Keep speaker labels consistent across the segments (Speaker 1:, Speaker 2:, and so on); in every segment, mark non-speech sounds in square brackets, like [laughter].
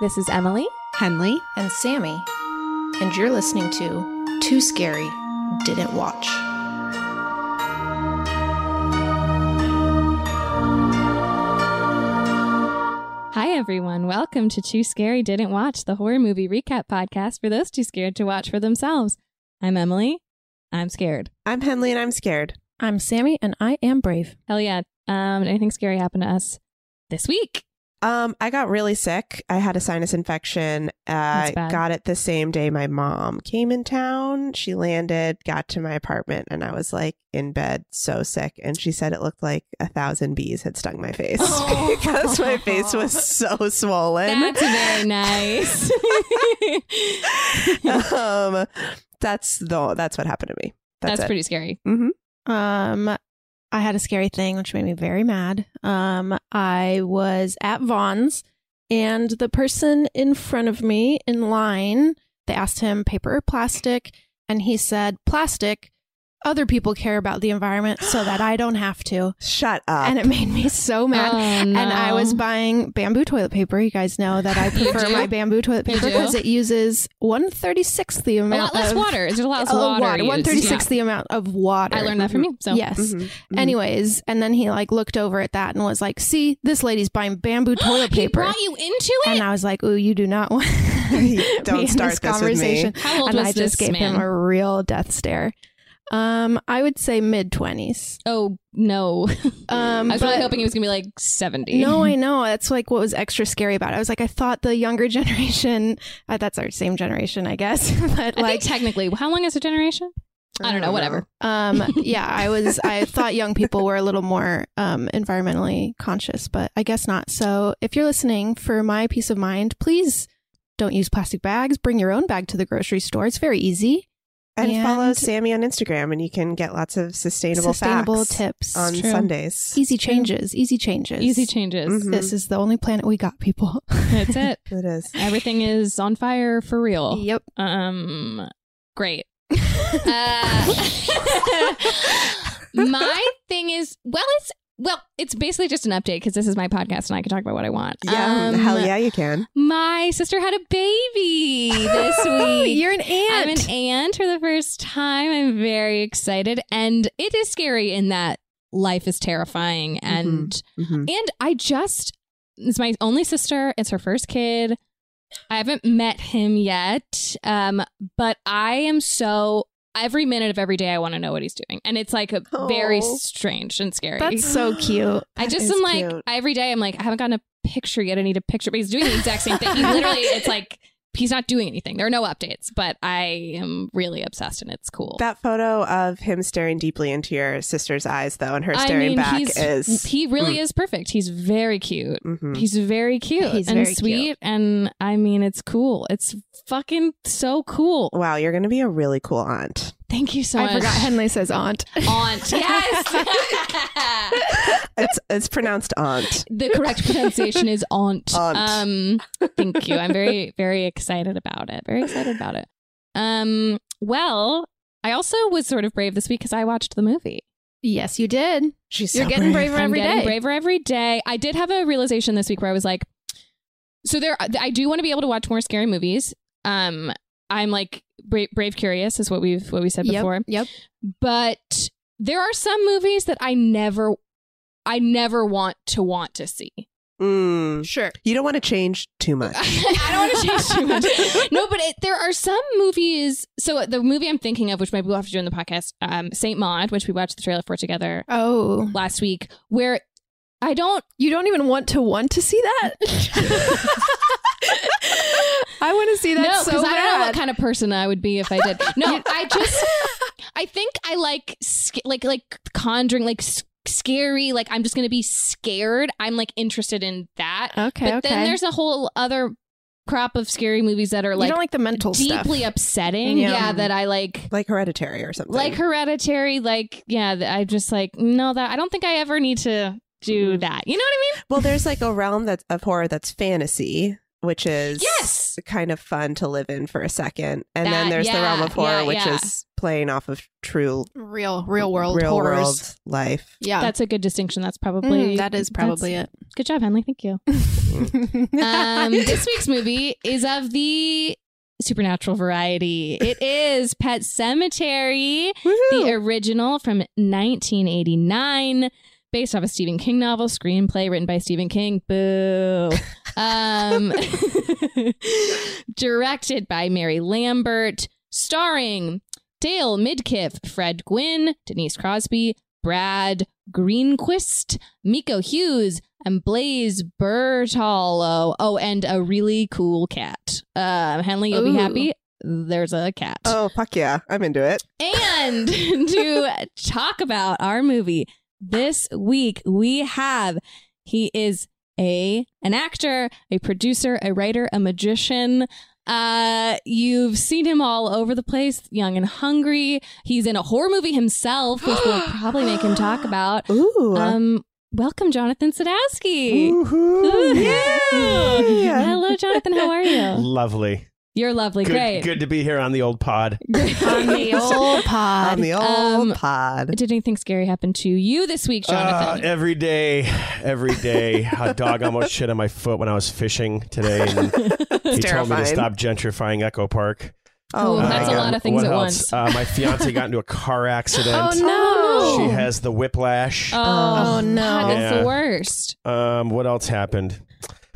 Speaker 1: This is Emily,
Speaker 2: Henley,
Speaker 3: and Sammy, and you're listening to Too Scary Didn't Watch.
Speaker 1: Hi, everyone. Welcome to Too Scary Didn't Watch, the horror movie recap podcast for those too scared to watch for themselves. I'm Emily. I'm scared.
Speaker 2: I'm Henley, and I'm scared.
Speaker 3: I'm Sammy, and I am brave.
Speaker 1: Hell yeah. Um, did anything scary happen to us this week?
Speaker 2: Um, I got really sick. I had a sinus infection. Uh,
Speaker 1: That's bad.
Speaker 2: got it the same day my mom came in town. She landed, got to my apartment, and I was like in bed, so sick. And she said it looked like a thousand bees had stung my face [laughs]
Speaker 3: Oh.
Speaker 2: because my face was so
Speaker 3: Um,
Speaker 2: swollen.
Speaker 1: That's
Speaker 3: [laughs]
Speaker 1: very nice. That's,
Speaker 2: [laughs] um, that's the that's what happened to me. That's, it.
Speaker 1: pretty scary.
Speaker 2: hmm
Speaker 3: Um, I had a scary thing which made me very mad. Um, I was at Vaughn's, and the person in front of me in line, they asked him paper or plastic, and he said plastic. Other people care about the environment so that I don't have to.
Speaker 2: Shut up.
Speaker 3: And it made me so mad.
Speaker 1: Oh, no.
Speaker 3: And I was buying bamboo toilet paper. You guys know that I
Speaker 1: [laughs] You
Speaker 3: prefer
Speaker 1: do?
Speaker 3: my bamboo toilet
Speaker 1: You do?
Speaker 3: paper because it uses one thirty sixth the
Speaker 1: a lot
Speaker 3: amount
Speaker 1: less
Speaker 3: of
Speaker 1: water. There's a lot less
Speaker 3: Oh,
Speaker 1: water. used.
Speaker 3: One thirty sixth the amount of water.
Speaker 1: Yeah. I learned that from you. So [gasps] Mm-hmm.
Speaker 3: Yes.
Speaker 2: Mhm, mhm.
Speaker 3: Anyways, and then he like looked over at that and was like, "See, this lady's buying bamboo toilet
Speaker 1: [gasps] he
Speaker 3: paper."
Speaker 1: brought you into it.
Speaker 3: and I was like, "Ooh, you do
Speaker 1: [laughs]
Speaker 3: not want [laughs] to
Speaker 2: Don't
Speaker 3: be in
Speaker 2: start this
Speaker 3: this
Speaker 2: with me.
Speaker 3: conversation."
Speaker 1: How old
Speaker 3: And
Speaker 1: was
Speaker 3: I just
Speaker 1: this
Speaker 3: gave
Speaker 1: man?
Speaker 3: him a real death stare. Um, I would say mid twenties.
Speaker 1: oh no!
Speaker 3: Um,
Speaker 1: I was really
Speaker 3: but-
Speaker 1: hoping he was gonna be like seventy.
Speaker 3: [laughs]
Speaker 1: [laughs]
Speaker 3: No, I know. That's like what was extra scary about it. I was like, I thought the younger [laughs] generation, uh, that's our same generation, I guess. [laughs] but
Speaker 1: I
Speaker 3: like,
Speaker 1: think technically, how long is a generation? I don't know, whatever.
Speaker 3: um, yeah, I was, I thought young people were a little more um, environmentally conscious, but I guess not. So if you're listening, for my peace of mind, please don't use plastic bags. Bring your own bag to the grocery store. It's very easy.
Speaker 2: And, follow
Speaker 3: And-
Speaker 2: Sammy on Instagram, and you can get lots of sustainable,
Speaker 3: Sustainable
Speaker 2: facts
Speaker 3: tips.
Speaker 2: on
Speaker 1: True.
Speaker 2: Sundays.
Speaker 3: Easy changes. Easy changes.
Speaker 1: Easy changes.
Speaker 2: Mhm.
Speaker 3: This is the only planet we got, people.
Speaker 1: [laughs] That's
Speaker 3: [laughs]
Speaker 1: it. Um,
Speaker 2: It is.
Speaker 1: Everything is on fire for real.
Speaker 3: yep.
Speaker 1: Um,
Speaker 3: [laughs]
Speaker 1: great. Uh, [laughs] my thing is, well, it's well, it's basically just an update because this is my podcast and I can talk about what I want.
Speaker 2: Yeah,
Speaker 1: Um,
Speaker 2: hell yeah, you can.
Speaker 1: My sister had a baby
Speaker 3: [laughs]
Speaker 1: this week.
Speaker 3: You're an aunt.
Speaker 1: I'm an aunt for the first time. I'm very excited, and it is scary in that life is terrifying, and
Speaker 2: Mhm.
Speaker 1: and I just it's my only sister. It's her first kid. I haven't met him yet, um, but I am so every minute of every day I want to know what he's doing, and it's like a very
Speaker 2: Oh.
Speaker 1: strange and scary.
Speaker 3: That's so cute.
Speaker 1: I just
Speaker 2: is
Speaker 1: am like
Speaker 2: cute.
Speaker 1: every day I'm like I haven't gotten a picture yet. I need a picture, but he's doing the exact same thing. He
Speaker 2: [laughs]
Speaker 1: literally, it's like he's not doing anything. There are no updates, but I am really obsessed, and it's cool.
Speaker 2: That photo of him staring deeply into your sister's eyes, though, and her
Speaker 1: I
Speaker 2: staring
Speaker 1: mean,
Speaker 2: back
Speaker 1: he's,
Speaker 2: is. mm.
Speaker 1: he really is perfect. He's very cute.
Speaker 2: Mhm.
Speaker 1: He's very cute
Speaker 3: He's
Speaker 1: and
Speaker 3: very cute.
Speaker 1: sweet, and I mean, it's cool. It's fucking so cool.
Speaker 2: Wow, you're going to be a really cool aunt.
Speaker 1: Thank you so
Speaker 3: I
Speaker 1: much, [laughs]
Speaker 3: forgot Henley says aunt.
Speaker 1: Aunt.
Speaker 2: [laughs]
Speaker 1: Yes, [laughs]
Speaker 2: It's it's pronounced aunt.
Speaker 1: the correct pronunciation is aunt.
Speaker 2: Aunt.
Speaker 1: Um, thank you. I'm very, very excited about it. Very excited about it. Um, well, I also was sort of brave this week because I watched the movie.
Speaker 3: Yes, you did.
Speaker 2: She's
Speaker 3: You're
Speaker 2: so
Speaker 3: getting
Speaker 2: brave.
Speaker 3: braver
Speaker 1: I'm
Speaker 3: every day.
Speaker 1: getting braver every day. I did have a realization this week where I was like, so there, I do want to be able to watch more scary movies. Um, I'm like brave, brave curious is what we've what we said
Speaker 3: Yep,
Speaker 1: before,
Speaker 3: Yep.
Speaker 1: but there are some movies that I never, I never want to want to see.
Speaker 2: Mm.
Speaker 3: Sure.
Speaker 2: You don't want to change too much.
Speaker 1: [laughs] I don't
Speaker 3: [laughs]
Speaker 1: want to change too much. No, but it, there are some movies. So the movie I'm thinking of, which maybe we'll have to do in the podcast, um, Saint Maud, which we watched the trailer for together
Speaker 3: Oh,
Speaker 1: last week, where I don't.
Speaker 3: you don't even want to want to see
Speaker 1: [laughs]
Speaker 3: that. [laughs] I want to see that
Speaker 1: no,
Speaker 3: so
Speaker 1: I don't know what
Speaker 3: bad.
Speaker 1: kind of person I would be if I
Speaker 3: [laughs]
Speaker 1: did. No, I just. I think I like sc- like like conjuring like s- scary, like I'm just going to be scared, I'm like interested in that.
Speaker 3: Okay.
Speaker 1: but
Speaker 3: okay.
Speaker 1: then there's a whole other crop of scary movies that are
Speaker 3: you
Speaker 1: like,
Speaker 3: don't like the mental
Speaker 1: deeply
Speaker 3: stuff.
Speaker 1: upsetting.
Speaker 3: Yeah.
Speaker 1: Yeah. that I like.
Speaker 2: like hereditary or something.
Speaker 1: Like hereditary, like yeah, th- I just like no that I don't think I ever need to
Speaker 3: Mm-hmm.
Speaker 1: do that. You know what I mean?
Speaker 2: well, there's like a realm that's of horror that's fantasy, which is
Speaker 1: Yes!
Speaker 2: kind of fun to live in for a second, and then
Speaker 1: That-
Speaker 2: there's the realm
Speaker 1: yeah,
Speaker 2: of horror,
Speaker 1: yeah,
Speaker 2: which
Speaker 1: yeah.
Speaker 2: is playing off of true
Speaker 3: real real world
Speaker 2: real
Speaker 3: horrors.
Speaker 2: world life.
Speaker 3: Yeah.
Speaker 1: That's a good distinction. That's probably
Speaker 3: Oh. Mm, that is probably it.
Speaker 1: that's- good job, Henley.
Speaker 3: [laughs]
Speaker 1: Thank you. [laughs] Um, this week's movie is of the supernatural variety. It is Pet Cemetery.
Speaker 2: Woohoo!
Speaker 1: the original from 1989 based off a stephen king novel screenplay written by stephen king boo um, [laughs] directed by mary lambert starring dale midkiff fred gwynn denise crosby brad greenquist miko hughes and blaze bertolo oh and a really cool cat um, henley you'll
Speaker 3: Ooh.
Speaker 1: be happy there's a cat
Speaker 2: oh fuck yeah, I'm into it.
Speaker 1: and [laughs] to talk about our movie this week, we have he is a an actor, a producer, a writer, a magician. Uh, you've seen him all over the place, young and hungry. He's in a horror movie himself, which
Speaker 2: [gasps]
Speaker 1: will probably make him talk about.
Speaker 2: Ooh.
Speaker 1: Um, welcome, Jonathan Sadowski.
Speaker 2: Woohoo.
Speaker 1: Ooh.
Speaker 2: Yeah.
Speaker 1: [laughs] Hello, Jonathan. How are you?
Speaker 4: Lovely.
Speaker 1: You're lovely.
Speaker 4: Good,
Speaker 1: Great. [laughs]
Speaker 4: good to be here on the old pod.
Speaker 3: On
Speaker 4: [laughs]
Speaker 3: the old pod.
Speaker 2: On the old
Speaker 1: Um,
Speaker 2: pod.
Speaker 1: Did anything scary happen to you this week,
Speaker 4: Uh,
Speaker 1: Jonathan?
Speaker 4: every day, every day, a dog almost shit on my foot when I was fishing today.
Speaker 1: [laughs]
Speaker 4: And he told me to
Speaker 2: terrifying.
Speaker 4: stop gentrifying Echo Park.
Speaker 1: Ooh,
Speaker 2: Oh my
Speaker 1: that's a
Speaker 4: God.
Speaker 1: lot of things
Speaker 4: What
Speaker 1: at once.
Speaker 4: else? Uh, my fiance got into
Speaker 1: [laughs]
Speaker 4: a car accident.
Speaker 3: Oh,
Speaker 4: She has the whiplash.
Speaker 1: Oh,
Speaker 3: Oh, no.
Speaker 1: God, that's
Speaker 4: Yeah.
Speaker 1: the worst.
Speaker 4: Um, what else happened?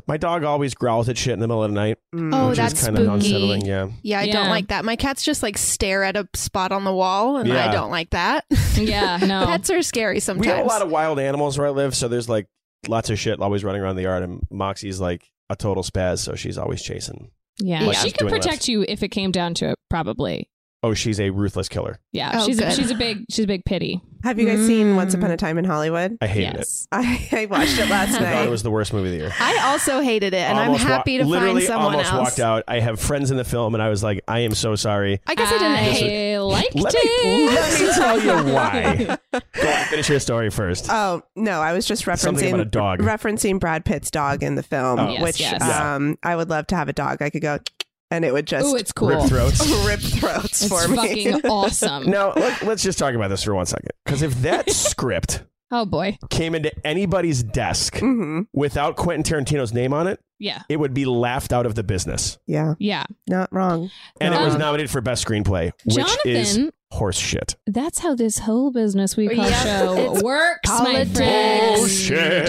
Speaker 4: My dog always growls at shit in the middle of the night,
Speaker 2: Mm.
Speaker 3: Oh,
Speaker 4: which
Speaker 3: that's
Speaker 4: is kind
Speaker 3: spooky.
Speaker 4: of unsettling. Yeah.
Speaker 3: Yeah, I don't
Speaker 1: Yeah.
Speaker 3: like that. My cats just like stare at a spot on the wall, and I
Speaker 4: Yeah.
Speaker 3: don't like that.
Speaker 1: Yeah, no.
Speaker 3: [laughs] Pets are scary
Speaker 4: We
Speaker 3: sometimes.
Speaker 4: have a lot of wild animals where I live, so there's like lots of shit always running around the yard, and Moxie's like a total spaz, so she's always chasing.
Speaker 1: Yeah,
Speaker 4: Like
Speaker 1: she
Speaker 4: she's
Speaker 1: could
Speaker 4: doing
Speaker 1: protect
Speaker 4: less.
Speaker 1: you if it came down to it. Probably.
Speaker 4: Oh, she's a ruthless killer.
Speaker 1: Yeah,
Speaker 3: Oh,
Speaker 1: she's a,
Speaker 3: good.
Speaker 1: she's a big she's a big pity.
Speaker 2: Have you guys seen Once
Speaker 3: Mm.
Speaker 2: Upon a Time in Hollywood? [laughs]
Speaker 4: I hated it.
Speaker 1: yes.
Speaker 2: I, I watched
Speaker 1: [laughs]
Speaker 2: it last
Speaker 4: I thought
Speaker 2: night.
Speaker 4: it was the worst movie of the year.
Speaker 3: I also hated it, and
Speaker 4: Almost
Speaker 3: I'm
Speaker 4: wa-
Speaker 3: happy to find
Speaker 4: literally
Speaker 3: someone
Speaker 4: almost
Speaker 3: else.
Speaker 4: walked out. I have friends in the film, and I was like, I am so sorry.
Speaker 3: I guess I didn't
Speaker 1: I
Speaker 3: hate.
Speaker 1: liked
Speaker 4: Let me,
Speaker 1: it.
Speaker 4: let me tell you why. Go on, finish your story first.
Speaker 3: Uh,
Speaker 2: Oh no! I was just
Speaker 4: Something about a
Speaker 2: referencing
Speaker 4: dog.
Speaker 2: referencing Brad Pitt's dog in the film,
Speaker 4: Oh.
Speaker 1: Yes,
Speaker 2: which
Speaker 1: yes.
Speaker 4: Yeah.
Speaker 2: um, I would love to have a dog. I could go, and it would just
Speaker 1: Ooh, it's cool.
Speaker 4: Rip
Speaker 3: [laughs]
Speaker 4: throats.
Speaker 2: [laughs] rip
Speaker 1: [laughs]
Speaker 2: throats
Speaker 1: It's
Speaker 2: for me.
Speaker 1: fucking
Speaker 2: [laughs]
Speaker 1: awesome.
Speaker 4: now, let, let's just talk about this for one second. Because if
Speaker 3: [laughs]
Speaker 4: that script
Speaker 1: Oh boy.
Speaker 4: came into anybody's desk
Speaker 3: Mm.
Speaker 2: hmm
Speaker 4: without Quentin Tarantino's name on it,
Speaker 1: Yeah.
Speaker 4: it would be laughed out of the business.
Speaker 2: Yeah,
Speaker 1: Yeah.
Speaker 2: not wrong.
Speaker 4: And it was
Speaker 1: Um,
Speaker 4: nominated for Best Screenplay, which
Speaker 1: Jonathan,
Speaker 4: is horse shit.
Speaker 1: that's how this whole business we call
Speaker 3: Yeah, it's
Speaker 1: show works, my
Speaker 3: politics.
Speaker 1: friend.
Speaker 4: Bullshit.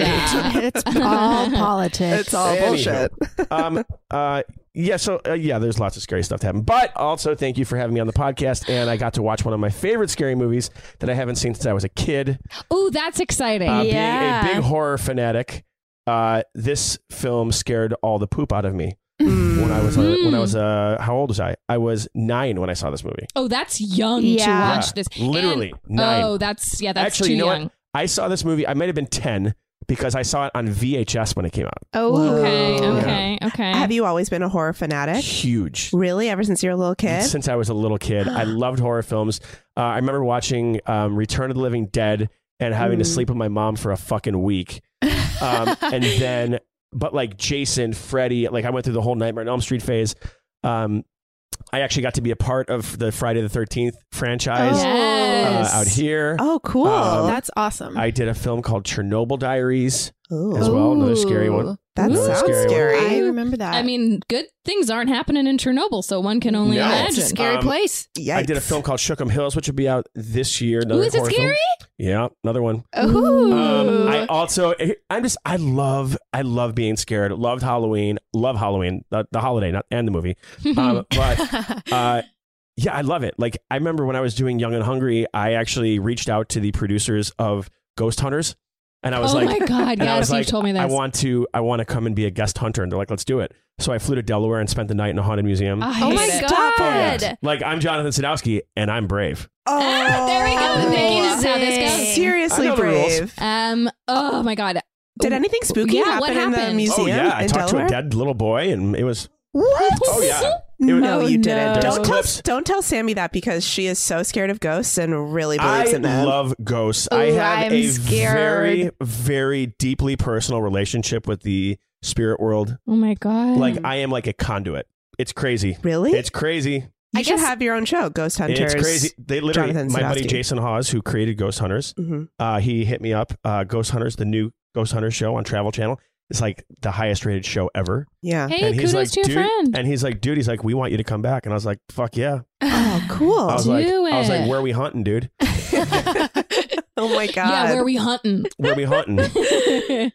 Speaker 2: [laughs]
Speaker 1: Yeah. [laughs]
Speaker 3: It's [laughs] all politics.
Speaker 2: It's all
Speaker 4: Anywho.
Speaker 2: bullshit.
Speaker 4: [laughs] um, uh, yeah, so uh, yeah, there's lots of scary stuff to happen. But also, thank you for having me on the podcast. And I got to watch one of my favorite scary movies that I haven't seen since I was a kid.
Speaker 1: Ooh, that's exciting.
Speaker 4: Uh,
Speaker 3: Yeah.
Speaker 4: Being a big horror fanatic, uh, this film scared all the poop out of me when I was uh, when I was uh, how old was I? I was nine when I saw this movie.
Speaker 1: oh, that's young to
Speaker 3: Yeah.
Speaker 1: watch
Speaker 4: Yeah,
Speaker 1: this. And-
Speaker 4: Literally nine.
Speaker 1: Oh, that's yeah, that's
Speaker 4: Actually,
Speaker 1: too
Speaker 4: you know
Speaker 1: young.
Speaker 4: what? I saw this movie. I might have been ten because I saw it on VHS when it came out.
Speaker 3: Oh,
Speaker 1: Okay,
Speaker 2: Whoa.
Speaker 1: okay, okay.
Speaker 2: Have you always been a horror fanatic?
Speaker 4: Huge.
Speaker 2: Really, ever since you were a little kid?
Speaker 4: Since I was a little kid, I loved horror films. Uh, I remember watching um, Return of the Living Dead and having to
Speaker 2: Mm.
Speaker 4: sleep with my mom for a fucking week. Um, and then, but like Jason, Freddy, like I went through the whole Nightmare on Elm Street phase. Um, I actually got to be a part of the Friday the 13th franchise uh,
Speaker 1: Yes.
Speaker 4: out here.
Speaker 2: Oh, cool.
Speaker 4: Um,
Speaker 3: that's awesome.
Speaker 4: I did a film called Chernobyl Diaries
Speaker 2: Ooh,
Speaker 4: as well. Another scary one.
Speaker 2: that
Speaker 4: Ooh.
Speaker 2: sounds
Speaker 4: Scary one.
Speaker 2: scary.
Speaker 3: I remember that.
Speaker 1: I mean, good things aren't happening in Chernobyl, so one can only
Speaker 4: No.
Speaker 3: it's a
Speaker 1: imagine.
Speaker 3: scary
Speaker 4: Um,
Speaker 3: place.
Speaker 4: I did a
Speaker 2: Yikes.
Speaker 4: film called Shook'em Hills, which will be out this year.
Speaker 1: Ooh,
Speaker 4: Another
Speaker 1: is it
Speaker 4: horror film.
Speaker 1: scary?
Speaker 4: Yeah, another one.
Speaker 3: Ooh.
Speaker 4: Um, I also, I'm just, I love, I love being scared. Loved Halloween. Love Halloween, the, the holiday, not and
Speaker 1: [laughs]
Speaker 4: the movie. [laughs] Um, but
Speaker 3: [laughs]
Speaker 4: uh, yeah, I love it. Like I remember when I was doing Young and Hungry, I actually reached out to the producers of Ghost Hunters, and I was
Speaker 1: oh
Speaker 4: like,
Speaker 1: my god,
Speaker 4: and I
Speaker 1: yes,
Speaker 4: was
Speaker 1: you
Speaker 4: like,
Speaker 1: told me this.
Speaker 4: I want to, I want to come and be a guest hunter, and they're like, let's do it. So I flew to
Speaker 1: Ah,
Speaker 4: Delaware and spent the night in a haunted museum.
Speaker 1: I
Speaker 3: oh
Speaker 1: hate
Speaker 3: my
Speaker 1: it.
Speaker 3: god.
Speaker 4: Like I'm Jonathan Sadowski, and I'm brave.
Speaker 2: Oh,
Speaker 1: Ah, there we go. Nikki knows how this goes.
Speaker 4: I
Speaker 2: Seriously
Speaker 4: know the rules.
Speaker 2: brave.
Speaker 1: Um. Oh my god.
Speaker 2: Did anything spooky
Speaker 1: Yeah,
Speaker 2: happen
Speaker 1: what
Speaker 2: in the
Speaker 1: happened?
Speaker 2: museum
Speaker 4: oh yeah,
Speaker 2: in
Speaker 4: I talked
Speaker 2: Delaware?
Speaker 4: to a dead little boy, and it was
Speaker 2: What?
Speaker 4: oh yeah. It was-
Speaker 2: No,
Speaker 3: Oh,
Speaker 2: you didn't.
Speaker 3: no.
Speaker 2: Don't tell,
Speaker 4: Clips.
Speaker 2: don't tell Sammy that because she is so scared of ghosts and really
Speaker 4: I
Speaker 2: believes in them.
Speaker 4: love ghosts. I
Speaker 3: Ooh,
Speaker 4: have
Speaker 3: I'm
Speaker 4: a
Speaker 3: scared.
Speaker 4: very, very deeply personal relationship with the spirit world.
Speaker 1: [laughs] Oh my god.
Speaker 4: Like I am like a conduit. It's crazy.
Speaker 2: really?
Speaker 4: It's crazy.
Speaker 2: you
Speaker 1: I
Speaker 2: should
Speaker 1: guess-
Speaker 2: have your own show, Ghost Hunters.
Speaker 4: It's crazy. They literally,
Speaker 2: Jonathan
Speaker 4: my buddy
Speaker 2: Sadowski.
Speaker 4: Jason Hawes, who created Ghost Hunters,
Speaker 2: hmm
Speaker 4: uh, he hit me up. Uh, Ghost Hunters, the new Ghost Hunters show on Travel Channel. It's like the highest rated show ever.
Speaker 2: Yeah.
Speaker 1: hey,
Speaker 4: and he's
Speaker 1: kudos
Speaker 4: like,
Speaker 1: to your
Speaker 4: dude,
Speaker 1: friend.
Speaker 4: and he's like, dude, he's like, we want you to come back. And I was like, fuck yeah.
Speaker 2: Oh,
Speaker 1: [laughs]
Speaker 2: cool.
Speaker 4: I was
Speaker 1: Do
Speaker 4: like, I was like,
Speaker 1: it.
Speaker 4: where we hunting, dude?
Speaker 2: oh my god.
Speaker 1: yeah, where we
Speaker 3: [laughs]
Speaker 1: hunting?
Speaker 4: Where
Speaker 1: [laughs]
Speaker 4: we hunting?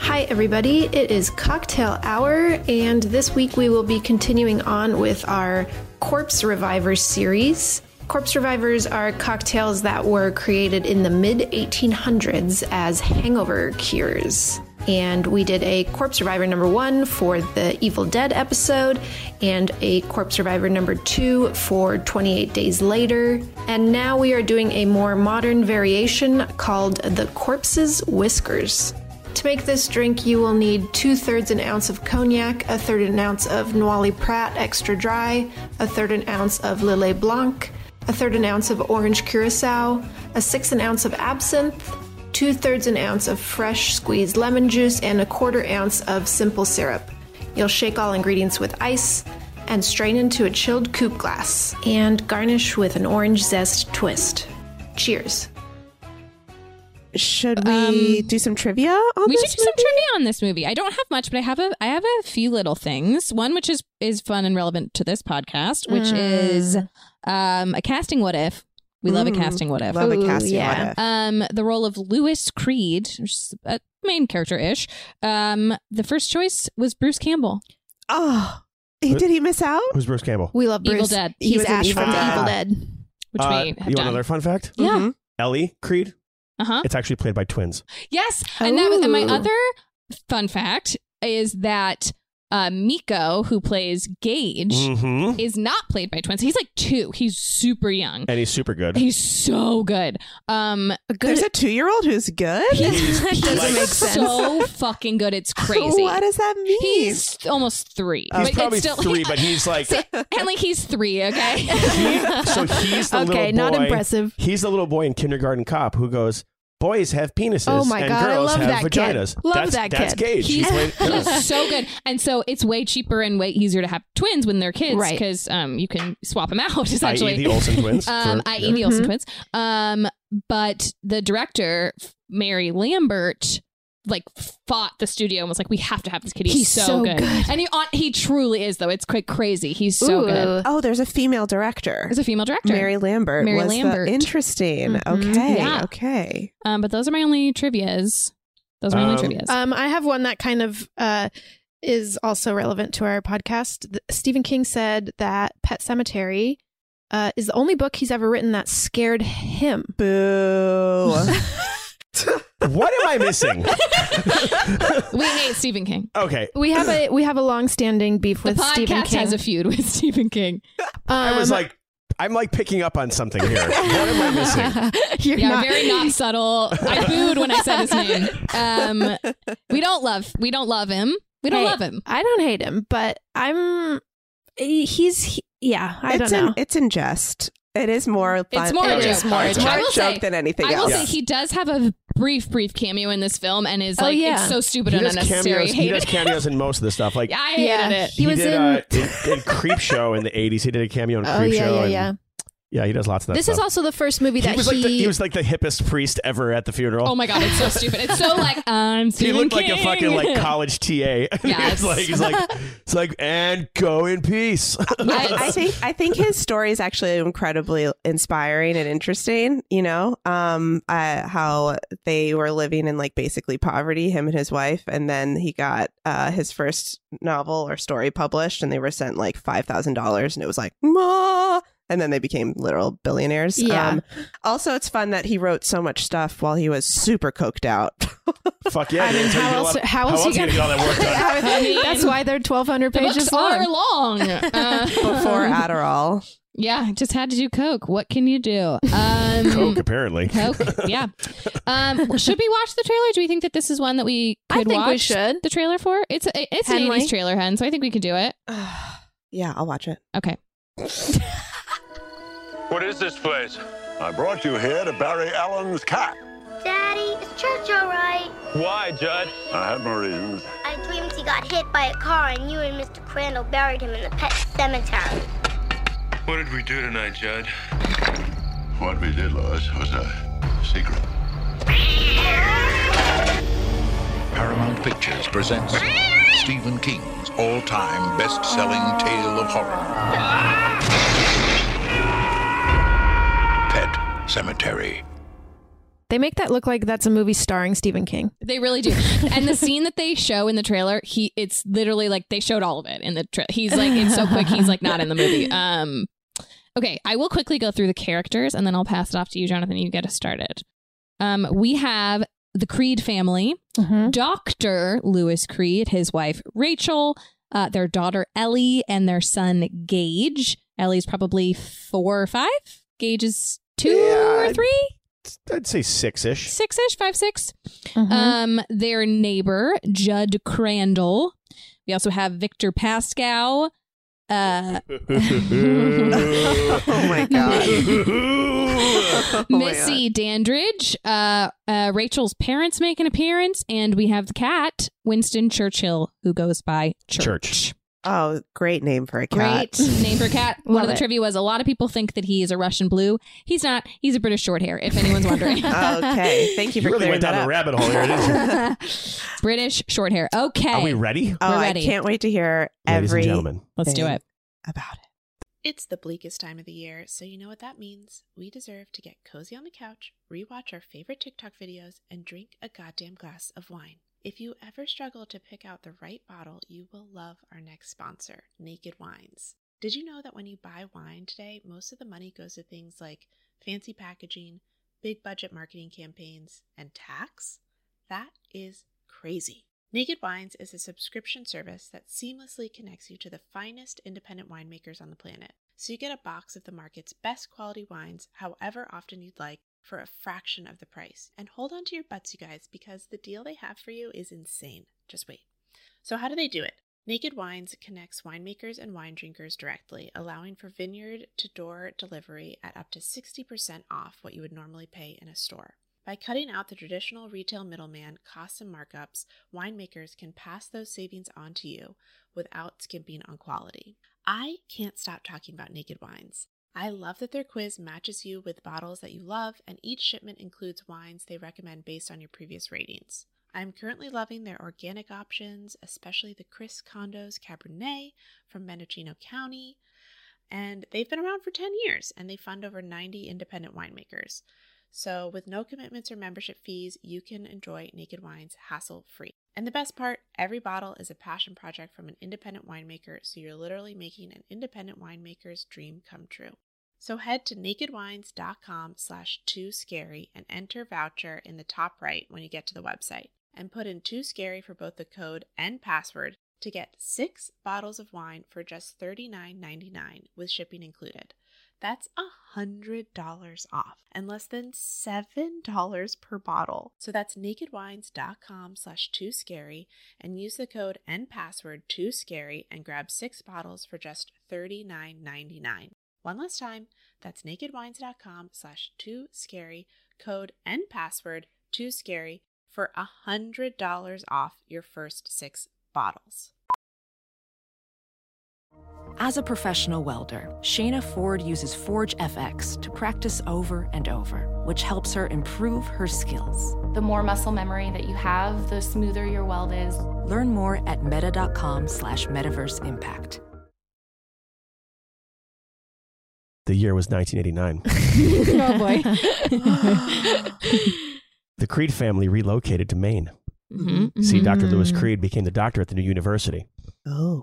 Speaker 3: Hi, everybody. It is cocktail hour, and this week we will be continuing on with our Corpse Revivers series. Corpse Revivers are cocktails that were created in the mid 1800s as hangover cures. And we did a Corpse Survivor number one for the Evil Dead episode, and a Corpse Survivor number two for 28 Days Later. And now we are doing a more modern variation called the Corpse's Whiskers. To make this drink, you will need two thirds an ounce of cognac, a third an ounce of Noali Prat extra dry, a third an ounce of Lillet Blanc, a third an ounce of orange curacao, a sixth an ounce of absinthe, two thirds an ounce of fresh squeezed lemon juice, and a quarter ounce of simple syrup. You'll shake all ingredients with ice and strain into a chilled coupe glass, and garnish with an orange zest twist. Cheers.
Speaker 2: Should we do some trivia on
Speaker 1: um, we should
Speaker 2: this?
Speaker 1: do some trivia on this movie. I don't have much, but I have a I have a few little things. One which is is fun and relevant to this podcast, which
Speaker 2: Mm.
Speaker 1: is um, a casting what if. We love a
Speaker 2: Mm.
Speaker 1: casting what if.
Speaker 2: Love a
Speaker 3: Ooh,
Speaker 2: casting
Speaker 3: yeah.
Speaker 2: what if.
Speaker 1: Um, the role of Lewis Creed, which is a main character ish. Um, the first choice was Bruce Campbell.
Speaker 2: Oh, he, did he miss out?
Speaker 4: Who's Bruce Campbell?
Speaker 3: We love
Speaker 1: Evil Dead.
Speaker 2: He was in Evil Dead.
Speaker 3: Dead.
Speaker 1: which
Speaker 4: Uh,
Speaker 1: we have
Speaker 4: you
Speaker 1: done.
Speaker 4: want another fun fact?
Speaker 1: Yeah.
Speaker 2: Mhm.
Speaker 4: Ellie Creed.
Speaker 1: Uh huh.
Speaker 4: It's actually played
Speaker 3: [laughs]
Speaker 4: by twins.
Speaker 1: Yes, and that was and my
Speaker 3: Ooh.
Speaker 1: other fun fact is that uh, Miko, who plays Gage,
Speaker 4: hmm
Speaker 1: is not played by twins. He's like two. He's super young.
Speaker 4: And he's super good.
Speaker 1: He's so good. Um,
Speaker 3: A good
Speaker 2: There's [laughs] a two-year-old who's good. [laughs]
Speaker 1: [laughs]
Speaker 4: He's
Speaker 3: That doesn't
Speaker 4: like-
Speaker 3: make sense.
Speaker 1: So fucking good. It's crazy.
Speaker 2: what does that mean?
Speaker 1: He's almost three.
Speaker 4: He's
Speaker 1: it's
Speaker 4: probably
Speaker 1: still- [laughs]
Speaker 3: [laughs]
Speaker 4: three, but he's like
Speaker 1: and like he's three. Okay.
Speaker 4: he- so he's the little boy.
Speaker 3: [laughs] okay, not impressive.
Speaker 4: He's the little boy in Kindergarten Cop who goes, "Boys have penises,
Speaker 3: Oh my
Speaker 4: and
Speaker 3: God, I
Speaker 4: girls
Speaker 3: love
Speaker 4: have
Speaker 3: that kid.
Speaker 4: vaginas."
Speaker 3: Love
Speaker 4: that's,
Speaker 3: that
Speaker 4: That's
Speaker 3: kid.
Speaker 4: Gage.
Speaker 1: He's,
Speaker 3: [laughs]
Speaker 4: He's
Speaker 1: [laughs]
Speaker 4: like-
Speaker 1: he's so good, and so it's way cheaper and way easier to have twins when they're kids,
Speaker 3: Right.
Speaker 1: Because um, you can swap them out [laughs] essentially.
Speaker 4: i.e. E, the Olsen twins.
Speaker 1: um,
Speaker 4: for-
Speaker 1: i.e.
Speaker 4: yeah.
Speaker 1: the Olsen
Speaker 3: Mhm.
Speaker 1: twins. Um, but the director, F- Mary Lambert, like fought the studio and was like, "We have to have this kid. He's,
Speaker 3: He's so good.
Speaker 1: and he on, he truly is though. It's quite crazy. He's so good.
Speaker 2: oh, there's a female director.
Speaker 1: As a female director,
Speaker 2: Mary Lambert.
Speaker 1: Mary
Speaker 2: was the-
Speaker 1: Lambert. Mm-hmm.
Speaker 2: interesting.
Speaker 3: Mhm.
Speaker 2: Okay.
Speaker 1: Yeah.
Speaker 2: Okay.
Speaker 1: um, but those are my only trivia's. Those are my
Speaker 4: Um,
Speaker 1: only trivia's.
Speaker 3: Um, I have one that kind of uh, is also relevant to our podcast. Th- Stephen King said that Pet Cemetery uh, is the only book he's ever written that scared him.
Speaker 1: [laughs]
Speaker 2: Boo.
Speaker 4: [laughs] What am I missing?
Speaker 3: [laughs]
Speaker 1: we hate Stephen King.
Speaker 4: okay,
Speaker 3: We have a we have a long-standing beef
Speaker 1: The
Speaker 3: with Stephen
Speaker 1: podcast
Speaker 3: King.
Speaker 1: has a feud with [laughs] Stephen King.
Speaker 4: I was
Speaker 3: Um,
Speaker 4: like, I'm like picking up on something here. What am I
Speaker 3: [laughs]
Speaker 4: missing?
Speaker 3: [laughs] you're
Speaker 1: yeah,
Speaker 3: not-
Speaker 1: very
Speaker 3: [laughs]
Speaker 1: not subtle. I booed when I said his name. Um, we don't love. We don't love him. We don't
Speaker 3: Hey,
Speaker 1: love him.
Speaker 3: I don't hate him, but I'm. He's he, yeah. I
Speaker 2: it's
Speaker 3: don't know.
Speaker 2: In, it's in jest. It is more. Fun.
Speaker 1: It's more
Speaker 4: a joke. It's more
Speaker 2: a
Speaker 4: a
Speaker 2: joke
Speaker 1: joke.
Speaker 2: than anything
Speaker 1: I will
Speaker 2: else.
Speaker 1: say he does have a brief, brief cameo in this film, and is
Speaker 3: Oh,
Speaker 1: like
Speaker 3: yeah.
Speaker 1: it's so stupid
Speaker 4: He
Speaker 1: and
Speaker 4: does
Speaker 1: unnecessary.
Speaker 4: cameos. He
Speaker 1: Hated
Speaker 4: does
Speaker 1: it.
Speaker 4: cameos in most of this stuff. Like
Speaker 1: [laughs] Yeah, I hated
Speaker 3: Yeah.
Speaker 1: it.
Speaker 4: he,
Speaker 3: He was
Speaker 4: did
Speaker 3: in-
Speaker 4: uh, in, in Creep Show in the '80s. He did a cameo
Speaker 3: [laughs]
Speaker 4: in
Speaker 3: oh
Speaker 4: Creep
Speaker 3: yeah,
Speaker 4: Show.
Speaker 3: yeah,
Speaker 4: and-
Speaker 3: yeah.
Speaker 4: yeah, He does lots of that.
Speaker 3: This
Speaker 4: stuff.
Speaker 3: is also the first movie that
Speaker 4: he was like the, he was like the hippest priest ever at the funeral.
Speaker 1: Oh my god, it's so stupid. It's so
Speaker 3: [laughs]
Speaker 1: like I'm
Speaker 4: he
Speaker 1: Stephen
Speaker 4: looked
Speaker 1: King.
Speaker 4: like a fucking
Speaker 1: [laughs]
Speaker 4: like college TA. [laughs]
Speaker 1: Yes.
Speaker 4: it's like he's like it's like and go in peace. [laughs]
Speaker 2: I,
Speaker 1: [laughs]
Speaker 2: I think I think his story is actually incredibly inspiring and interesting. You know, um, uh, how they were living in like basically poverty, him and his wife, and then he got uh, his first novel or story published, and they were sent like five thousand dollars, and it was like, ma. And then they became literal billionaires. Um,
Speaker 3: Yeah.
Speaker 2: also, it's fun that he wrote so much stuff while he was super coked out. [laughs]
Speaker 4: Fuck yeah!
Speaker 3: I mean,
Speaker 4: dude. So you
Speaker 3: how
Speaker 4: get a
Speaker 3: else-
Speaker 4: lot of-
Speaker 3: how else
Speaker 4: else
Speaker 3: you
Speaker 4: you gonna get all that
Speaker 3: [laughs]
Speaker 4: work done?
Speaker 1: I mean,
Speaker 3: That's why they're 1,200
Speaker 1: the books
Speaker 3: [laughs] pages
Speaker 1: are
Speaker 3: long.
Speaker 1: long. Uh, [laughs]
Speaker 2: before Adderall.
Speaker 1: Yeah, just had to do coke. What can you do? Um,
Speaker 4: Coke, apparently.
Speaker 1: Coke, yeah. Um, should we watch the trailer? Do we think that this is one that we
Speaker 3: I
Speaker 1: could
Speaker 3: think
Speaker 1: watch
Speaker 3: we should.
Speaker 1: the trailer for? It's a, it's an
Speaker 3: Henley?
Speaker 1: 80s trailer, Hen, so I think we can do it.
Speaker 5: yeah, I'll watch it.
Speaker 1: Okay.
Speaker 6: What is this place?
Speaker 7: I brought you here to bury Alan's cat.
Speaker 8: Daddy, is church all right?
Speaker 6: Why, Judd?
Speaker 7: I had my reasons.
Speaker 8: I dreamed he got hit by a car and you and Mr. Crandall buried him in the pet cemetery.
Speaker 6: What did we do tonight, Judd?
Speaker 7: What we did, Lois, was a secret.
Speaker 9: Paramount Pictures presents Stephen King's all-time best-selling tale of horror. Pet Cemetery.
Speaker 3: They make that look like that's a movie starring Stephen King.
Speaker 1: They really do. and the scene that they show in the trailer, he it's literally like they showed all of it in the trailer. He's like it's so quick, he's like not in the movie. Um Okay, I will quickly go through the characters and then I'll pass it off to you, Jonathan. You get us started. Um, we have the Creed family,
Speaker 3: Mm-hmm.
Speaker 1: Dr. Lewis Creed, his wife Rachel, uh, their daughter Ellie, and their son Gage. Ellie's probably four or five. Gage is two
Speaker 4: Yeah.
Speaker 1: or three,
Speaker 4: I'd say six ish.
Speaker 3: [laughs]
Speaker 4: [laughs]
Speaker 1: six ish, five, six. Um, their neighbor, Judd Crandall. We also have Victor Pascal. Uh,
Speaker 5: oh my god. [laughs] [coughs]
Speaker 4: [laughs]
Speaker 5: Oh my God.
Speaker 1: Missy Dandridge, uh, uh, Rachel's parents make an appearance, and we have the cat, Winston Churchill, who goes by Church.
Speaker 4: Church.
Speaker 5: Oh, great name for a cat.
Speaker 1: Great name for [laughs] cat. One of
Speaker 3: Love
Speaker 1: the
Speaker 3: it.
Speaker 1: trivia was a lot of people think that he is a Russian blue. He's not. He's a British short hair, if anyone's wondering.
Speaker 5: [laughs] okay,
Speaker 2: [laughs]
Speaker 1: [laughs]
Speaker 5: thank you for
Speaker 4: You really
Speaker 5: clearing
Speaker 4: went down
Speaker 5: that
Speaker 4: a
Speaker 5: up.
Speaker 4: rabbit hole here, didn't [laughs] you?
Speaker 1: British short hair. Okay.
Speaker 4: Are we ready?
Speaker 5: Oh,
Speaker 1: We're
Speaker 5: I
Speaker 1: ready.
Speaker 5: can't wait to hear
Speaker 4: Ladies and
Speaker 5: every
Speaker 4: gentlemen.
Speaker 1: Let's do
Speaker 5: thing
Speaker 1: it.
Speaker 5: about it.
Speaker 2: It's the bleakest time of the year, so you know what that means. We deserve to get cozy on the couch, rewatch our favorite TikTok videos, and drink a goddamn glass of wine. If you ever struggle to pick out the right bottle, you will love our next sponsor, Naked Wines. Did you know that when you buy wine today, most of the money goes to things like fancy packaging, big budget marketing campaigns, and tax? That is crazy. Naked Wines is a subscription service that seamlessly connects you to the finest independent winemakers on the planet. So you get a box of the market's best quality wines, however often you'd like, for a fraction of the price. And hold on to your butts, you guys, because the deal they have for you is insane. Just wait. So, how do they do it? Naked Wines connects winemakers and wine drinkers directly, allowing for vineyard to door delivery at up to 60% off what you would normally pay in a store. By cutting out the traditional retail middleman costs and markups, winemakers can pass those savings on to you without skimping on quality. I can't stop talking about Naked Wines. I love that their quiz matches you with bottles that you love, and each shipment includes wines they recommend based on your previous ratings. I'm currently loving their organic options, especially the Chris Condos Cabernet from Mendocino County. And they've been around for 10 years and they fund over 90 independent winemakers. So, with no commitments or membership fees, you can enjoy Naked Wines hassle free. And the best part every bottle is a passion project from an independent winemaker, so you're literally making an independent winemaker's dream come true. So head to nakedwines.com slash too scary and enter voucher in the top right when you get to the website. And put in too scary for both the code and password to get six bottles of wine for just $39.99 with shipping included. That's $100 off and less than $7 per bottle. So that's nakedwines.com slash too scary and use the code and password too scary and grab six bottles for just $39.99. One last time, that's nakedwines.com slash too scary, code and password too scary for $100 off your first six bottles.
Speaker 10: As a professional welder, Shayna Ford uses Forge FX to practice over and over, which helps her improve her skills.
Speaker 11: The more muscle memory that you have, the smoother your weld is.
Speaker 10: Learn more at meta.com slash metaverse impact.
Speaker 4: The year
Speaker 5: [laughs]
Speaker 4: was 1989.
Speaker 1: [laughs] oh boy.
Speaker 4: The Creed family relocated to Maine.
Speaker 1: Mhm,
Speaker 4: Mm-hmm. See,
Speaker 1: mhm.
Speaker 4: Dr. Lewis Creed became the doctor at the new university.
Speaker 5: Mm. Oh,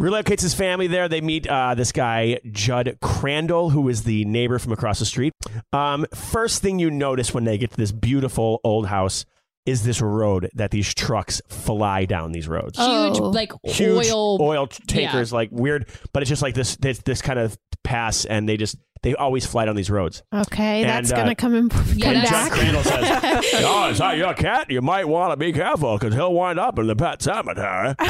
Speaker 4: Relocates his family there. They meet uh, this guy, Judd Crandall, who is the neighbor from across the street. Um, first thing you notice when they get to this beautiful old house is this road that these trucks fly down these roads.
Speaker 1: Huge
Speaker 3: Oh.
Speaker 1: like
Speaker 4: Huge
Speaker 1: oil.
Speaker 4: takers, like weird, but it's just like this this, this kind of pass, and they just they always fly down these roads.
Speaker 3: Okay,
Speaker 4: And,
Speaker 3: that's
Speaker 4: uh,
Speaker 3: gonna come and come
Speaker 4: And John
Speaker 3: back.
Speaker 4: Crandall says, [laughs] "Oh, it's not your cat. You might want to be careful because he'll wind up in the pet cemetery."
Speaker 2: [laughs]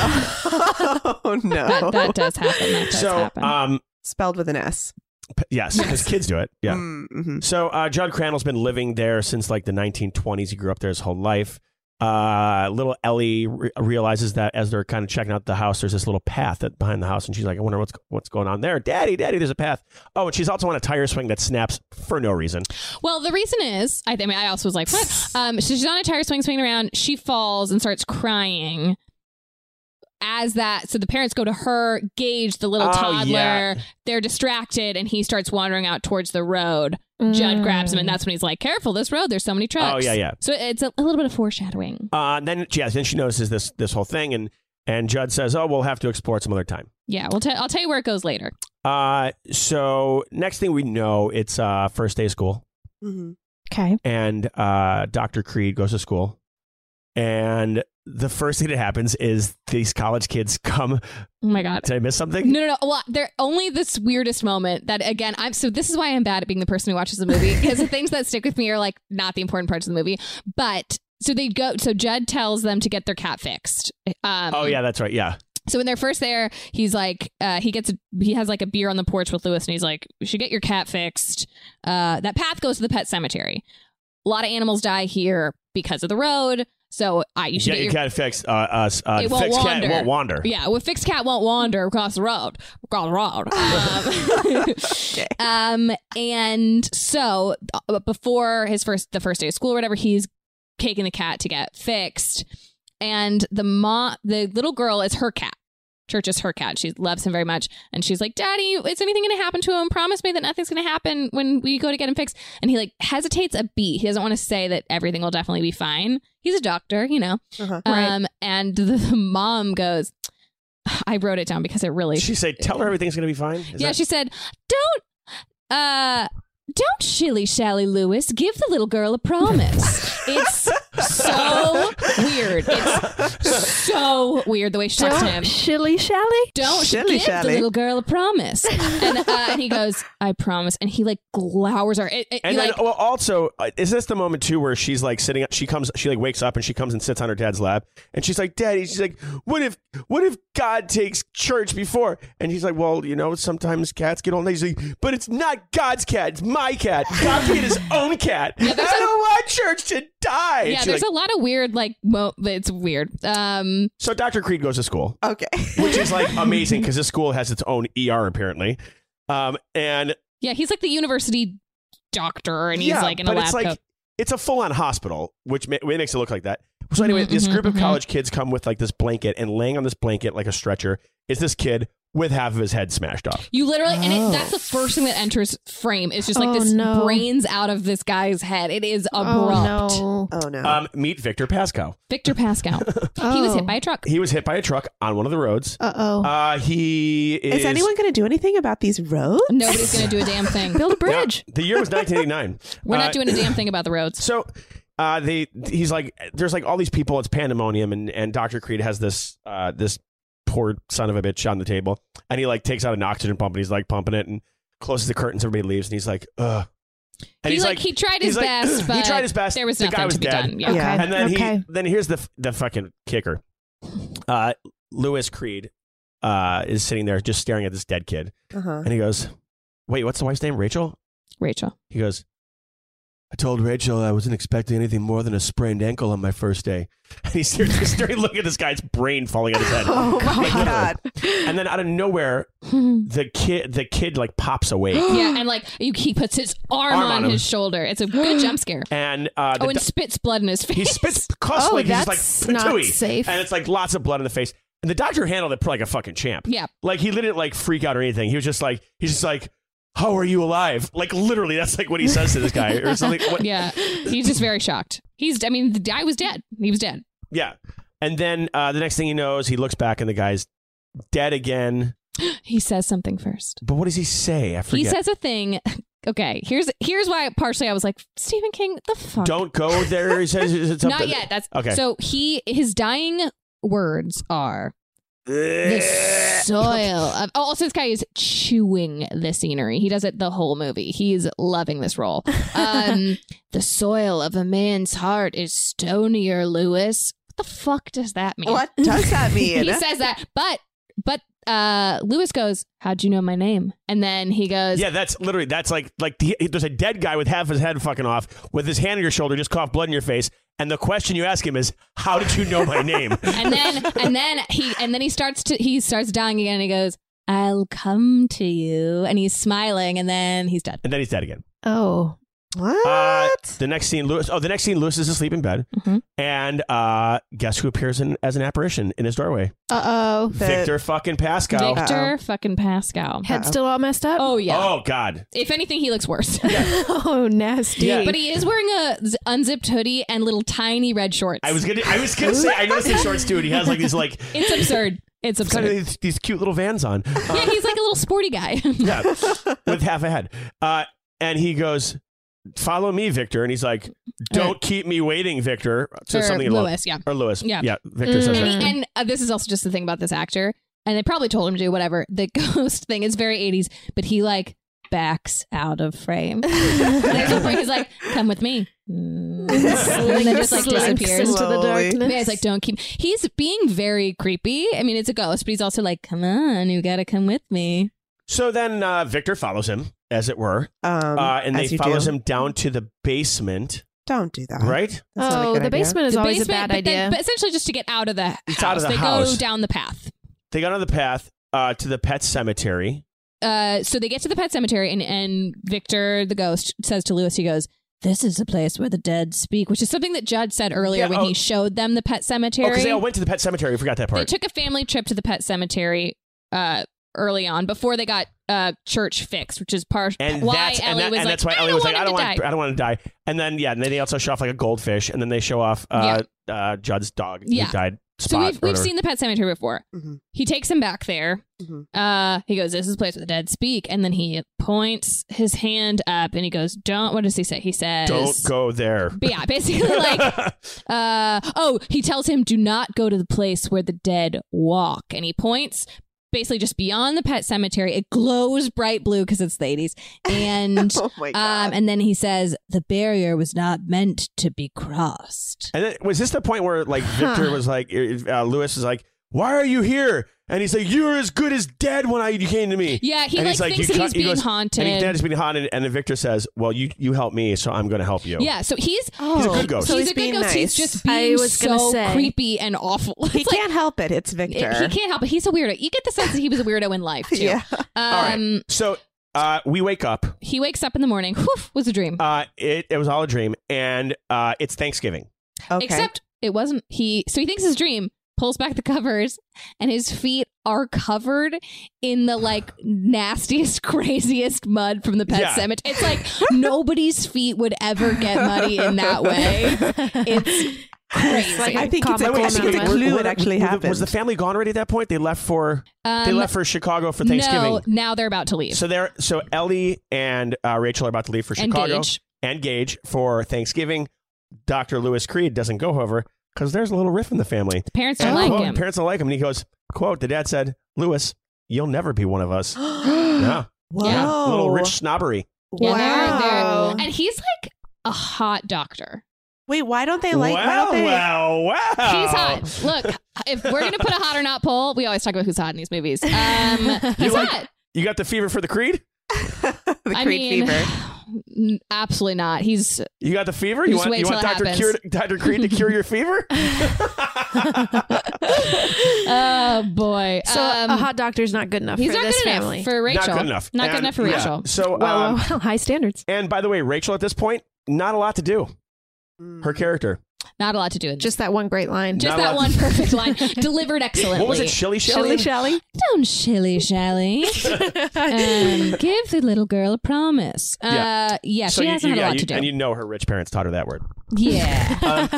Speaker 2: oh no,
Speaker 1: That-
Speaker 2: [laughs]
Speaker 1: that does happen.
Speaker 4: [laughs]
Speaker 1: That does
Speaker 4: so,
Speaker 1: happen.
Speaker 4: um,
Speaker 2: spelled with an S.
Speaker 4: p- yes, because kids do it. Yeah.
Speaker 1: Mm.
Speaker 2: Mm-hmm.
Speaker 4: So uh, John Crandall's been living there since like the 1920s. He grew up there his whole life. Uh, little Ellie re- realizes that as they're kind of checking out the house, there's this little path that behind the house, and she's like, "I wonder what's what's going on there, Daddy, Daddy." There's a path. Oh, and she's also on a tire swing that snaps for no reason.
Speaker 1: Well, the reason is, I, I mean, I also was like,
Speaker 4: [sighs]
Speaker 1: what? Um, so she's on a tire swing, swinging around. She falls and starts crying. As that, so the parents go to her, Gage, the little
Speaker 4: Oh,
Speaker 1: toddler.
Speaker 4: yeah.
Speaker 1: They're distracted, and he starts wandering out towards the road. Judd grabs him, and that's when he's like, "Careful, this road. There's so many trucks."
Speaker 4: Oh, yeah, yeah.
Speaker 1: So it's a, a little bit of foreshadowing.
Speaker 4: Uh, and then yeah, then she notices this this whole thing, and and Judd says, "Oh, we'll have to explore it some other time."
Speaker 1: Yeah, we'll. i I'll tell you where it goes later.
Speaker 4: Uh, so next thing we know, it's uh, first day of school,
Speaker 2: Mm-hmm.
Speaker 3: [laughs] Okay.
Speaker 4: and uh, Doctor Creed goes to school, and the first thing that happens is these college kids come.
Speaker 1: Oh my god.
Speaker 4: Did I miss something?
Speaker 1: No, no, no. Well, there only this weirdest moment that again. I'm so this is why I'm bad at being the person who watches the movie because the things that stick with me are like not the important parts of the movie. But so they go. So Judd tells them to get their cat fixed. Um,
Speaker 4: Oh yeah, that's right. Yeah,
Speaker 1: So when they're first there, he's like, uh, he gets, a, he has like a beer on the porch with Lewis, and he's like, "You should get your cat fixed." Uh, that path goes to the pet cemetery. A lot of animals die here because of the road. So I, you should
Speaker 4: yeah,
Speaker 1: get
Speaker 4: you
Speaker 1: your
Speaker 4: can't fix uh, uh, uh
Speaker 1: It won't
Speaker 4: fixed cat
Speaker 1: wander.
Speaker 4: won't wander.
Speaker 1: yeah, well, fixed cat won't wander across the road. Across the road. Um, um, and so uh, before his first, the first day of school or whatever, he's taking the cat to get fixed, and the mom, the little girl, is her cat. Church is her cat. She loves him very much, and she's like, "Daddy, is anything going to happen to him? Promise me that nothing's going to happen when we go to get him fixed." And he like hesitates a beat. He doesn't want to say that everything will definitely be fine. He's a doctor, you know.
Speaker 2: Uh-huh.
Speaker 1: Um, and [laughs] the, the mom goes, I wrote it down because it really.
Speaker 4: She said, "Tell her everything's gonna be fine." Is
Speaker 1: yeah,
Speaker 4: that-
Speaker 1: she said, don't, uh, don't shilly shally, Lewis. Give the little girl a
Speaker 4: [laughs]
Speaker 1: promise. it's so weird. It's so weird the way she talks to him.
Speaker 3: Don't shilly shally.
Speaker 1: Don't give
Speaker 2: Shilly-shally.
Speaker 1: the little girl a promise. And, uh, and he goes, I promise. And he like glowers her. It, it,
Speaker 4: And
Speaker 1: you,
Speaker 4: then,
Speaker 1: like,
Speaker 4: well, also, uh, is this the moment too where she's like sitting? She comes, she like wakes up and she comes and sits on her dad's lap, and she's like, "Daddy," she's like, "What if, what if God takes church before?" And he's like, "Well, you know, sometimes cats get old." And he's like, "But it's not God's cat; it's my cat. God can
Speaker 1: [laughs]
Speaker 4: get his own cat. I
Speaker 1: there's a-
Speaker 4: don't want church to die." And
Speaker 1: yeah,
Speaker 4: she's
Speaker 1: there's
Speaker 4: like-
Speaker 1: a lot of weird, like, mo- it's weird. Um,
Speaker 4: so Dr. Creed goes to school,
Speaker 2: Okay.
Speaker 4: [laughs] which is like amazing because this school has its own ER apparently, um, and
Speaker 1: Yeah, he's like the university doctor, and he's
Speaker 4: Yeah,
Speaker 1: like in a
Speaker 4: but
Speaker 1: lab
Speaker 4: it's like,
Speaker 1: coat.
Speaker 4: It's a full-on hospital, which ma- it makes it look like that. So anyway,
Speaker 1: Mhm,
Speaker 4: this
Speaker 1: mhm,
Speaker 4: group of
Speaker 1: mhm.
Speaker 4: college kids come with like this blanket, and laying on this blanket like a stretcher is this kid with half of his head smashed off.
Speaker 1: You literally, and
Speaker 3: Oh.
Speaker 1: it, that's the first thing that enters frame. It's just like
Speaker 3: Oh,
Speaker 1: this
Speaker 3: no.
Speaker 1: brains out of this guy's head. It is abrupt.
Speaker 3: Oh
Speaker 2: Oh no.
Speaker 4: Um, meet Victor Pascal.
Speaker 1: Victor
Speaker 4: [laughs]
Speaker 1: Pascal.
Speaker 3: no.
Speaker 1: He was hit by a truck.
Speaker 4: He was hit by a truck on one of the roads.
Speaker 3: Uh oh.
Speaker 4: Uh, he is,
Speaker 2: is anyone going to do anything about these roads?
Speaker 1: Nobody's gonna do a damn thing.
Speaker 3: Build a
Speaker 4: Now,
Speaker 3: bridge.
Speaker 4: the year was 1989.
Speaker 1: [laughs] We're
Speaker 4: Uh,
Speaker 1: not doing a
Speaker 4: [laughs]
Speaker 1: damn thing about the roads.
Speaker 4: So uh, they he's like there's like all these people, it's pandemonium and, and Dr. Creed has this uh, this poor son of a bitch on the table and he like takes out an oxygen pump and he's like pumping it and closes the curtains, everybody leaves and he's like, ugh. And
Speaker 1: He, like, he tried his
Speaker 4: he's like,
Speaker 1: best,
Speaker 4: he
Speaker 1: but
Speaker 4: tried his best.
Speaker 1: there was
Speaker 4: the
Speaker 1: nothing
Speaker 4: guy was
Speaker 1: to be
Speaker 4: dead.
Speaker 1: done. Yeah.
Speaker 3: Okay.
Speaker 4: And then
Speaker 3: okay.
Speaker 4: he then here's the f- the fucking kicker. Uh Lewis Creed uh is sitting there just staring at this dead kid
Speaker 2: Uh-huh.
Speaker 1: [laughs]
Speaker 4: and he goes, Wait, what's the wife's name? Rachel?
Speaker 1: Rachel.
Speaker 3: [gasps]
Speaker 4: He goes, I told Rachel I wasn't expecting anything more than a sprained ankle on my first day. [laughs] And he's seriously staring, look at this guy's brain falling out of his head.
Speaker 2: Oh my
Speaker 4: Like, literally.
Speaker 2: god.
Speaker 4: And then out of nowhere, the kid the kid like pops
Speaker 1: [gasps]
Speaker 4: awake.
Speaker 1: yeah, and like you- he puts his arm,
Speaker 4: Arm
Speaker 1: on,
Speaker 4: on him.
Speaker 1: his shoulder. It's a good jump
Speaker 4: [gasps]
Speaker 1: scare.
Speaker 4: And uh the
Speaker 1: Oh, and
Speaker 4: do-
Speaker 1: spits blood in his face.
Speaker 4: he spits cuss
Speaker 3: Oh,
Speaker 4: like he's
Speaker 3: that's
Speaker 4: just like
Speaker 3: not
Speaker 4: patooey.
Speaker 3: safe.
Speaker 4: And it's like lots of blood in the face. And the doctor handled it like a fucking champ.
Speaker 1: Yeah.
Speaker 4: Like he didn't like freak out or anything. He was just like he's just like, How are you alive? Like literally that's like what he says to this guy or something.
Speaker 1: [laughs]
Speaker 4: What-
Speaker 1: yeah, he's just very shocked. He's, I mean, the guy was dead. He was dead.
Speaker 4: Yeah. And then uh, the next thing he knows, he looks back and the guy's dead again.
Speaker 1: He says something first.
Speaker 4: But what does he say? I
Speaker 1: he
Speaker 4: forget.
Speaker 1: says a thing. [laughs] Okay, here's here's why. Partially, I was like Stephen King. The fuck.
Speaker 4: Don't go
Speaker 1: [laughs]
Speaker 4: [laughs] there. He says it's
Speaker 1: Not yet. That's
Speaker 4: Okay.
Speaker 1: So he his dying words are,
Speaker 2: [laughs]
Speaker 1: the soil of oh, also this guy is chewing the scenery he does it the whole movie he's loving this role um
Speaker 2: [laughs]
Speaker 1: the soil of a man's heart is stonier lewis what the fuck does that mean
Speaker 2: What does that
Speaker 1: [laughs]
Speaker 2: mean?
Speaker 1: he says that but but uh lewis goes how'd you know my name and then he goes
Speaker 4: Yeah, that's literally that's like like the, there's a dead guy with half his head fucking off, with his hand on your shoulder, just cough blood in your face, and the question you ask him is, "How did you know
Speaker 1: [laughs]
Speaker 4: my name?" [laughs]
Speaker 1: and then and then he and then he starts to he starts dying again and he goes i'll come to you and he's smiling and then he's dead
Speaker 4: and then he's dead again.
Speaker 3: Oh.
Speaker 2: What?
Speaker 4: Uh, the next scene, Lewis. Oh, the next scene, Lewis is asleep in bed,
Speaker 1: Mhm.
Speaker 4: and uh, guess who appears in, as an apparition in his doorway?
Speaker 3: Uh oh.
Speaker 4: Victor fucking Pascal.
Speaker 1: victor fucking pascal
Speaker 3: Head still all messed up?
Speaker 1: oh yeah
Speaker 4: Oh God.
Speaker 1: if anything he looks worse
Speaker 3: [laughs] Oh, nasty.
Speaker 1: [laughs]
Speaker 4: Yeah.
Speaker 1: but he is wearing a z- unzipped hoodie and little tiny red shorts
Speaker 4: I was gonna. I was gonna say. I noticed his shorts too, and he has like these [laughs] like
Speaker 1: it's absurd it's
Speaker 4: kind of
Speaker 1: absurd
Speaker 4: these, these cute little vans [laughs] on.
Speaker 1: yeah he's like a little sporty guy
Speaker 4: Yeah, with half a head. Uh, and he goes, "Follow me, Victor." And he's like, "Don't keep me waiting, Victor." So
Speaker 1: Or
Speaker 4: something along-
Speaker 1: Lewis, yeah.
Speaker 4: or Lewis.
Speaker 1: Yeah.
Speaker 4: yeah. Victor says
Speaker 1: and,
Speaker 3: Mm.
Speaker 4: that.
Speaker 1: he, and uh, this is also just the thing about this actor and they probably told him to do whatever [laughs] the ghost thing is very 80s but he like backs out of
Speaker 3: [laughs]
Speaker 1: frame there's a point he's like come with me Mm. [laughs] and then just like
Speaker 3: Slinks
Speaker 1: disappears
Speaker 3: into the
Speaker 2: Slowly.
Speaker 3: darkness.
Speaker 1: yeah, he's like don't keep he's being very creepy i mean it's a ghost but he's also like come on you gotta come with me
Speaker 4: So then uh, Victor follows him, as it were,
Speaker 2: Um,
Speaker 4: uh, and
Speaker 2: as
Speaker 4: they
Speaker 2: you
Speaker 4: follows
Speaker 2: do. Uh-huh.
Speaker 4: him down to the basement,
Speaker 2: Don't do that.
Speaker 4: right?
Speaker 2: That's not a
Speaker 3: oh,
Speaker 2: good
Speaker 3: the
Speaker 2: idea.
Speaker 3: basement is
Speaker 1: The
Speaker 3: always
Speaker 1: basement,
Speaker 3: a bad
Speaker 1: but then-
Speaker 3: idea.
Speaker 1: but essentially just to get out of the house
Speaker 4: It's out of the
Speaker 1: they
Speaker 4: house.
Speaker 1: go down the path
Speaker 4: They got on the path uh, to the pet cemetery.
Speaker 1: uh, so they get to the pet cemetery, and, and Victor, the ghost, says to Lewis, he goes, This is the place where the dead speak, which is something that Judd said earlier
Speaker 4: Yeah,
Speaker 1: when
Speaker 4: oh.
Speaker 1: he showed them the pet
Speaker 4: Oh, because
Speaker 1: cemetery.
Speaker 4: they all went to the pet cemetery. We forgot that
Speaker 1: They
Speaker 4: part.
Speaker 1: took a family trip to the pet cemetery uh, early on before they got uh, church fixed, which is part
Speaker 4: and
Speaker 1: why
Speaker 4: that's and,
Speaker 1: Ellie
Speaker 4: that,
Speaker 1: was
Speaker 4: and
Speaker 1: like,
Speaker 4: that's why
Speaker 1: I
Speaker 4: Ellie
Speaker 1: don't
Speaker 4: was
Speaker 1: want
Speaker 4: like,
Speaker 1: him
Speaker 4: I don't
Speaker 1: to
Speaker 4: want,
Speaker 1: die.
Speaker 4: I don't want to die. And then yeah, and then they also show off like a goldfish, and then they show off uh, uh, Judd's dog
Speaker 1: Yeah.
Speaker 4: who died.
Speaker 1: So
Speaker 4: Spot
Speaker 1: we've,
Speaker 4: or
Speaker 1: we've
Speaker 4: whatever. Mm-hmm.
Speaker 1: seen the pet cemetery before.
Speaker 2: Mhm.
Speaker 1: He takes him back there.
Speaker 2: Mhm.
Speaker 1: Uh, he goes, "This is the place where the dead speak," and then he points his hand up and he goes, "Don't." What does he say? He says,
Speaker 4: Don't go there. [laughs]
Speaker 1: But yeah, basically like uh oh, he tells him do not go to the place where the dead walk and he points basically just beyond the pet cemetery. It glows bright blue cuz it's the 80s.
Speaker 4: [laughs]
Speaker 1: And
Speaker 2: Oh my
Speaker 1: um
Speaker 2: god.
Speaker 1: and then he says the barrier was not meant to be crossed.
Speaker 4: and then, was this the point where like Victor was like, uh, Lewis is like, why are you here? And he's like, you're as good as dead when I you came to me.
Speaker 1: Yeah, he
Speaker 4: And
Speaker 1: like,
Speaker 4: he's like,
Speaker 1: thinks
Speaker 4: you
Speaker 1: that
Speaker 4: cut-
Speaker 1: he's
Speaker 4: he
Speaker 1: being
Speaker 4: goes-
Speaker 1: haunted.
Speaker 4: And he, that has been haunted. And then Victor says, well, you you helped me, so I'm going to help you.
Speaker 1: yeah, so he's
Speaker 4: He's a good ghost.
Speaker 2: So
Speaker 1: oh, he's,
Speaker 2: he's
Speaker 1: a good
Speaker 2: being
Speaker 1: ghost. He's
Speaker 2: nice.
Speaker 1: just
Speaker 3: I
Speaker 1: being
Speaker 3: was gonna
Speaker 1: so
Speaker 3: say.
Speaker 1: creepy and awful. [laughs]
Speaker 2: He
Speaker 1: It's like-
Speaker 2: can't help it. It's
Speaker 1: it-
Speaker 2: Victor.
Speaker 1: he can't help it. He's a weirdo. You get the sense that he was a weirdo in
Speaker 4: [laughs]
Speaker 1: life too.
Speaker 2: [laughs] Yeah.
Speaker 4: right.
Speaker 1: Um,
Speaker 4: So uh, we wake up.
Speaker 1: he wakes up in the morning. Whew, was a
Speaker 2: Oh,
Speaker 1: dream.
Speaker 4: Uh, it, it was all a dream. And uh, it's Thanksgiving.
Speaker 2: Okay.
Speaker 1: Except it wasn't he so he thinks his dream, pulls back the covers, and his feet are covered in the like nastiest, [laughs] craziest mud from the pet
Speaker 4: Yeah.
Speaker 1: cemetery. It's like nobody's feet would ever get muddy in
Speaker 2: [laughs]
Speaker 1: that way. It's crazy.
Speaker 3: like
Speaker 2: I think it's
Speaker 3: Comic
Speaker 2: a,
Speaker 3: Con
Speaker 2: I think it's a
Speaker 3: moment.
Speaker 2: clue.
Speaker 4: Were-
Speaker 2: It
Speaker 4: were-
Speaker 2: actually
Speaker 4: were the-
Speaker 2: happened.
Speaker 4: Was the family gone already at that point? They left for they
Speaker 1: Um,
Speaker 4: left for Chicago for Thanksgiving.
Speaker 1: No, now they're about to leave.
Speaker 4: So they're so Ellie and uh, Rachel are about to leave for
Speaker 1: And
Speaker 4: Chicago
Speaker 1: Gage.
Speaker 4: and Gage for Thanksgiving. Dr. Lewis Creed doesn't go, however, because there's a little riff in the family.
Speaker 1: the parents don't
Speaker 4: And,
Speaker 1: like
Speaker 4: quote,
Speaker 1: him.
Speaker 4: Parents don't like him, and he goes, "Quote: The dad said, Lewis, you'll never be one
Speaker 1: [gasps]
Speaker 4: of us."
Speaker 2: [gasps]
Speaker 4: [gasps] yeah,
Speaker 2: Whoa.
Speaker 1: Yeah.
Speaker 4: a little rich snobbery.
Speaker 1: Yeah, they're- they're-
Speaker 2: wow.
Speaker 1: and he's like a hot doctor.
Speaker 2: Wait, why don't they like? why
Speaker 4: wow,
Speaker 2: don't they?
Speaker 4: wow, wow.
Speaker 1: He's hot. Look, if we're gonna put a hot or not poll, we always talk about who's hot in these movies.
Speaker 4: [laughs]
Speaker 1: Um, he's
Speaker 4: like-
Speaker 1: hot.
Speaker 4: You got the fever for the Creed.
Speaker 2: [laughs] the
Speaker 1: I
Speaker 2: Creed
Speaker 1: mean,
Speaker 2: fever.
Speaker 1: [sighs] n- absolutely not. He's
Speaker 4: You got the fever. You
Speaker 1: Just
Speaker 4: want
Speaker 1: wait
Speaker 4: you
Speaker 1: till
Speaker 4: want
Speaker 1: it
Speaker 4: Dr.
Speaker 1: happens.
Speaker 4: Cure, Dr. Creed to cure your fever?
Speaker 1: [laughs] oh boy.
Speaker 3: so
Speaker 1: Um,
Speaker 3: a hot doctor's not good enough
Speaker 1: he's
Speaker 3: for
Speaker 1: not
Speaker 3: this
Speaker 1: good enough
Speaker 3: family.
Speaker 1: for Rachel.
Speaker 4: Not good enough.
Speaker 1: Not good
Speaker 4: And-
Speaker 1: enough for
Speaker 4: yeah.
Speaker 1: Rachel.
Speaker 4: So um,
Speaker 3: wow, wow, wow, high standards.
Speaker 4: And by the way, Rachel at this point, not a lot to do. Her character.
Speaker 1: Not a lot to do. In this.
Speaker 3: Just that one great line.
Speaker 1: just
Speaker 4: not a
Speaker 1: that
Speaker 4: lot.
Speaker 1: one perfect
Speaker 4: [laughs]
Speaker 1: line delivered excellently.
Speaker 4: What was it? Shilly Shally?
Speaker 3: Shilly Shally.
Speaker 1: Don't shilly
Speaker 4: [laughs]
Speaker 1: shally. um, give the little girl a promise. Uh, yeah,
Speaker 4: So
Speaker 1: she
Speaker 4: you-
Speaker 1: hasn't
Speaker 4: you-
Speaker 1: had a
Speaker 4: yeah,
Speaker 1: lot
Speaker 4: you-
Speaker 1: to do.
Speaker 4: And you Um, know her rich parents taught her that word. [laughs]
Speaker 1: yeah.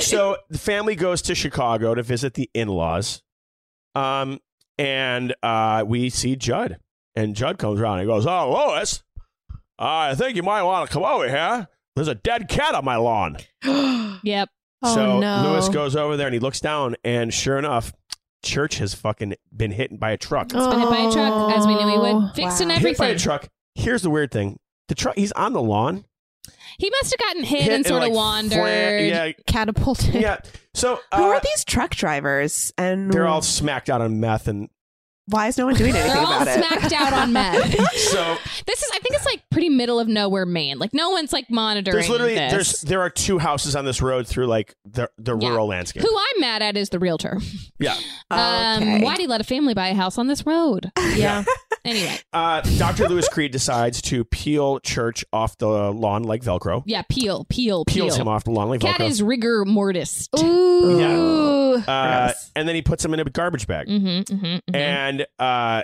Speaker 4: so the family goes to Chicago to visit the in-laws. Um, and uh, we see Judd. And Judd comes around and he goes, Oh, Lois, I think you might want to come over here. There's a dead cat on my lawn.
Speaker 1: [laughs] yep.
Speaker 3: Oh,
Speaker 4: so
Speaker 1: [gasps]
Speaker 3: no.
Speaker 4: Lewis goes over there and he looks down, and sure enough, church has fucking been hit by a truck.
Speaker 1: It's been hit by a truck, as we knew he would. Fixed in
Speaker 4: Hit by
Speaker 1: Oh, everything.
Speaker 4: a truck. Here's the weird thing: the truck. He's on the
Speaker 1: [laughs]
Speaker 4: lawn.
Speaker 1: He must have gotten hit,
Speaker 4: Hit
Speaker 1: and
Speaker 4: and,
Speaker 1: sort
Speaker 4: like,
Speaker 1: of
Speaker 4: flan-
Speaker 1: wandered.
Speaker 4: yeah.
Speaker 3: Catapulted.
Speaker 4: Yeah. So uh,
Speaker 2: Who are these truck drivers? And
Speaker 4: They're all smacked out on meth, and
Speaker 2: why is no one doing anything
Speaker 1: They're all
Speaker 2: about it?
Speaker 1: smacked out
Speaker 2: [laughs]
Speaker 1: on
Speaker 4: [laughs]
Speaker 1: meth. [laughs]
Speaker 4: so
Speaker 1: This is, I think it's like pretty middle of nowhere, Maine. Like no one's like monitoring.
Speaker 4: there's literally
Speaker 1: this.
Speaker 4: there's there are two houses on this road through like the the
Speaker 1: Yeah.
Speaker 4: rural landscape.
Speaker 1: Who I'm mad at is the realtor.
Speaker 4: yeah.
Speaker 1: Um,
Speaker 2: Okay.
Speaker 1: why'd he let a family buy a house on this road?
Speaker 3: [laughs] Yeah.
Speaker 1: Anyway,
Speaker 4: Uh, Dr. Lewis Creed decides to peel church off the lawn like Velcro.
Speaker 1: yeah, peel, peel, peel.
Speaker 4: Peels him off the lawn like
Speaker 1: That
Speaker 4: Velcro.
Speaker 1: is rigor mortis.
Speaker 3: Ooh.
Speaker 4: Yeah. uh,
Speaker 2: gross.
Speaker 4: and then he puts him in a garbage bag.
Speaker 1: Mm-hmm, hmm
Speaker 4: And uh,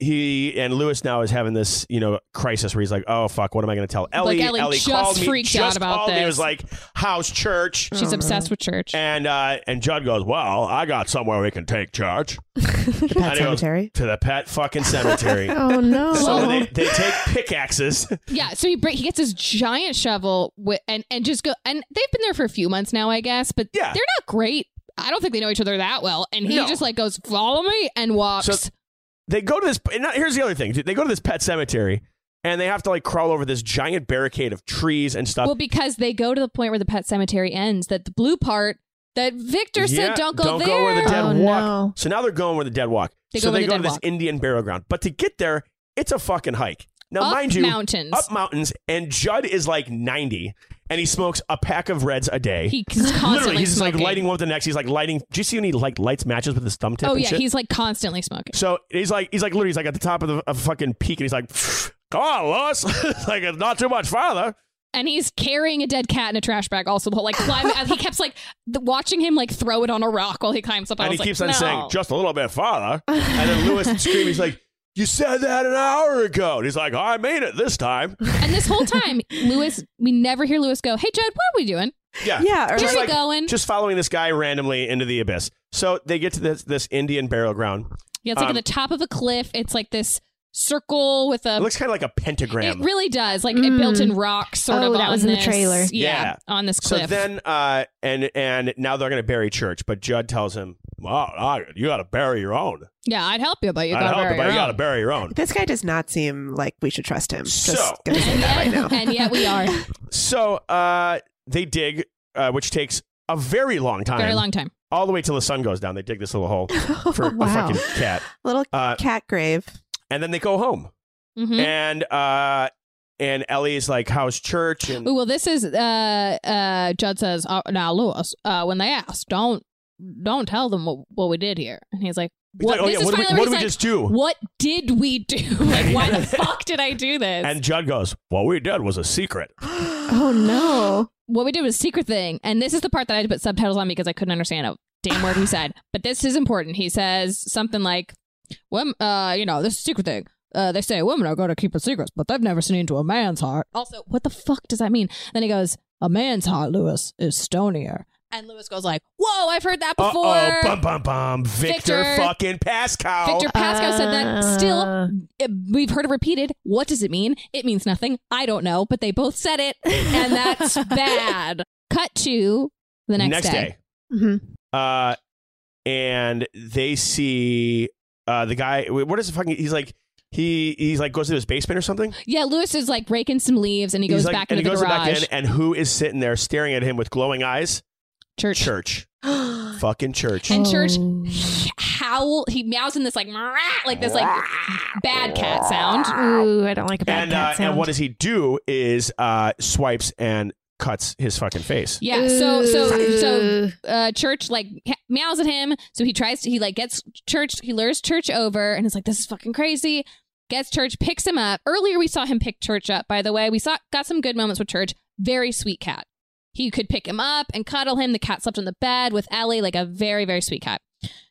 Speaker 4: he and Lewis now is having this, you know, crisis where he's like, "Oh fuck, what am I going to tell Ellie?"
Speaker 1: Ellie just
Speaker 4: called me,
Speaker 1: freaked out
Speaker 4: just
Speaker 1: about
Speaker 4: called me,
Speaker 1: this.
Speaker 4: was like, "House church."
Speaker 1: She's obsessed with church.
Speaker 4: And uh, and Judd goes, "Well, I got somewhere we can
Speaker 1: [laughs]
Speaker 4: take church
Speaker 2: The pet
Speaker 4: Adios.
Speaker 2: cemetery.
Speaker 4: to the pet fucking
Speaker 3: [gasps]
Speaker 4: cemetery."
Speaker 1: [laughs]
Speaker 3: Oh no.
Speaker 4: So they, they take pickaxes. [laughs]
Speaker 1: Yeah, so he break, he gets his giant shovel with, and and just go and they've been there for a few months now, I guess, but
Speaker 4: Yeah.
Speaker 1: they're not great. I don't think they know each other that well, and he
Speaker 4: No.
Speaker 1: just like goes follow me and walks.
Speaker 4: So they go to this. And now here's the other thing: they go to this pet cemetery, and they have to like crawl over this giant barricade of trees and stuff.
Speaker 1: well, because they go to the point where the pet cemetery ends, that the blue part that Victor
Speaker 4: Yeah,
Speaker 1: said, don't go there.
Speaker 4: where the dead [laughs]
Speaker 3: Oh,
Speaker 4: walk.
Speaker 3: no.
Speaker 4: So now they're going where the dead walk.
Speaker 1: They
Speaker 4: so
Speaker 1: go where
Speaker 4: they
Speaker 1: the
Speaker 4: go
Speaker 1: dead
Speaker 4: to this
Speaker 1: walk.
Speaker 4: Indian burial ground, but to get there, it's a fucking hike. Now,
Speaker 1: Up
Speaker 4: mind you,
Speaker 1: mountains.
Speaker 4: up mountains, and Judd is like ninety, and he smokes a pack of reds a day.
Speaker 1: He's constantly
Speaker 4: Literally, he's just, like
Speaker 1: smoking.
Speaker 4: lighting one with the next. He's like lighting. Do you see when he like lights matches with his thumb tip?
Speaker 1: Oh
Speaker 4: and
Speaker 1: yeah,
Speaker 4: shit?
Speaker 1: he's like constantly smoking.
Speaker 4: So he's like, he's like, literally, he's like at the top of the of fucking peak, and he's like, "Come on, Lois, It's [laughs] like it's not too much farther."
Speaker 1: and he's carrying a dead cat in a trash bag. Also, the whole like climbing. he kept like th- watching him like throw it on a rock while he climbs up. I
Speaker 4: and he
Speaker 1: was like,
Speaker 4: keeps on
Speaker 1: no.
Speaker 4: saying, "Just a little bit farther." And then Lewis screams, "He's like, you said that an hour ago." And he's like, "I made it
Speaker 1: [laughs]
Speaker 4: this time."
Speaker 1: And this whole
Speaker 3: [laughs]
Speaker 1: time, Lewis, we never hear Lewis go, "Hey, Judd, what are we doing?
Speaker 4: Yeah,
Speaker 2: Yeah, or
Speaker 1: Where
Speaker 4: Just
Speaker 1: are we
Speaker 4: like-
Speaker 1: going?"
Speaker 4: just following this guy randomly into the abyss. So they get to this this Indian burial ground.
Speaker 1: yeah, it's like
Speaker 4: um,
Speaker 1: at the top of a cliff. It's like this circle with
Speaker 4: It
Speaker 1: a.
Speaker 4: looks kind of like a pentagram.
Speaker 1: Um, It really does like
Speaker 3: Mm.
Speaker 1: it built in rock, sort
Speaker 3: Oh,
Speaker 1: of.
Speaker 3: that
Speaker 1: on
Speaker 3: was in the
Speaker 1: this-
Speaker 3: trailer.
Speaker 1: Yeah,
Speaker 4: Yeah.
Speaker 1: on this
Speaker 4: so
Speaker 1: cliff.
Speaker 4: then, uh, and and now they're going to bury Church, but Judd tells him, "Well, I- you got to bury your own.
Speaker 1: yeah, I'd help you, but you
Speaker 4: I
Speaker 1: got
Speaker 4: helped,
Speaker 1: to
Speaker 4: but you got to bury
Speaker 1: [laughs]
Speaker 4: your own."
Speaker 2: This guy does not seem like we should trust him. Just
Speaker 4: So-
Speaker 2: gonna
Speaker 4: [laughs]
Speaker 2: say [laughs] that right now.
Speaker 1: and yet we are
Speaker 4: So uh, they dig, uh, which takes a very long time,
Speaker 1: very long Oh, time.
Speaker 4: all the way till the sun goes down. They dig this little
Speaker 1: [laughs]
Speaker 4: hole for a
Speaker 2: Wow.
Speaker 4: fucking cat,
Speaker 2: Little
Speaker 4: uh,
Speaker 2: cat grave.
Speaker 4: and then they go home.
Speaker 1: hmm
Speaker 4: And uh, and Ellie's like, "How's church?" And
Speaker 1: Ooh, well, this is uh, uh, Judd says uh, now, Lewis. Uh, when they ask, don't don't tell them what, what we did here. And he's like,
Speaker 4: He's
Speaker 1: what?
Speaker 4: like, "Oh
Speaker 1: this
Speaker 4: yeah,
Speaker 1: is
Speaker 4: what did we,
Speaker 1: finally
Speaker 4: what
Speaker 1: where
Speaker 4: did
Speaker 1: he's
Speaker 4: we
Speaker 1: like,
Speaker 4: just [laughs] do?"
Speaker 1: What did we do? [laughs] Like, why
Speaker 4: [laughs]
Speaker 1: the fuck did I do this?
Speaker 4: And Judd goes, "What we did was a secret."
Speaker 3: Oh no.
Speaker 1: what we did was a secret thing. And this is the part that I had to put subtitles on because I couldn't understand a damn word he [laughs] said. But this is important. He says something like, "Well, uh, you know, this is a secret thing." Uh, they say women are going to keep it secrets, but they've never seen into a man's heart. Also, what the fuck does that mean? Then he goes, "A man's heart, Lewis, is stonier." And Lewis goes like, "Whoa, I've heard that before."
Speaker 4: Uh oh, bum bum bum. Victor,
Speaker 1: Victor-
Speaker 4: fucking Pascal.
Speaker 1: Victor Pasco said that. Still,
Speaker 3: Uh,
Speaker 1: it, we've heard it repeated. What does it mean? It means nothing. I don't know, but they both said it, and
Speaker 3: [laughs]
Speaker 1: that's bad. Cut to the next,
Speaker 4: next
Speaker 1: day.
Speaker 3: mhm.
Speaker 4: Uh, and they see uh the guy. wait, What is the fucking? He's like he he's like goes to his basement or something.
Speaker 1: Yeah, Lewis is like raking some leaves, and he goes
Speaker 4: he's like,
Speaker 1: back
Speaker 4: and
Speaker 1: into
Speaker 4: he
Speaker 1: the
Speaker 4: goes
Speaker 1: garage.
Speaker 4: back in, and who is sitting there staring at him with glowing eyes?
Speaker 1: church.
Speaker 4: Church, fucking church.
Speaker 1: And church
Speaker 3: Oh.
Speaker 1: howl. He meows in this like "Mrah," like this like bad cat sound.
Speaker 3: Ooh, I don't like a bad
Speaker 4: And,
Speaker 3: cat
Speaker 4: uh,
Speaker 3: sound.
Speaker 4: and what does he do? Is uh swipes and cuts his fucking face.
Speaker 1: Yeah. So so so
Speaker 3: Ooh.
Speaker 1: uh, church like ha- meows at him. So he tries to he like gets church. He lures church over and is like, "This is fucking crazy." Gets church, picks him up. Earlier, we saw him pick church up. By the way, we saw got some good moments with church. Very sweet cat. He could pick him up and cuddle him. The cat slept on the bed with Ellie, like a very very sweet cat.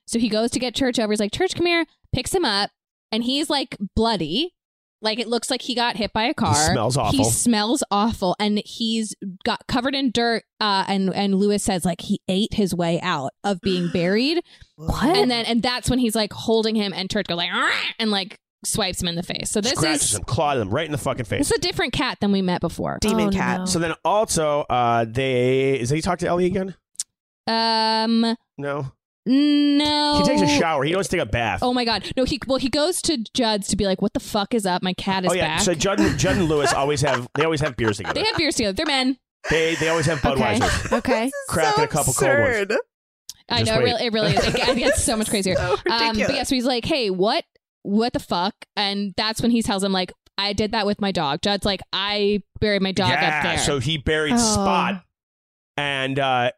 Speaker 1: So he goes to get church over. He's like, "Church, come here." Picks him up, and he's like bloody. Like it looks like he got hit by a car.
Speaker 4: smells
Speaker 1: He
Speaker 4: awful.
Speaker 1: smells awful, and he's got covered in dirt. Uh, and and Lewis says like he ate his way out of being buried.
Speaker 2: What?
Speaker 1: And then and that's when he's like holding him, and Turk goes like "Arrgh," and like swipes him in the face. So this
Speaker 4: Scratches
Speaker 1: is
Speaker 4: him, clawed him right in the fucking face.
Speaker 1: this is a different cat than we met before.
Speaker 2: Demon
Speaker 3: Oh,
Speaker 2: cat.
Speaker 3: no.
Speaker 4: So then also, uh, they is he talk to Ellie again?
Speaker 1: Um,
Speaker 4: No.
Speaker 1: No.
Speaker 4: He takes a shower. He doesn't take a bath.
Speaker 1: Oh my god. No, he well he goes to Judd's to be like, "What the fuck is up? My cat is
Speaker 4: oh yeah.
Speaker 1: back."
Speaker 4: So Judd, and- Judd and Lewis always have they always have beers together.
Speaker 1: they have beers together. They're men.
Speaker 4: They they always have
Speaker 1: Okay.
Speaker 4: Budweiser.
Speaker 1: okay.
Speaker 4: Crack and a couple cold ones.
Speaker 1: I
Speaker 4: Just
Speaker 1: know. It
Speaker 4: wait.
Speaker 1: really, it really is. It, it gets so much
Speaker 2: [laughs]
Speaker 4: [laughs]
Speaker 1: crazier. um, but yeah, so he's like, "Hey, what? What the fuck?" And that's when he tells him like, "I did that with my dog." Judd's like, "I buried my dog
Speaker 4: yeah.
Speaker 1: up there."
Speaker 4: So he buried
Speaker 1: Oh.
Speaker 4: Spot, and uh,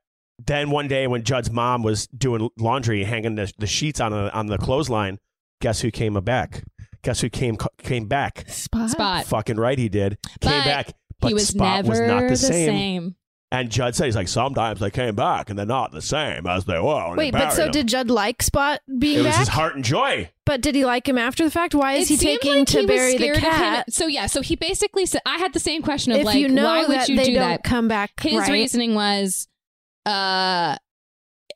Speaker 4: then one day when Judd's mom was doing laundry, hanging the, the sheets on the on the clothesline, guess who came back? Guess who came came back?
Speaker 3: [laughs] Spot.
Speaker 1: Spot.
Speaker 4: Fucking right, he did. came
Speaker 1: But
Speaker 4: back, but
Speaker 1: he was
Speaker 4: Spot
Speaker 1: never
Speaker 4: was not the, same.
Speaker 1: same.
Speaker 4: And Judd said he's like sometimes they came back and they're not the same as they were. when they
Speaker 3: Wait, but
Speaker 4: buried
Speaker 3: so
Speaker 4: them."
Speaker 3: did Judd like Spot
Speaker 4: it
Speaker 3: being
Speaker 4: was
Speaker 3: back?
Speaker 4: his heart and joy.
Speaker 3: But did he like him after the fact? Why is
Speaker 1: It
Speaker 3: he
Speaker 1: seemed
Speaker 3: taking
Speaker 1: like
Speaker 3: to
Speaker 1: he was
Speaker 3: bury the
Speaker 1: scared of him.
Speaker 3: cat?
Speaker 1: So yeah, so he basically said, "I had the same question of
Speaker 3: If
Speaker 1: like,
Speaker 3: you know
Speaker 1: why would
Speaker 3: that
Speaker 1: you
Speaker 3: they
Speaker 1: do
Speaker 3: don't
Speaker 1: that?"
Speaker 3: come back,
Speaker 1: His
Speaker 3: right?
Speaker 1: reasoning was, "Uh,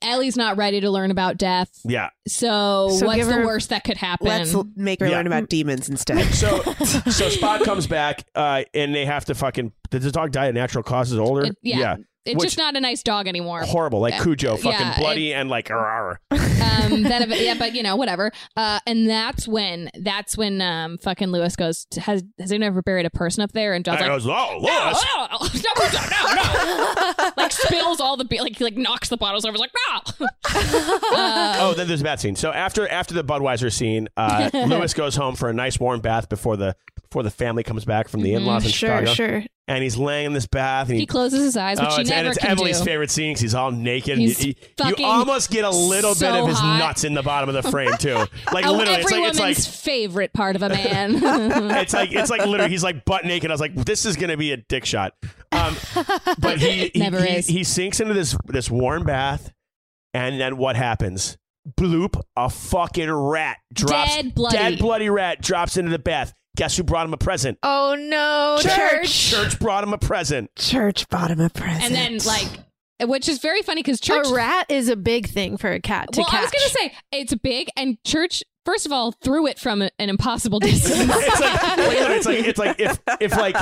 Speaker 1: Ellie's not ready to learn about death,
Speaker 4: Yeah.
Speaker 1: so,
Speaker 2: So
Speaker 1: what's
Speaker 2: give
Speaker 1: the
Speaker 2: her-
Speaker 1: worst that could happen?"
Speaker 2: Let's l- make her
Speaker 4: Yeah.
Speaker 2: learn about demons instead.
Speaker 4: So so Spot comes back uh, and they have to fucking did the dog die of natural causes older?
Speaker 1: It- yeah. it's
Speaker 4: Which,
Speaker 1: just not a nice dog anymore.
Speaker 4: [laughs] horrible, like Cujo, fucking
Speaker 1: yeah,
Speaker 4: bloody and like rawr.
Speaker 1: um, that ev- yeah, but you know, whatever. Uh, and that's when that's when um, fucking Lewis goes. To, has has anyone ever buried a person up there? And John's
Speaker 4: And
Speaker 1: like,
Speaker 4: I was
Speaker 1: no,
Speaker 4: oh,
Speaker 1: [laughs]
Speaker 4: Lewis.
Speaker 1: no, no, no, no, no. like spills all the beer, like like knocks the bottles over. Is like no. Uh,
Speaker 4: Oh, then there's a bath scene. So after after the Budweiser scene, uh, Lewis goes home for a nice warm bath before the before the family comes back from the in-laws in
Speaker 3: Sure,
Speaker 4: Chicago.
Speaker 3: sure.
Speaker 4: And he's laying in this bath, and he,
Speaker 1: he closes his eyes, which
Speaker 4: oh,
Speaker 1: he
Speaker 4: it's,
Speaker 1: never
Speaker 4: and it's
Speaker 1: can
Speaker 4: Emily's
Speaker 1: do.
Speaker 4: favorite scene 'cause he's all naked. and
Speaker 1: He's
Speaker 4: you, you,
Speaker 1: fucking
Speaker 4: you almost get a little
Speaker 1: so
Speaker 4: bit of his
Speaker 1: hot.
Speaker 4: nuts in the bottom of the frame
Speaker 1: [laughs]
Speaker 4: too. Like
Speaker 1: Oh,
Speaker 4: literally, it's
Speaker 1: every
Speaker 4: like
Speaker 1: woman's
Speaker 4: it's like
Speaker 1: favorite part of a
Speaker 4: [laughs]
Speaker 1: man.
Speaker 4: it's like it's like literally he's like butt naked. I was like, this is gonna be a dick shot. Um, but he he,
Speaker 1: [laughs] Never
Speaker 4: he,
Speaker 1: is.
Speaker 4: he sinks into this this warm bath, and then what happens? Bloop! A fucking rat drops.
Speaker 1: Dead bloody.
Speaker 4: dead bloody rat drops into the bath. Guess who brought him a present?
Speaker 3: Oh no, church.
Speaker 4: Church brought him a present.
Speaker 2: Church bottom of present.
Speaker 1: and then like, which is very funny because church
Speaker 3: A rat is a big thing for a cat to
Speaker 1: well, I was
Speaker 3: catch.
Speaker 1: gonna say it's big, and church. First of all, threw it from an impossible [laughs] distance.
Speaker 4: It's like, like, literally, it's like it's like if if like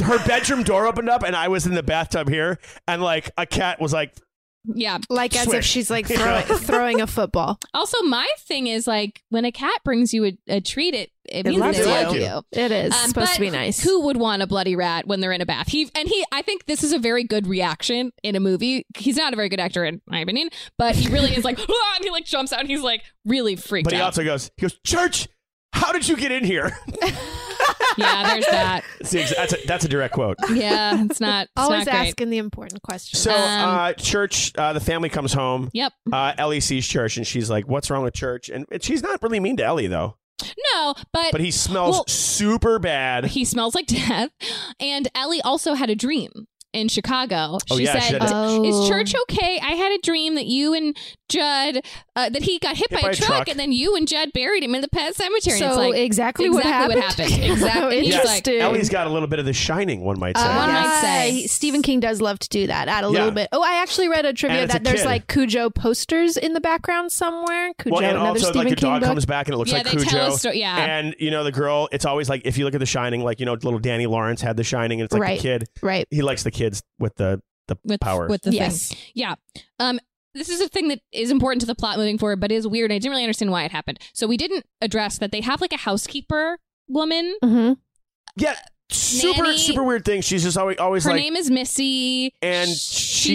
Speaker 4: her bedroom door opened up and I was in the bathtub here and like a cat was like
Speaker 1: yeah.
Speaker 3: like as if
Speaker 4: Swish.
Speaker 3: she's like
Speaker 4: Yeah.
Speaker 3: throwing,
Speaker 4: [laughs]
Speaker 3: throwing a football.
Speaker 1: Also, my thing is like when a cat brings you a, a treat, it it,
Speaker 3: It
Speaker 1: means
Speaker 3: loves
Speaker 1: they
Speaker 3: you.
Speaker 1: like you.
Speaker 4: Yeah.
Speaker 3: It is
Speaker 1: Um,
Speaker 3: supposed
Speaker 1: but
Speaker 3: to be nice.
Speaker 1: Who would want a bloody rat when they're in a bath? He and he. I think this is a very good reaction in a movie. He's not a very good actor, in my opinion, but he really is like. [laughs] "Ah," and he like jumps out. and He's like really freaked
Speaker 4: But he
Speaker 1: out.
Speaker 4: also goes, he goes, Church, how did you get in here? [laughs]
Speaker 1: yeah, there's that.
Speaker 4: It's the ex- that's, a, that's a direct quote.
Speaker 1: Yeah, it's not. It's
Speaker 3: Always
Speaker 1: not great.
Speaker 3: asking the important questions.
Speaker 4: So,
Speaker 1: Um, Mm-hmm.
Speaker 4: uh, church, uh, the family comes home.
Speaker 1: Yep.
Speaker 4: Uh, Ellie sees church and she's like, What's wrong with church? And and she's not really mean to Ellie, though.
Speaker 1: No, but
Speaker 4: But he smells
Speaker 1: Well-
Speaker 4: super bad.
Speaker 1: he smells like [laughs] death. And Ellie also had a dream in Chicago.
Speaker 4: Oh,
Speaker 1: she
Speaker 4: yeah, she
Speaker 1: said,
Speaker 4: had
Speaker 3: a-
Speaker 1: "Is
Speaker 3: Oh.
Speaker 1: church okay? I had a dream that you and Judd uh, that he got hit, by, a truck, and then you and Judd buried him in the pet cemetery."
Speaker 3: So
Speaker 1: And it's like,
Speaker 3: exactly,
Speaker 1: exactly what
Speaker 3: [laughs]
Speaker 1: happened. Exactly.
Speaker 3: How
Speaker 1: He's like-
Speaker 3: Interesting.
Speaker 4: Ellie's got a little bit of the shining, one might say.
Speaker 1: Uh, One might
Speaker 3: Ah,
Speaker 1: say.
Speaker 3: he- Stephen King does love to do that. Add a
Speaker 4: Yeah.
Speaker 3: little bit. Oh, I actually read a
Speaker 4: And
Speaker 3: trivia
Speaker 4: it's a
Speaker 3: that there's
Speaker 4: kid.
Speaker 3: like Cujo posters in the background somewhere. Cujo,
Speaker 4: well, and
Speaker 3: another
Speaker 4: also,
Speaker 3: Stephen
Speaker 4: like, your
Speaker 3: King
Speaker 4: dog
Speaker 3: book.
Speaker 4: comes back and it looks
Speaker 1: yeah,
Speaker 4: like
Speaker 1: they
Speaker 4: Cujo.
Speaker 1: tell a story. Yeah,
Speaker 4: And, you know, the girl, it's always like, if you look at The Shining, like, you know, little Danny Lawrence had The Shining and it's like
Speaker 3: Right.
Speaker 4: the kid.
Speaker 3: right.
Speaker 4: He likes the kids with the, the
Speaker 1: with
Speaker 4: power.
Speaker 1: with the thing.
Speaker 3: yes.
Speaker 1: Yeah. Um, this is a thing that is important to the plot moving forward, but is weird. I didn't really understand why it happened. So we didn't address that they have like a housekeeper woman.
Speaker 3: Mm-hmm.
Speaker 4: Yeah, super
Speaker 1: Nanny-
Speaker 4: super weird thing. She's just always always
Speaker 1: Her
Speaker 4: like
Speaker 1: name is Missy,
Speaker 4: And
Speaker 1: she's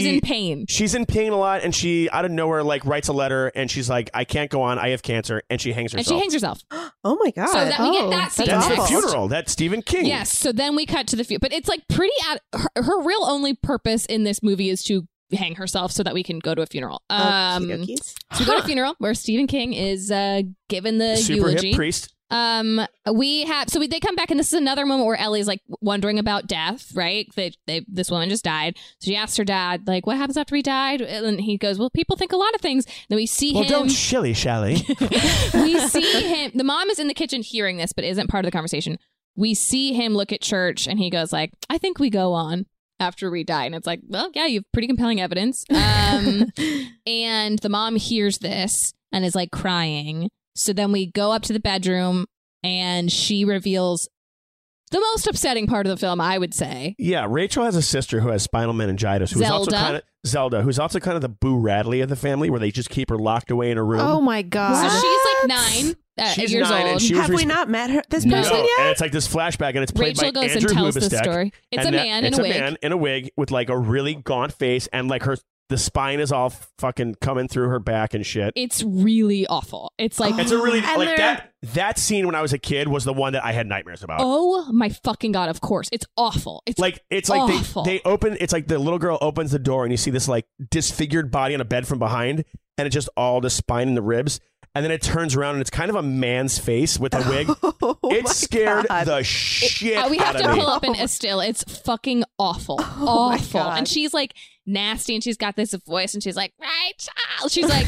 Speaker 4: she-
Speaker 1: in pain.
Speaker 4: she's in pain a lot, and she out of nowhere like writes a letter, and she's like, "I can't go on. I have cancer," and she hangs
Speaker 1: And
Speaker 4: herself.
Speaker 1: she hangs herself.
Speaker 2: oh my god.
Speaker 1: So that we get
Speaker 3: Oh,
Speaker 1: that scene.
Speaker 2: That's
Speaker 4: That's the
Speaker 2: awful.
Speaker 4: funeral. That's Stephen King.
Speaker 1: Yes. So then we cut to the funeral, but it's like pretty. At her, her real only purpose in this movie is to hang herself so that we can go to a funeral.
Speaker 2: Oh,
Speaker 1: Um, so
Speaker 2: Okey-dokies.
Speaker 1: we
Speaker 4: [gasps]
Speaker 1: go to a funeral where Stephen King is uh, given the
Speaker 4: super
Speaker 1: eulogy.
Speaker 4: hip priest.
Speaker 1: Um, we have so we, they come back, and this is another moment where Ellie's like wondering about death, right? They, they, this woman just died, so she asks her dad, like, "What happens after he died?" And he goes, "Well, people think a lot of things." Then we see
Speaker 4: Well,
Speaker 1: him.
Speaker 4: don't
Speaker 1: [laughs]
Speaker 4: shilly shally.
Speaker 1: we see him. The mom is in the kitchen hearing this, but isn't part of the conversation. We see him look at church, and he goes, "Like, I think we go on." After we die, and it's like, well, yeah, you have pretty compelling evidence. Um, and the mom hears this and is like crying. So then we go up to the bedroom and she reveals the most upsetting part of the film, I would say.
Speaker 4: Yeah, Rachel has a sister who has spinal meningitis. Who's also
Speaker 1: Zelda?
Speaker 4: kind of Zelda, who's also kind of the Boo Radley of the family, where they just keep her locked away in a room.
Speaker 3: Oh my god.
Speaker 1: So she's like nine uh,
Speaker 4: She's
Speaker 1: years
Speaker 4: nine
Speaker 1: old.
Speaker 4: and she was
Speaker 2: Have we
Speaker 4: resp-
Speaker 2: not met her? This
Speaker 4: no.
Speaker 2: person yet?
Speaker 4: And it's like this flashback, and it's played
Speaker 1: Rachel
Speaker 4: by
Speaker 1: goes
Speaker 4: Andrew
Speaker 1: and tells the
Speaker 4: Hubestack.
Speaker 1: story. It's
Speaker 4: And
Speaker 1: a
Speaker 4: that-
Speaker 1: man in
Speaker 4: it's
Speaker 1: a wig.
Speaker 4: man in a wig with like a really gaunt face, and like her the spine is all fucking coming through her back and shit.
Speaker 1: It's really awful. It's like
Speaker 4: It's a really
Speaker 3: And
Speaker 4: like
Speaker 3: they're-
Speaker 4: that. That scene when I was a kid was the one that I had nightmares about.
Speaker 1: oh my fucking god, of course. It's awful. It's
Speaker 4: like it's like
Speaker 1: awful.
Speaker 4: they they open. It's like the little girl opens the door and you see this like disfigured body on a bed from behind, and it's just all the spine and the ribs. And then it turns around and it's kind of a man's face with a
Speaker 1: [laughs]
Speaker 4: wig.
Speaker 2: [laughs] Oh
Speaker 4: it
Speaker 2: my
Speaker 4: scared
Speaker 2: God.
Speaker 4: the shit
Speaker 1: Uh, we have
Speaker 4: out
Speaker 1: to
Speaker 4: of me.
Speaker 1: pull up an Estelle. It's fucking awful,
Speaker 2: [laughs] Oh my
Speaker 1: awful.
Speaker 2: God.
Speaker 1: And she's like nasty, and she's got this voice, and she's like, "Right, child." She's
Speaker 2: [laughs]
Speaker 1: like,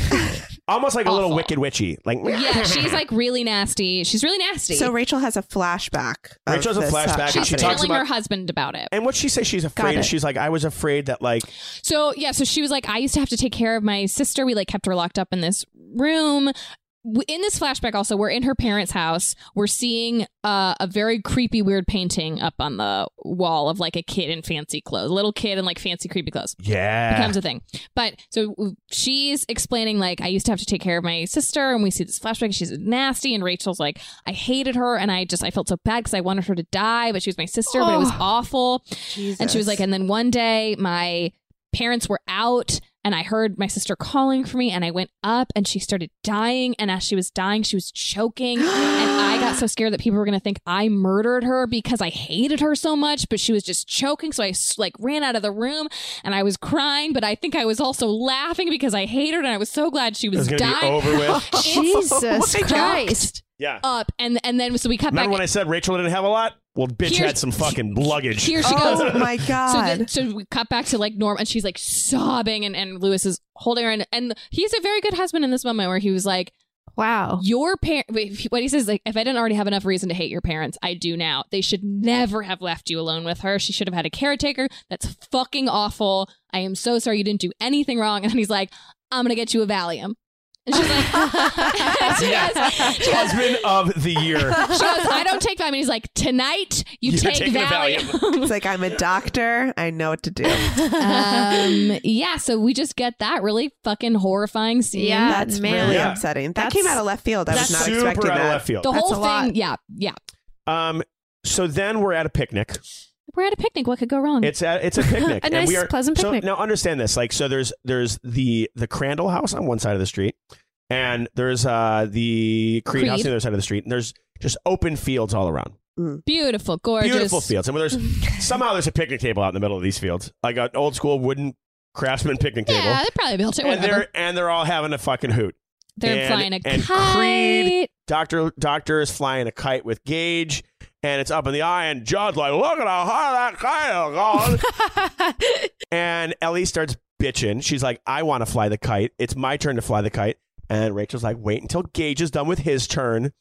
Speaker 4: Almost like a little
Speaker 1: Awful.
Speaker 4: wicked witchy. Like [laughs]
Speaker 1: "Yeah." She's like really nasty. She's really nasty.
Speaker 2: So Rachel has a flashback. of
Speaker 4: Rachel has a
Speaker 2: this uh,
Speaker 4: flashback
Speaker 2: happening.
Speaker 1: she's
Speaker 4: she
Speaker 1: telling
Speaker 4: talks about-
Speaker 1: her husband about it.
Speaker 4: And what she says, she's
Speaker 2: Got
Speaker 4: afraid.
Speaker 2: it.
Speaker 4: She's like, I was afraid that like
Speaker 1: So yeah, so she was like, I used to have to take care of my sister. We like kept her locked up in this room. W- In this flashback, also, we're in her parents' house. We're seeing uh, a very creepy, weird painting up on the wall of like a kid in fancy clothes, little kid in like fancy, creepy clothes.
Speaker 4: yeah,
Speaker 1: becomes a thing. But so w- she's explaining like I used to have to take care of my sister, and we see this flashback. She's nasty, and Rachel's like I hated her, and I just I felt so bad because I wanted her to die, but she was my sister, but it was
Speaker 3: Oh.
Speaker 1: awful.
Speaker 2: Jesus.
Speaker 1: And she was like, and then one day my parents were out. And I heard my sister calling for me, and I went up, and she started dying. And as she was dying, she was choking. and I got so
Speaker 4: [gasps]
Speaker 1: scared that people were gonna think I murdered her because I hated her so much, but she was just choking. So I s- like ran out of the room, and I was crying, but I think I was also laughing because I hated her, and I was so glad she
Speaker 4: it
Speaker 1: was
Speaker 4: was gonna be
Speaker 1: [laughs] dying. Oh
Speaker 4: over with.
Speaker 3: Jesus
Speaker 2: my God.
Speaker 3: Christ.
Speaker 4: yeah.
Speaker 1: Up and and then so we cut
Speaker 4: Remember
Speaker 1: back.
Speaker 4: when I said Rachel didn't have a lot? Well, bitch
Speaker 1: Here's-
Speaker 4: had some fucking luggage.
Speaker 1: Here she goes. [laughs]
Speaker 2: oh my
Speaker 1: So,
Speaker 2: god.
Speaker 1: then, so we cut back to like Norm, and she's like sobbing, and, and Lewis is holding her, and, and he's a very good husband in this moment where he was like,
Speaker 3: Wow.
Speaker 1: "Your parent," what he says, is like, "If I didn't already have enough reason to hate your parents, I do now. They should never have left you alone with her. She should have had a caretaker. That's fucking awful. I am so sorry you didn't do anything wrong." And he's like, "I'm gonna get you a Valium," and she's like, [laughs] she goes, she goes,
Speaker 4: [laughs] Husband of the
Speaker 2: [laughs]
Speaker 4: year.
Speaker 1: she goes, I don't take Valium. And he's like, tonight you
Speaker 4: You're
Speaker 1: take
Speaker 4: taking a
Speaker 1: Valium. [laughs]
Speaker 2: it's like I'm a doctor. I know what to do.
Speaker 1: [laughs] um, yeah, so we just get that really fucking horrifying scene.
Speaker 3: Yeah.
Speaker 2: That's
Speaker 3: man.
Speaker 2: really
Speaker 4: Yeah.
Speaker 2: upsetting. That
Speaker 3: That's-
Speaker 2: came out of left field. I was not
Speaker 4: Super
Speaker 2: expecting
Speaker 4: out of
Speaker 2: that.
Speaker 4: left field.
Speaker 1: The
Speaker 3: That's
Speaker 1: whole
Speaker 3: a
Speaker 1: thing.
Speaker 3: lot.
Speaker 1: Yeah. Yeah.
Speaker 4: Um, so then we're at a picnic.
Speaker 1: We're at a picnic. What could go wrong?
Speaker 4: It's
Speaker 1: [laughs]
Speaker 4: a it's a picnic.
Speaker 3: A nice, pleasant
Speaker 4: so
Speaker 3: picnic.
Speaker 4: now understand this. Like so, there's there's the the Crandall house on one side of the street, and there's uh the Creed, house on
Speaker 1: Creed.
Speaker 4: the other side of the street, and there's just open fields all around.
Speaker 1: beautiful, gorgeous.
Speaker 4: Beautiful fields. And when there's
Speaker 1: [laughs]
Speaker 4: somehow there's a picnic table out in the middle of these fields, like an old school wooden craftsman picnic table.
Speaker 1: Yeah, they probably built it.
Speaker 4: and
Speaker 1: Whatever.
Speaker 4: they're and they're all having a fucking hoot.
Speaker 1: They're,
Speaker 4: and-
Speaker 1: flying a
Speaker 4: and
Speaker 1: kite.
Speaker 4: Creed. Doctor Doctor is flying a kite with Gage, and it's up in the eye, and Judd's like, "Look at how high that kite is gone."
Speaker 1: [laughs]
Speaker 4: and Ellie starts bitching. She's like, "I want to fly the kite. It's my turn to fly the kite." And Rachel's like, "Wait until Gage is done with his turn."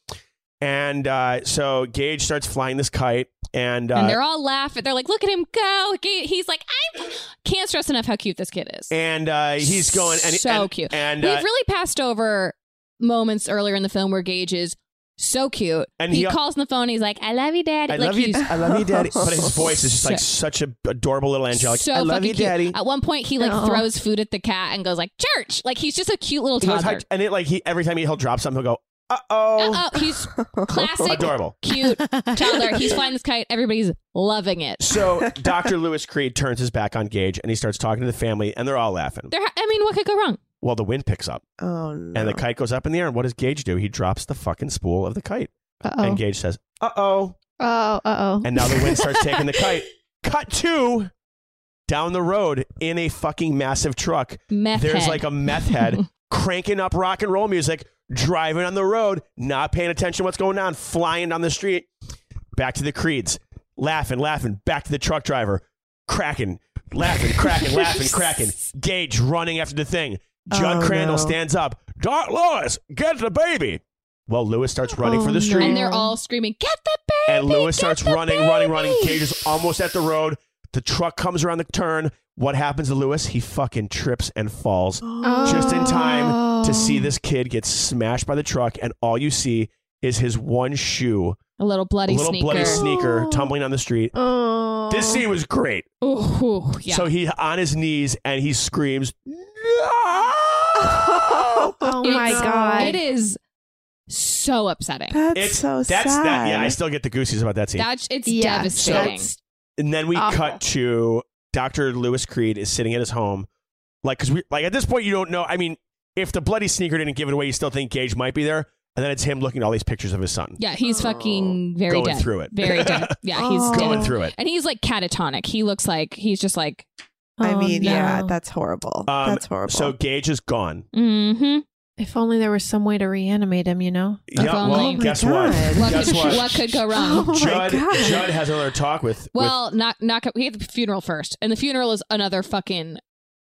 Speaker 4: And uh, so Gage starts flying this kite, and, uh,
Speaker 1: and they're all laughing. They're like, look at him go. He- He's like, I can't stress enough how cute this kid is.
Speaker 4: and uh, he's going and
Speaker 1: So
Speaker 4: and-
Speaker 1: cute.
Speaker 4: And
Speaker 1: We've
Speaker 4: uh,
Speaker 1: really passed over moments earlier in the film where Gage is so cute.
Speaker 4: And
Speaker 1: he,
Speaker 4: he-
Speaker 1: calls on the phone. He's like, I love you, Daddy.
Speaker 4: I
Speaker 1: like
Speaker 4: love you.
Speaker 1: he's
Speaker 4: I love you, Daddy.
Speaker 1: [laughs]
Speaker 4: But his voice is just like such a adorable little angelic.
Speaker 1: So
Speaker 4: I love
Speaker 1: fucking
Speaker 4: you,
Speaker 1: cute.
Speaker 4: Daddy.
Speaker 1: At one point, he like
Speaker 3: No.
Speaker 1: throws food at the cat and goes like church. Like he's just a cute little
Speaker 4: He goes,
Speaker 1: toddler.
Speaker 4: "Hi," and it like he every time he, he'll drop something, he'll go, uh oh,
Speaker 1: Uh-oh, he's
Speaker 2: [laughs]
Speaker 1: classic
Speaker 4: adorable.
Speaker 1: cute toddler. He's flying this kite. Everybody's loving it. [laughs]
Speaker 4: So Dr. Lewis Creed turns his back on Gage and he starts talking to the family, and they're all laughing.
Speaker 1: There, ha- I mean, what could go wrong?
Speaker 4: Well, the wind picks up
Speaker 2: Oh no.
Speaker 4: and the kite goes up in the air. And what does Gage do? He drops the fucking spool of the kite,
Speaker 3: Uh-oh.
Speaker 4: and Gage says, uh oh.
Speaker 3: Oh, uh-oh.
Speaker 4: And now the wind starts taking the kite. Cut two down the road in a fucking massive truck.
Speaker 1: Meth
Speaker 4: There's
Speaker 1: head.
Speaker 4: like a meth head cranking up rock and roll music, driving on the road, not paying attention to what's going on, flying down the street. Back to the Creeds, laughing, laughing. Back to the truck driver, cracking, laughing, cracking, laughing, cracking. Gage running after the thing.
Speaker 2: Oh,
Speaker 4: Judd Crandall
Speaker 2: no.
Speaker 4: stands up. Doc Lewis, get the baby. Well, Lewis starts running
Speaker 3: Oh,
Speaker 4: for
Speaker 3: no.
Speaker 4: the street.
Speaker 1: and they're all screaming, "Get the baby!"
Speaker 4: And Lewis
Speaker 1: get
Speaker 4: starts
Speaker 1: the
Speaker 4: running, running, running.
Speaker 1: baby!"
Speaker 4: Cage is almost at the road. The truck comes around the turn. What happens to Lewis? He fucking trips and falls just in
Speaker 1: Oh.
Speaker 3: Oh.
Speaker 4: time to see this kid get smashed by the truck. And all you see is his one shoe
Speaker 1: A little bloody
Speaker 4: little
Speaker 1: sneaker.
Speaker 4: bloody sneaker tumbling on the street.
Speaker 3: Oh.
Speaker 4: This scene was great.
Speaker 1: Ooh, yeah.
Speaker 4: So he on his knees and
Speaker 1: [laughs]
Speaker 4: he screams.
Speaker 3: oh my
Speaker 1: It's-
Speaker 3: god.
Speaker 1: It is so upsetting.
Speaker 2: That's
Speaker 4: It's
Speaker 2: so
Speaker 4: that's
Speaker 2: sad.
Speaker 4: that. Yeah, I still get the goosies about that scene.
Speaker 1: That's it's
Speaker 3: Yeah,
Speaker 1: devastating.
Speaker 3: that's-
Speaker 4: and then we
Speaker 3: awful.
Speaker 4: cut to Doctor Lewis Creed is sitting at his home, like because we like at this point you don't know. I mean, if the bloody sneaker didn't give it away, you still think Gage might be there, and then it's him looking at all these pictures of his son.
Speaker 1: yeah, he's
Speaker 2: Oh.
Speaker 1: fucking very
Speaker 4: Going
Speaker 1: dead.
Speaker 4: through it. [laughs]
Speaker 1: Very dead. Yeah, he's
Speaker 3: Oh.
Speaker 1: dead.
Speaker 4: going through it.
Speaker 1: And he's like catatonic. He looks like he's just like,
Speaker 2: I
Speaker 3: Oh,
Speaker 2: mean, yeah,
Speaker 3: no.
Speaker 2: that's horrible.
Speaker 4: Um,
Speaker 2: that's horrible.
Speaker 4: So Gage is gone.
Speaker 1: mm-hmm.
Speaker 3: if only there was some way to reanimate him, you know?
Speaker 4: Yeah,
Speaker 1: only.
Speaker 4: well,
Speaker 1: Oh my
Speaker 4: guess
Speaker 2: God.
Speaker 4: what?
Speaker 1: What
Speaker 4: guess
Speaker 1: could,
Speaker 4: what?
Speaker 1: what could go wrong?
Speaker 3: [laughs] Oh my
Speaker 4: Judd,
Speaker 3: God.
Speaker 4: Judd has another talk with.
Speaker 1: well, not not we had the funeral first, and the funeral is another fucking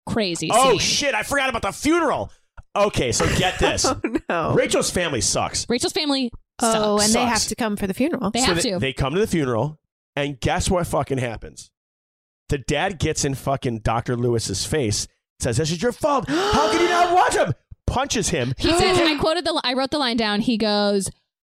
Speaker 1: crazy.
Speaker 4: with, oh
Speaker 1: scene.
Speaker 4: shit! I forgot about the funeral. Okay, so get
Speaker 1: [laughs]
Speaker 4: this.
Speaker 2: oh no.
Speaker 4: Rachel's family sucks.
Speaker 1: Rachel's family.
Speaker 3: Oh,
Speaker 1: sucks.
Speaker 3: and they have
Speaker 4: Sucks.
Speaker 3: to come for the funeral.
Speaker 1: They
Speaker 4: so
Speaker 1: have
Speaker 4: they,
Speaker 1: to.
Speaker 4: they come to the funeral, and guess what fucking happens? The dad gets in fucking Dr. Lewis's face, says, This is your fault. How can you
Speaker 1: [gasps]
Speaker 4: not watch him? Punches him.
Speaker 1: He says,
Speaker 3: [gasps]
Speaker 1: and I quoted the, li- I wrote the line down. He goes,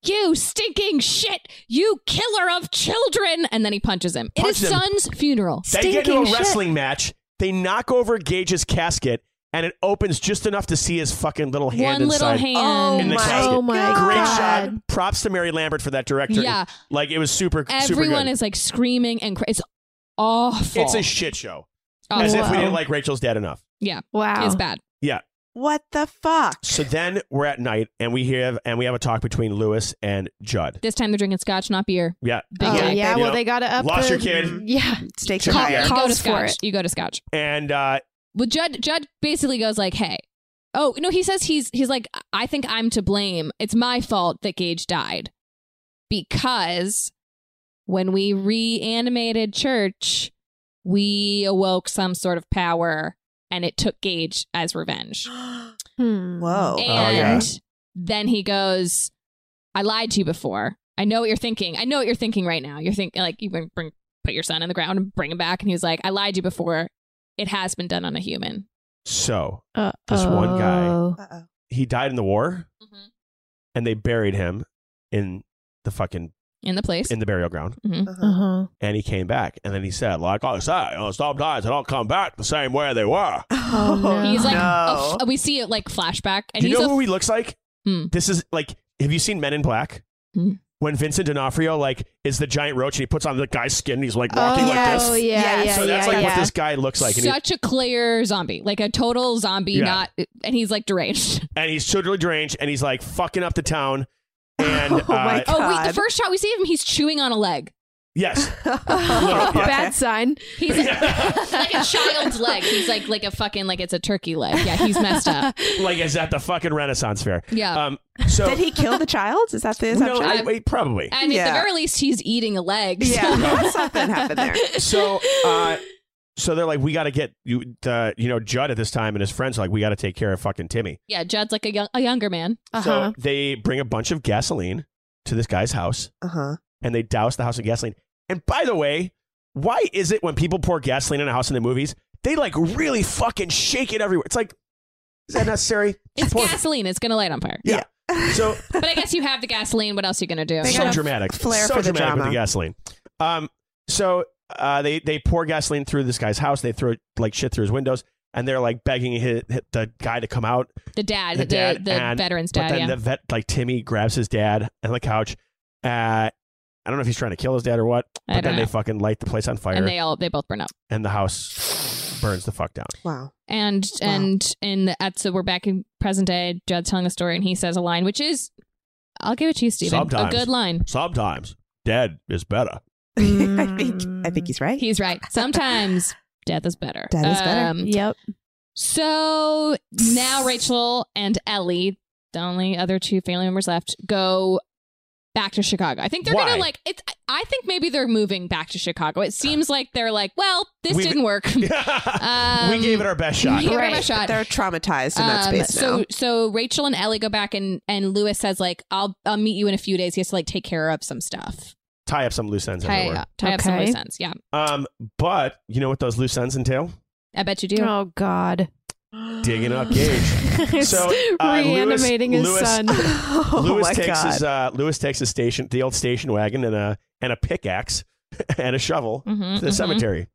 Speaker 1: "You stinking shit, you killer of children," and then he punches him. It is
Speaker 4: Punches him.
Speaker 1: son's funeral.
Speaker 4: they get into a
Speaker 3: Stinking shit.
Speaker 4: wrestling match. They knock over Gage's casket, and it opens just enough to see his fucking little hand
Speaker 1: One little
Speaker 4: inside.
Speaker 1: hand.
Speaker 4: in the
Speaker 3: my-
Speaker 4: casket.
Speaker 3: oh my
Speaker 4: Great
Speaker 3: God.
Speaker 4: shot. Props to Mary Lambert for that director.
Speaker 1: Yeah.
Speaker 4: Like, it was super,
Speaker 3: Oh
Speaker 4: super
Speaker 1: Everyone
Speaker 4: good.
Speaker 1: is like screaming and cra- it's awful.
Speaker 4: it's a shit show.
Speaker 1: Awful.
Speaker 4: As if we
Speaker 3: wow.
Speaker 4: didn't like Rachel's dad enough.
Speaker 1: yeah,
Speaker 3: Wow.
Speaker 1: it's bad.
Speaker 2: What the fuck?
Speaker 4: So then we're at night, and we have and we have a talk between Lewis and Judd.
Speaker 1: This time they're drinking scotch, not beer.
Speaker 4: Yeah,
Speaker 1: Big Yeah,
Speaker 3: Oh, yeah, Mm-hmm.
Speaker 4: you
Speaker 3: well,
Speaker 4: know,
Speaker 3: they got to up
Speaker 4: lost
Speaker 3: the,
Speaker 4: your kid.
Speaker 3: [laughs] Yeah.
Speaker 2: Steak
Speaker 4: Check
Speaker 3: Call-
Speaker 4: it
Speaker 1: you go
Speaker 3: call-
Speaker 4: out.
Speaker 1: to
Speaker 3: Calls for
Speaker 1: scotch.
Speaker 3: it.
Speaker 1: You go to scotch.
Speaker 4: and uh,
Speaker 1: Well, Judd Judd basically goes like, "Hey, oh no," he says he's he's like, "I think I'm to blame. It's my fault that Gage died because when we reanimated Church, we awoke some sort of power, and it took Gage as
Speaker 2: [gasps]
Speaker 1: revenge."
Speaker 3: Hmm.
Speaker 2: Whoa.
Speaker 1: and
Speaker 4: Oh, yeah.
Speaker 1: then he goes, "I lied to you before. I know what you're thinking. I know what you're thinking right now. You're thinking like you bring, bring put your son in the ground and bring him back." And he was like, "I lied to you before. It has been done on a human."
Speaker 4: so
Speaker 3: Uh,
Speaker 4: This one guy.
Speaker 3: oh.
Speaker 2: Uh-oh.
Speaker 4: he died in the war, and they buried him in the fucking
Speaker 1: in the place.
Speaker 4: in the burial ground,
Speaker 2: Uh-huh.
Speaker 1: Oh,
Speaker 3: Uh-huh.
Speaker 4: and he came back, and then he said like, "I say, you know, sometimes they don't come back the same way they were."
Speaker 2: Oh,
Speaker 3: no.
Speaker 1: he's like, "Oh, a
Speaker 2: no. [laughs]
Speaker 1: f- we see it like flashback, and
Speaker 4: Do you
Speaker 1: he's
Speaker 4: know
Speaker 1: a
Speaker 4: who he looks like?
Speaker 1: Hmm.
Speaker 4: This is like, have you seen Men in Black?
Speaker 1: Hmm.
Speaker 4: When Vincent D'Onofrio like is the giant roach and he puts on the guy's skin, and he's like walking
Speaker 3: oh,
Speaker 4: like
Speaker 3: yeah,
Speaker 4: this.
Speaker 3: yeah,
Speaker 2: Yes.
Speaker 3: yeah.
Speaker 4: so that's like
Speaker 3: yeah.
Speaker 4: what [laughs] this guy looks like, and, he-
Speaker 1: such a clear zombie, like a total zombie,
Speaker 4: Yeah.
Speaker 1: not, and he's like deranged. [laughs]
Speaker 4: and he's totally deranged, and he's like fucking up the town,
Speaker 3: [laughs]
Speaker 4: and
Speaker 2: Oh my
Speaker 4: uh,
Speaker 2: God.
Speaker 1: Oh, wait, the first shot we see of him, he's chewing on a leg.
Speaker 4: yes,
Speaker 2: Oh,
Speaker 4: Yeah.
Speaker 3: Bad sign.
Speaker 4: [laughs]
Speaker 1: He's like a child's leg. He's like like a fucking like it's a turkey leg. Yeah, he's messed
Speaker 4: [laughs]
Speaker 1: up.
Speaker 4: like is at the fucking Renaissance fair.
Speaker 1: Yeah.
Speaker 4: Um. So
Speaker 2: Did he kill the child? Is that the
Speaker 4: no,
Speaker 1: [laughs]
Speaker 2: assumption?
Speaker 4: I- wait, probably.
Speaker 1: and at
Speaker 2: yeah.
Speaker 1: the very least, he's eating a leg. [laughs] so-
Speaker 2: yeah, [laughs] something happened there.
Speaker 4: So, uh, so they're like, we got to get you, uh, you know, Judd at this time, and his friends are like, we got to take care of fucking Timmy.
Speaker 1: yeah, Judd's like a, young, a younger man.
Speaker 3: Uh-huh.
Speaker 4: So they bring a bunch of gasoline to this guy's house,
Speaker 2: Uh huh.
Speaker 4: and they douse the house in gasoline. And by the way, why is it when people pour gasoline in a house in the movies, they like really fucking shake it everywhere? It's like, is that necessary?
Speaker 1: It's
Speaker 4: Pour-
Speaker 1: gasoline. It's gonna light on fire.
Speaker 4: Yeah. So
Speaker 1: But I guess you have the gasoline. What else are you gonna do?
Speaker 2: They
Speaker 4: so
Speaker 2: gotta
Speaker 4: dramatic,
Speaker 2: flair
Speaker 4: so
Speaker 2: for the
Speaker 4: dramatic with
Speaker 2: drama.
Speaker 4: the gasoline. Um, so uh, they they pour gasoline through this guy's house. They throw like shit through his windows, and they're like begging hi hi- the guy to come out.
Speaker 1: The dad,
Speaker 4: The
Speaker 1: the,
Speaker 4: dad
Speaker 1: the
Speaker 4: and-
Speaker 1: veteran's
Speaker 4: But
Speaker 1: dad.
Speaker 4: then
Speaker 1: yeah.
Speaker 4: the vet, like Timmy, grabs his dad on the couch. Uh, I don't know if he's trying to kill his dad or what.
Speaker 1: I
Speaker 4: But
Speaker 1: don't
Speaker 4: then
Speaker 1: know.
Speaker 4: they fucking light the place on fire,
Speaker 1: and
Speaker 4: and,
Speaker 1: they all they both burn up.
Speaker 4: the house burns the fuck down.
Speaker 2: Wow. [laughs]
Speaker 1: And
Speaker 2: Wow.
Speaker 1: and in the at so we're back in present day. Judd's telling the story, and he says a line, which is, I'll give it to you, Stephen,
Speaker 4: Sometimes.
Speaker 1: a good line.
Speaker 4: Sometimes dead is better. [laughs]
Speaker 2: I think I
Speaker 1: Mm.
Speaker 2: think he's right.
Speaker 1: He's right.
Speaker 2: [laughs]
Speaker 1: Sometimes death is better. Um,
Speaker 2: Death is better.
Speaker 3: Yep. [laughs]
Speaker 1: So now Rachel and Ellie, the only other two family members left, go back to Chicago. I think they're
Speaker 4: Why?
Speaker 1: gonna like it's I think maybe they're moving back to Chicago. It seems like they're like, well, this
Speaker 4: We've-
Speaker 1: didn't
Speaker 2: [laughs]
Speaker 1: work. Um,
Speaker 4: we gave it our best
Speaker 1: yeah.
Speaker 4: shot.
Speaker 1: Give him a
Speaker 2: Right.
Speaker 1: shot.
Speaker 2: They're traumatized in that
Speaker 1: Um,
Speaker 2: space
Speaker 1: so
Speaker 2: now. [laughs]
Speaker 1: so Rachel and Ellie go back and and Lewis says like I'll I'll meet you in a few days. He has to like take care of some stuff. uh,
Speaker 4: Tie up some loose ends. in
Speaker 1: Tie,
Speaker 4: that
Speaker 1: up- tie up some
Speaker 3: Okay.
Speaker 1: loose ends. Yeah,
Speaker 4: word. Um, but you know what those loose ends entail?
Speaker 1: I bet you do.
Speaker 3: Oh God.
Speaker 4: digging
Speaker 3: [laughs]
Speaker 4: up Gage. so uh,
Speaker 3: reanimating
Speaker 4: Lewis,
Speaker 3: his
Speaker 4: Lewis,
Speaker 3: son.
Speaker 2: Oh
Speaker 1: Oh
Speaker 4: Lewis takes his uh, Lewis takes his station, the old station wagon, and a and a pickaxe [laughs] and a shovel
Speaker 1: Mhm,
Speaker 4: to the
Speaker 1: mhm.
Speaker 4: cemetery.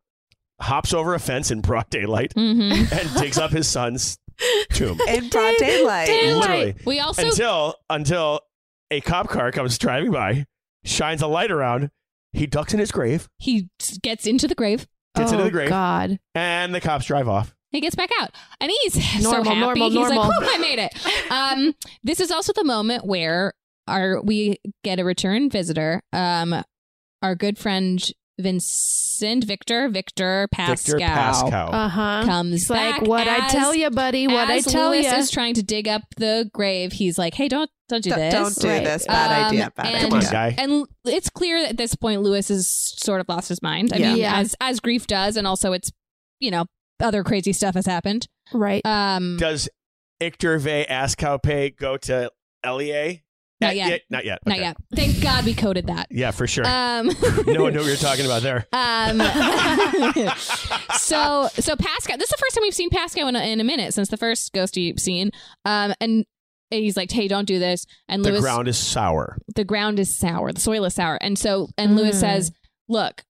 Speaker 4: Hops over a fence in
Speaker 1: [laughs]
Speaker 4: broad daylight [laughs]
Speaker 1: Mm-hmm.
Speaker 4: and digs up his son's
Speaker 1: [laughs]
Speaker 4: tomb.
Speaker 2: in broad daylight.
Speaker 4: Literally.
Speaker 1: We also
Speaker 4: until until a cop car comes driving by, shines a light around. He ducks in his grave,
Speaker 1: he gets into the grave.
Speaker 4: gets into the grave,
Speaker 3: Oh, God.
Speaker 4: and the cops drive off.
Speaker 1: He gets back out, and he's [laughs] so
Speaker 3: Normal,
Speaker 1: happy.
Speaker 3: normal,
Speaker 1: he's
Speaker 3: normal.
Speaker 1: like, "Whew, I made it."
Speaker 4: Oh.
Speaker 1: Um, this is also the moment where our we get a return visitor. Um, our good friend Vincent Victor Victor Pascal,
Speaker 4: Victor Pascal.
Speaker 3: Uh huh.
Speaker 1: comes
Speaker 3: It's like
Speaker 1: back
Speaker 3: what I
Speaker 1: as-
Speaker 3: tell you, buddy. What I
Speaker 1: as
Speaker 3: tell you.
Speaker 1: Lewis is trying to dig up the grave, he's like, "Hey, don't don't do
Speaker 2: Don't-
Speaker 1: this.
Speaker 2: don't do
Speaker 3: Right.
Speaker 2: this. Bad
Speaker 1: Um,
Speaker 2: idea. Bad
Speaker 1: and-
Speaker 4: Come
Speaker 2: idea.
Speaker 4: on, guy.
Speaker 1: And it's clear at this point Lewis has sort of lost his mind. I
Speaker 2: Yeah.
Speaker 1: mean,
Speaker 3: Yeah.
Speaker 1: as as grief does, and also it's you know other crazy stuff has happened.
Speaker 3: right.
Speaker 1: Um,
Speaker 4: Does Icterve Ascalpe go to LEA?
Speaker 1: Not
Speaker 4: Uh,
Speaker 1: yet.
Speaker 4: Not yet.
Speaker 1: not
Speaker 4: Okay.
Speaker 1: yet. Thank God we coded that.
Speaker 4: Yeah, for sure.
Speaker 1: Um,
Speaker 4: no one knew what you're talking about there.
Speaker 1: Um, [laughs] so so Pascal, this is the first time we've seen Pascal in a, in a minute since the first ghosty scene. Um, and he's like, "Hey, don't do this." And
Speaker 4: the
Speaker 1: Lewis,
Speaker 4: ground is sour.
Speaker 1: the ground is sour, the soil is sour, and so and Lewis
Speaker 3: Mm.
Speaker 1: says, "Look,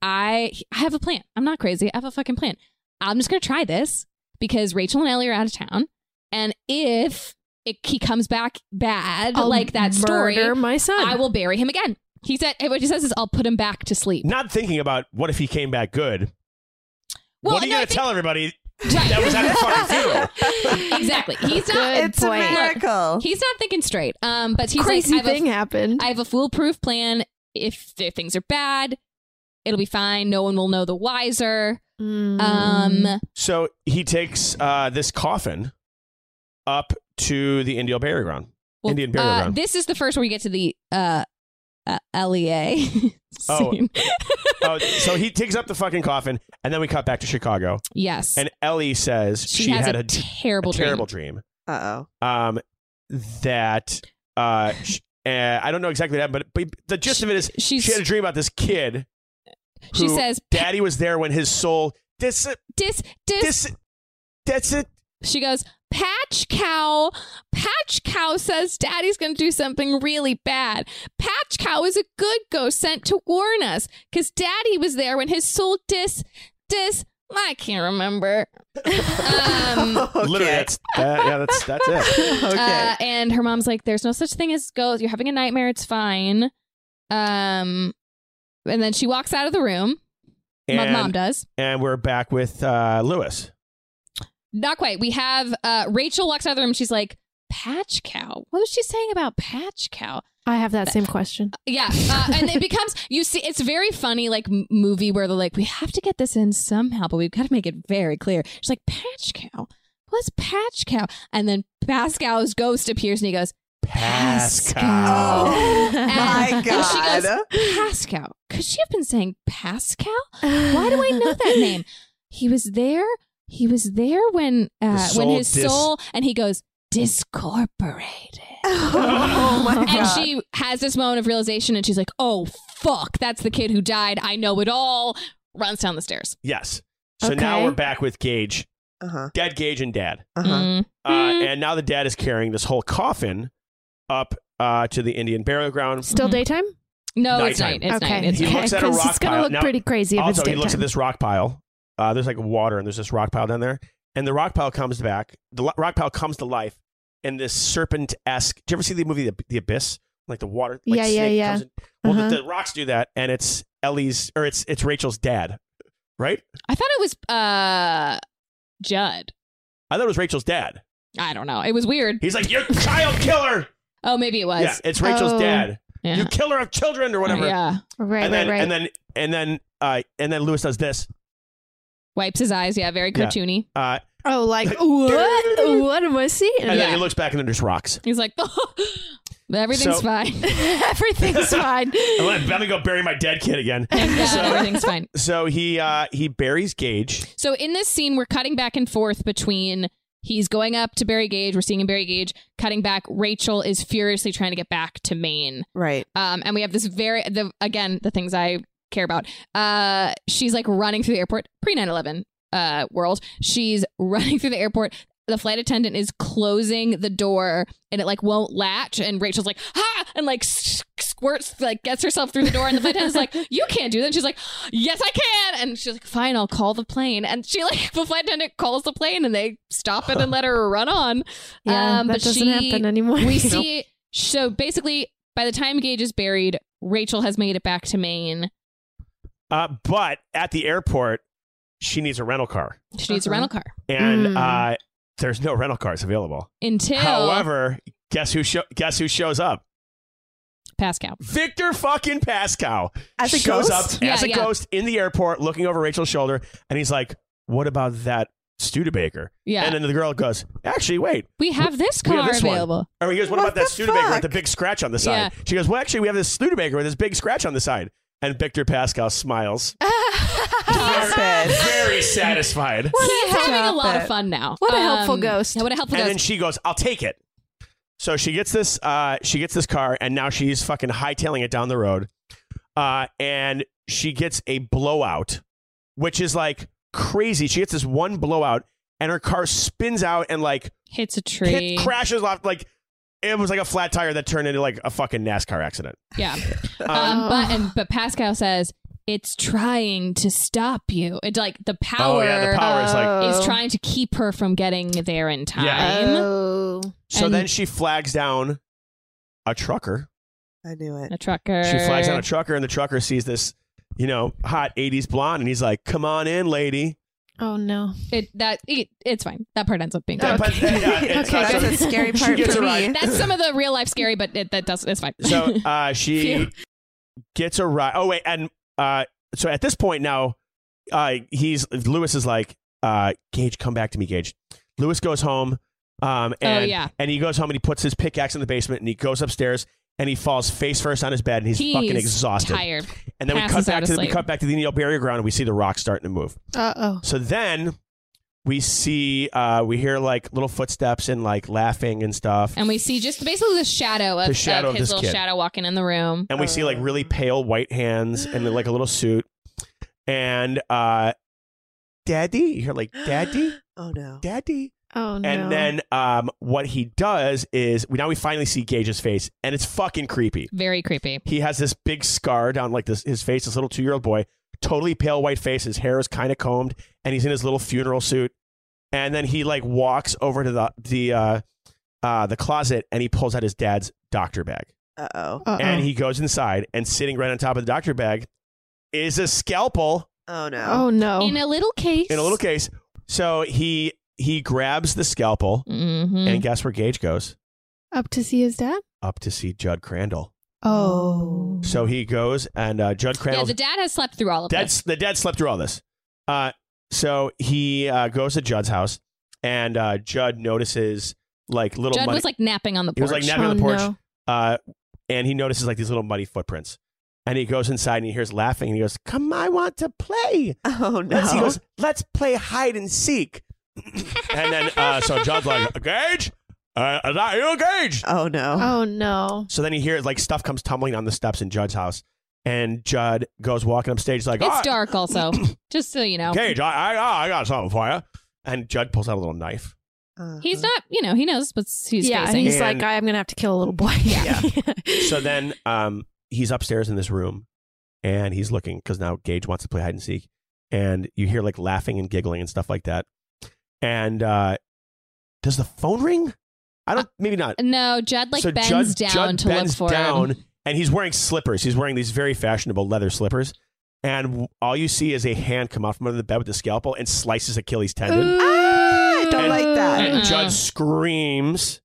Speaker 1: I I have a plan. I'm not crazy. I have a fucking plan. I'm just gonna try this because Rachel and Ellie are out of town, and if it, he comes back bad,
Speaker 3: I'll
Speaker 1: like that story,
Speaker 3: murder my son.
Speaker 1: I will bury him again." He said, "What he says is, I'll put him back to sleep."
Speaker 4: Not thinking about what if he came back good.
Speaker 1: Well,
Speaker 4: what are you
Speaker 1: no,
Speaker 4: gonna
Speaker 1: I think-
Speaker 4: tell everybody
Speaker 1: Right.
Speaker 4: that was at the fucking
Speaker 1: [laughs]
Speaker 4: funeral?
Speaker 1: exactly. He's not.
Speaker 2: [laughs]
Speaker 3: Good
Speaker 2: It's
Speaker 3: point.
Speaker 2: a miracle.
Speaker 1: He's not thinking straight. Um, but he's
Speaker 3: Crazy
Speaker 1: like, I have a-
Speaker 3: thing happened.
Speaker 1: I have a foolproof plan. If, if things are bad, it'll be fine. No one will know the wiser.
Speaker 3: Mm.
Speaker 1: Um,
Speaker 4: So he takes uh, this coffin up to the Indian burial ground.
Speaker 1: well,
Speaker 4: Indian burial
Speaker 1: uh,
Speaker 4: ground.
Speaker 1: This is the first where we get to the uh, uh [laughs] LEA
Speaker 4: Oh.
Speaker 1: scene.
Speaker 4: [laughs]
Speaker 1: [laughs]
Speaker 4: oh, so he takes up the fucking coffin, and then we cut back to Chicago.
Speaker 1: yes,
Speaker 4: And Ellie says she,
Speaker 1: she, has
Speaker 4: had
Speaker 1: a,
Speaker 4: a,
Speaker 1: terrible,
Speaker 4: a terrible dream.
Speaker 2: Uh oh.
Speaker 4: Um, that uh, sh- uh, I don't know exactly what happened, but, but the gist of it is
Speaker 1: dream. She's,
Speaker 4: she had a dream about this kid.
Speaker 1: she
Speaker 4: who-
Speaker 1: says,
Speaker 4: Daddy was there when his soul dis
Speaker 1: dis, dis,
Speaker 4: dis. That's it.
Speaker 1: She goes, Patch Cow. Patch Cow says daddy's going to do something really bad. Patch Cow is a good ghost sent to warn us because daddy was there when his soul dis, dis, I can't remember. um,
Speaker 2: [laughs] okay.
Speaker 4: Literally, that's that, yeah, that's that's it.
Speaker 2: okay.
Speaker 1: uh, and her mom's like, there's no such thing as ghosts. You're having a nightmare. It's fine. Um, and then she walks out of the room. My
Speaker 4: And,
Speaker 1: mom does.
Speaker 4: and we're back with uh, Lewis.
Speaker 1: Not quite. We have uh, Rachel walks out of the room. She's like, Patch Cow. What was she saying about Patch Cow? Uh,
Speaker 3: I have that same
Speaker 1: [laughs]
Speaker 3: question.
Speaker 1: Yeah, uh, and it [laughs] becomes you see it's very funny like m- movie where they're like we have to get this in somehow, but we've got to make it very clear. She's like Patch Cow, what's Patch Cow? And then Pascal's ghost appears and he goes
Speaker 4: Pascal.
Speaker 2: Oh my
Speaker 1: and-
Speaker 3: [laughs]
Speaker 1: and she
Speaker 2: god.
Speaker 1: goes, [laughs] Pascal. Could she have been saying Pascal? Why do I know
Speaker 3: [laughs]
Speaker 1: that name? He was there. He was there when uh,
Speaker 4: The
Speaker 1: when
Speaker 4: soul
Speaker 1: his
Speaker 4: dis-
Speaker 1: soul and he goes discorporated.
Speaker 2: oh my god.
Speaker 1: And she has this moment of realization and she's like, oh, fuck, that's the kid who died. I know it all. Runs down the stairs.
Speaker 4: Yes. So now
Speaker 3: Okay.
Speaker 4: we're back with Gage,
Speaker 2: uh huh.
Speaker 4: dead Gage and Dad,
Speaker 3: Uh-huh.
Speaker 2: Uh huh.
Speaker 1: Mm.
Speaker 4: uh,
Speaker 1: Mhm.
Speaker 4: and now the dad is carrying this whole coffin up uh, to the Indian burial ground.
Speaker 3: Still daytime?
Speaker 1: No, it's night.
Speaker 4: Nighttime.
Speaker 1: It's
Speaker 3: okay.
Speaker 1: night. It's
Speaker 4: He
Speaker 1: night.
Speaker 4: looks at a
Speaker 3: 'cause
Speaker 4: rock
Speaker 3: it's gonna
Speaker 4: pile.
Speaker 3: look
Speaker 4: Now-
Speaker 3: pretty crazy if it's
Speaker 4: also, he
Speaker 3: daytime.
Speaker 4: looks at this rock pile. Uh, there's like water, and there's this rock pile down there, and the rock pile comes back. The lo- rock pile comes to life, and this serpent esque. Do you ever see the movie The, the Abyss? Like the water. Like
Speaker 3: Yeah, yeah,
Speaker 4: snake
Speaker 3: yeah.
Speaker 4: comes in. Well,
Speaker 3: Uh-huh.
Speaker 4: the, the rocks do that, and it's Ellie's or it's it's Rachel's dad, right?
Speaker 1: I thought it was uh, Judd.
Speaker 4: I thought it was Rachel's dad.
Speaker 1: I don't know. It was weird.
Speaker 4: He's like, "You're a child killer."
Speaker 1: Oh, maybe [laughs] it was.
Speaker 4: Yeah, it's Rachel's
Speaker 3: Oh.
Speaker 4: dad.
Speaker 1: Yeah.
Speaker 4: You killer of children or whatever.
Speaker 1: Yeah.
Speaker 3: Right,
Speaker 4: and then
Speaker 3: right, right.
Speaker 4: and then and then uh and then Lewis does this.
Speaker 1: Wipes his eyes. Yeah. Very
Speaker 4: Yeah.
Speaker 1: cartoony.
Speaker 4: Uh
Speaker 3: oh,
Speaker 4: [laughs]
Speaker 3: like, what? what am I seeing?
Speaker 4: and then
Speaker 1: Yeah.
Speaker 4: he looks back and then there's rocks.
Speaker 1: He's like, [laughs] everything's
Speaker 4: So-
Speaker 1: fine. [laughs]
Speaker 4: [laughs]
Speaker 3: Everything's fine.
Speaker 4: I'm gonna, I'm gonna go bury my dead kid again.
Speaker 1: Thank God,
Speaker 4: So-
Speaker 1: everything's fine.
Speaker 4: So he uh he buries Gage.
Speaker 1: So in this scene, we're cutting back and forth between he's going up to Barry Gage, we're seeing him Barry Gage, cutting back. Rachel is furiously trying to get back to Maine.
Speaker 2: Right.
Speaker 1: Um, and we have this very the again the things I care about. Uh, she's like running through the airport pre 9-11. uh, world. She's [laughs] running through the airport. The flight attendant is closing the door and it like won't latch. And Rachel's like, ha! And like s- squirts, like gets herself through the door. And the flight attendant's like, you can't do that. And she's like, yes, I can. And she's like, fine, I'll call the plane. And she like, [laughs] the flight attendant calls the plane and they stop it and let her run on.
Speaker 3: Yeah, that
Speaker 1: Um, but
Speaker 3: doesn't
Speaker 1: she-
Speaker 3: happen anymore. [laughs]
Speaker 1: We see, so basically, by the time Gage is buried, Rachel has made it back to Maine.
Speaker 4: Uh, but at the airport, she needs a rental car,
Speaker 1: She needs a
Speaker 3: Uh-huh.
Speaker 1: rental car
Speaker 4: and
Speaker 1: Mm.
Speaker 4: uh, there's no rental cars available.
Speaker 1: until
Speaker 4: However, guess who show- guess who shows up?
Speaker 1: Pascal.
Speaker 4: Victor fucking Pascal
Speaker 2: As a
Speaker 4: shows
Speaker 2: ghost?
Speaker 4: up as
Speaker 1: Yeah,
Speaker 4: a
Speaker 1: yeah.
Speaker 4: ghost in the airport, looking over Rachel's shoulder, and he's like, "What about that Studebaker?"
Speaker 1: Yeah.
Speaker 4: and then the girl goes, "Actually, wait,
Speaker 1: We have this
Speaker 4: we
Speaker 1: car
Speaker 4: have this
Speaker 1: available.
Speaker 4: One. Or he goes, "What,
Speaker 2: What
Speaker 4: about that
Speaker 2: the
Speaker 4: Studebaker with
Speaker 2: fuck?
Speaker 4: the big scratch on the side?"
Speaker 1: Yeah.
Speaker 4: She goes, "Well, actually, we have this Studebaker with this big scratch on the side." And Victor
Speaker 1: [laughs]
Speaker 4: Pascal smiles,
Speaker 2: Stupid.
Speaker 4: very satisfied.
Speaker 1: He's having a lot
Speaker 2: it.
Speaker 1: of fun now. Um,
Speaker 3: What a helpful ghost.
Speaker 1: Yeah, [laughs] what a helpful
Speaker 4: and then
Speaker 1: ghost.
Speaker 4: she goes, "I'll take it." So she gets this. Uh, she gets this car, and now she's fucking hightailing it down the road. Uh, and she gets a blowout, which is like crazy. She gets this one blowout, and her car spins out and like
Speaker 1: Hits a tree.
Speaker 4: hit, crashes off. Like it was like a flat tire that turned into like a fucking NASCAR accident.
Speaker 1: yeah.
Speaker 4: Um,
Speaker 1: Um, but
Speaker 3: Oh.
Speaker 1: and but Pascal says it's trying to stop you. It's like the power, Uh,
Speaker 4: oh yeah, the power is like.
Speaker 1: is trying to keep her from getting there in time.
Speaker 4: Yeah.
Speaker 3: Oh.
Speaker 4: So
Speaker 1: and-
Speaker 4: then she flags down a trucker.
Speaker 2: I knew it.
Speaker 1: A trucker.
Speaker 4: She flags down a trucker, and the trucker sees this, you know, hot '80s blonde, and he's like, "Come on in,
Speaker 1: [laughs]
Speaker 4: lady."
Speaker 3: Oh no.
Speaker 1: It that it, it's fine. That part ends up being.
Speaker 4: Yeah,
Speaker 1: fine.
Speaker 4: but- yeah,
Speaker 1: [laughs]
Speaker 4: yeah, [laughs] it's
Speaker 2: Okay,
Speaker 4: not
Speaker 2: that's
Speaker 4: so-
Speaker 2: a scary
Speaker 4: She
Speaker 2: part
Speaker 4: gets
Speaker 2: for
Speaker 4: a ride.
Speaker 2: me.
Speaker 1: That's some of the real life scary, but it, that does it's fine. [laughs]
Speaker 4: So uh, she
Speaker 1: Phew.
Speaker 4: gets a ride. Oh wait, and uh, so at this point now, uh, he's Lewis is like, uh, Gage, come back to me, Gage. Lewis goes home, um, and
Speaker 1: Oh, yeah.
Speaker 4: and he goes home and he puts his pickaxe in the basement and he goes upstairs and he falls face first on his bed and he's, fucking exhausted.
Speaker 1: tired.
Speaker 4: And then we cut
Speaker 1: Passes out
Speaker 4: back to the, we
Speaker 1: asleep.
Speaker 4: cut back to the Neil barrier ground and we see the rock starting to move.
Speaker 3: Uh oh.
Speaker 4: So then we see uh, we hear like little footsteps and like laughing and stuff.
Speaker 1: And we see just basically the shadow of,
Speaker 4: The shadow
Speaker 1: of
Speaker 4: of
Speaker 1: his
Speaker 4: this
Speaker 1: little
Speaker 4: kid.
Speaker 1: shadow walking in the room.
Speaker 4: and we see like
Speaker 1: [laughs]
Speaker 4: really pale white hands and like a little suit and uh daddy you hear like daddy
Speaker 2: Oh no.
Speaker 4: daddy
Speaker 3: Oh no.
Speaker 4: and then um what he does is we now we finally see gage's face and it's fucking creepy
Speaker 1: Very creepy.
Speaker 4: he has this big scar down like this his face this little two-year-old boy totally pale white face his hair is kind of combed and he's in his little funeral suit and then he like walks over to the the uh uh the closet and he pulls out his dad's doctor bag
Speaker 2: Uh oh.
Speaker 1: Uh-huh.
Speaker 3: Uh-oh.
Speaker 4: and he goes inside and sitting right on top of the doctor bag is a scalpel
Speaker 2: Oh no.
Speaker 3: Oh no.
Speaker 1: In a little case.
Speaker 4: in a little case so he he grabs the scalpel
Speaker 1: Mm-hmm.
Speaker 4: and guess where gage goes
Speaker 3: Up to see his dad?
Speaker 4: up to see judd crandall
Speaker 3: Oh.
Speaker 4: so he goes and uh, judd
Speaker 1: Mm-hmm. yeah,
Speaker 4: crandall's
Speaker 1: the dad has slept through all of this.
Speaker 4: Dad's, the dad slept through all this. Uh, so he uh, goes to Judd's house, and uh, Judd notices like little
Speaker 1: Judd
Speaker 4: muddy,
Speaker 1: was like napping on the porch.
Speaker 4: He was, like, napping- Having
Speaker 3: oh,
Speaker 4: the porch.
Speaker 3: No.
Speaker 4: uh, and he notices like these little muddy footprints. And he goes inside and he hears laughing and he goes, "Come, I want to play."
Speaker 2: Oh
Speaker 4: Let's, He
Speaker 2: no.
Speaker 4: goes, "Let's play hide and
Speaker 1: [laughs]
Speaker 4: seek." and then uh, so Judd's like, "Gage, uh, is that you, Gage?"
Speaker 2: Oh no.
Speaker 3: Oh no.
Speaker 4: So then he hears like stuff comes tumbling down the steps in Judd's house, and Judd goes walking upstairs like,
Speaker 1: it's
Speaker 4: "Ah,
Speaker 1: dark
Speaker 4: [coughs]
Speaker 1: also, just so you know.
Speaker 4: Gage, I, I, I got something for you. And Judd pulls out a little knife.
Speaker 2: Uh-huh.
Speaker 1: He's not, you know, he knows what he's
Speaker 3: yeah,
Speaker 1: facing.
Speaker 3: he's
Speaker 4: And-
Speaker 3: like, I'm gonna have to kill a little boy. [laughs]
Speaker 4: Yeah. So then um, he's upstairs in this room and he's looking because now Gage wants to play hide and seek. And you hear like laughing and giggling and stuff like that. And uh, does the phone ring? I don't, maybe not.
Speaker 1: no, Judd like
Speaker 4: so
Speaker 1: bends
Speaker 4: Judd,
Speaker 1: down
Speaker 4: Judd
Speaker 1: to
Speaker 4: bends
Speaker 1: look for
Speaker 4: down,
Speaker 1: him.
Speaker 4: And he's wearing slippers. He's wearing these very fashionable leather slippers. And w- all you see is a hand come out from under the bed with a scalpel and slices Achilles tendon.
Speaker 2: Ah, I don't like that.
Speaker 1: Uh-uh.
Speaker 4: And Judd screams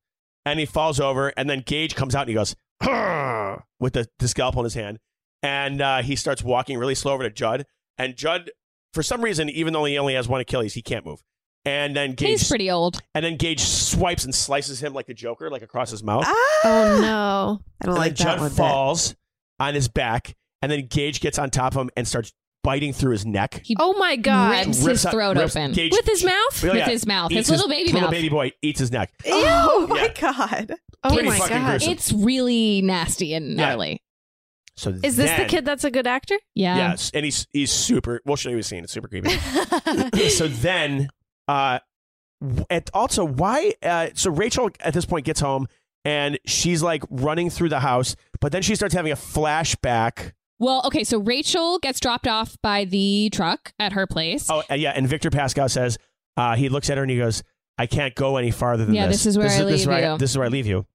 Speaker 4: and he falls over. And then Gage comes out and he goes, "Argh," with the, the scalpel in his hand. And uh, he starts walking really slow over to Judd. And Judd, for some reason, even though he only has one Achilles, he can't move. And then Gage,
Speaker 1: He's pretty old.
Speaker 4: and then Gage swipes and slices him like the Joker, like across his mouth.
Speaker 2: Ah,
Speaker 3: oh no.
Speaker 2: I don't
Speaker 4: and
Speaker 2: like
Speaker 4: then
Speaker 2: that
Speaker 4: Judd
Speaker 2: one. bit.
Speaker 4: falls on his back. And then Gage gets on top of him and starts biting through his neck.
Speaker 1: He
Speaker 3: Oh my god.
Speaker 1: rips his
Speaker 4: out-
Speaker 1: throat
Speaker 4: rips-
Speaker 1: open
Speaker 4: Gage
Speaker 3: With his mouth?
Speaker 4: Oh,
Speaker 1: with
Speaker 4: yeah.
Speaker 1: his mouth, his
Speaker 4: Eats
Speaker 1: little baby
Speaker 4: little
Speaker 1: mouth.
Speaker 4: baby boy eats his neck.
Speaker 2: Ew, oh
Speaker 4: Yeah.
Speaker 2: my god.
Speaker 3: Oh
Speaker 4: Pretty
Speaker 3: my
Speaker 4: fucking
Speaker 3: god.
Speaker 4: gruesome.
Speaker 1: It's really nasty and
Speaker 4: Yeah.
Speaker 1: gnarly.
Speaker 4: So
Speaker 3: Is this the
Speaker 4: then-
Speaker 3: kid that's a
Speaker 2: [laughs]
Speaker 3: good actor?
Speaker 4: Yes, and he's he's super. We'll show you a scene. It's
Speaker 1: [laughs]
Speaker 4: super creepy. so then, uh, w- and also why? Uh, so Rachel at this point gets home and she's like running through the house, but then she starts having a flashback.
Speaker 1: Well, okay, so Rachel gets dropped off by the truck at her place. Um,
Speaker 4: Oh, and yeah, and Victor Pascal says uh, he looks at her and he goes, "I can't go any farther than
Speaker 1: Yeah,
Speaker 4: this.
Speaker 1: this is where I
Speaker 4: this
Speaker 1: leave
Speaker 4: where I,
Speaker 1: you."
Speaker 4: this is where I leave you.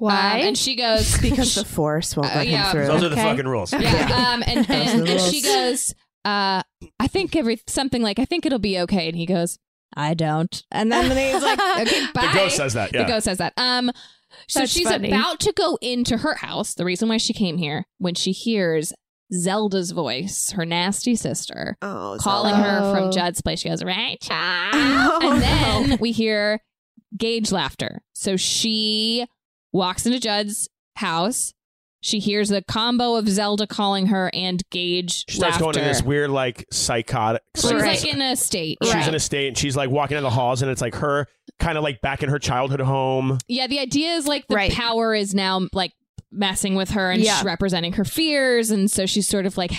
Speaker 3: Um,
Speaker 1: Why? and she [laughs] goes
Speaker 2: because the force won't let
Speaker 1: yeah.
Speaker 2: him through.
Speaker 4: Those are the fucking rules.
Speaker 1: Yeah. Um, and,
Speaker 2: Those are
Speaker 1: and,
Speaker 2: the
Speaker 1: and she
Speaker 2: rules.
Speaker 1: goes, uh, I think every something like, I think it'll be okay. And he goes, I don't. And then he's [laughs] like, okay, bye.
Speaker 4: The ghost says that. Yeah.
Speaker 1: The ghost says that. Um, so
Speaker 3: That's
Speaker 1: she's
Speaker 3: funny.
Speaker 1: about to go into her house. The reason why she came here when she hears Zelda's voice, her nasty sister,
Speaker 2: Oh,
Speaker 1: calling
Speaker 2: Zelda.
Speaker 1: her
Speaker 3: Oh.
Speaker 1: from Judd's place. She goes, Rachel.
Speaker 2: [laughs] Oh,
Speaker 1: and then we hear Gage laughter. So she walks into Judd's house. She hears the combo of Zelda calling her and Gage
Speaker 4: She starts
Speaker 1: laughter.
Speaker 4: going in this weird, like, psychotic.
Speaker 1: She's like in a state.
Speaker 4: She's
Speaker 1: right.
Speaker 4: in a state and she's like walking down the halls, and it's like her kind of like back in her childhood home.
Speaker 1: yeah, the idea is like the
Speaker 3: Right.
Speaker 1: power is now like messing with her and
Speaker 3: Yeah.
Speaker 1: she's representing her fears. And so she's sort of like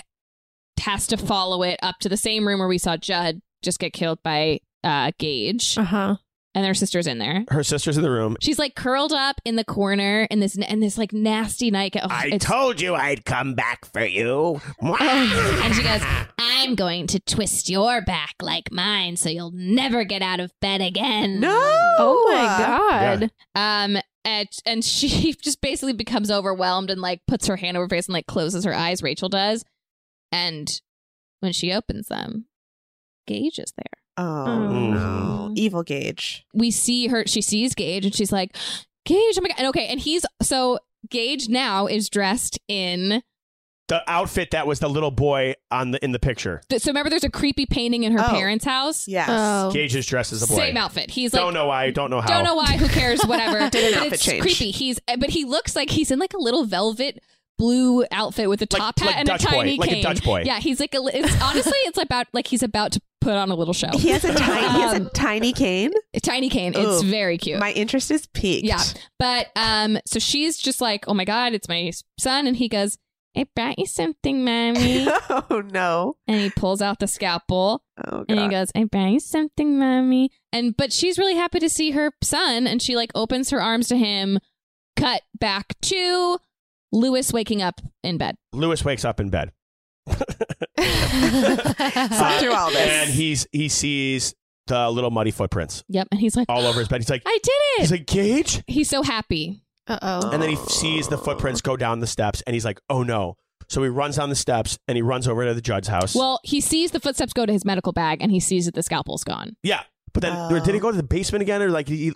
Speaker 1: has to follow it up to the same room where we saw Judd just get killed by uh, Gage.
Speaker 3: Uh huh.
Speaker 1: And their sister's in there.
Speaker 4: Her sister's in the room.
Speaker 1: She's like curled up in the corner in this in this like nasty nightgown. Oh, it's-
Speaker 4: told you I'd come back for you. Mm.
Speaker 1: and she goes, "I'm going to twist your back like mine, so you'll never get out of bed again."
Speaker 2: No.
Speaker 3: Oh my god.
Speaker 1: Um, and, and she [laughs] just basically becomes overwhelmed and like puts her hand over her face and like closes her eyes. Rachel does, and when she opens them, Gage is there.
Speaker 2: Oh no. Evil Gage.
Speaker 1: We see her. She sees Gage, and she's like, "Gage, oh my god!" And okay, and he's so Gage now is dressed in
Speaker 4: The outfit that was the little boy on the in the picture.
Speaker 1: Th- So remember, there's a creepy painting in her
Speaker 2: Oh.
Speaker 1: parents' house.
Speaker 2: Yes.
Speaker 3: Oh.
Speaker 4: Gage's dress is a boy.
Speaker 1: Same outfit. He's like,
Speaker 4: don't know why. Don't know how.
Speaker 1: don't know why. Who cares?
Speaker 4: [laughs]
Speaker 1: Whatever.
Speaker 2: Did an
Speaker 1: But
Speaker 2: outfit
Speaker 1: it's
Speaker 2: change.
Speaker 1: creepy. He's, uh, but he looks like he's in like a little velvet blue outfit with a
Speaker 4: Like-
Speaker 1: top hat
Speaker 4: like
Speaker 1: and
Speaker 4: Dutch
Speaker 1: a
Speaker 4: boy.
Speaker 1: tiny
Speaker 4: Like a
Speaker 1: cane.
Speaker 4: Dutch boy.
Speaker 1: Yeah, he's like a. li- It's honestly, it's about like he's about to put on a little show.
Speaker 2: He has a tiny he has a
Speaker 1: Um,
Speaker 2: tiny cane.
Speaker 1: A tiny cane. It's
Speaker 2: Ooh.
Speaker 1: very cute.
Speaker 2: My interest is peaked.
Speaker 1: Yeah. But um, so she's just like, oh my god, it's my son, and he goes, I brought you something,
Speaker 4: [laughs]
Speaker 1: mommy,
Speaker 2: [laughs] oh no.
Speaker 1: and he pulls out the scalpel.
Speaker 2: Oh
Speaker 1: And he
Speaker 2: god.
Speaker 1: goes, I brought you something, mommy. And but she's really happy to see her son, and she like opens her arms to him. Cut back to Lewis waking up in bed.
Speaker 4: Lewis wakes up in bed.
Speaker 3: Oh. [laughs]
Speaker 2: Slept through all this.
Speaker 4: And he's he sees the little muddy footprints
Speaker 1: Yep, and he's like,
Speaker 4: all over his bed. He's like,
Speaker 1: I did
Speaker 4: Oh. he's
Speaker 1: it.
Speaker 4: like Gage.
Speaker 1: He's so happy.
Speaker 3: Uh oh.
Speaker 4: And then he sees the footprints go down the steps, and he's like, "Oh no!" So he runs down the steps, and he runs over to the Judd's house.
Speaker 1: Well, he sees the footsteps go to his medical bag, and he sees that the scalpel's gone.
Speaker 4: yeah, but then or did he go to the basement again, or like he,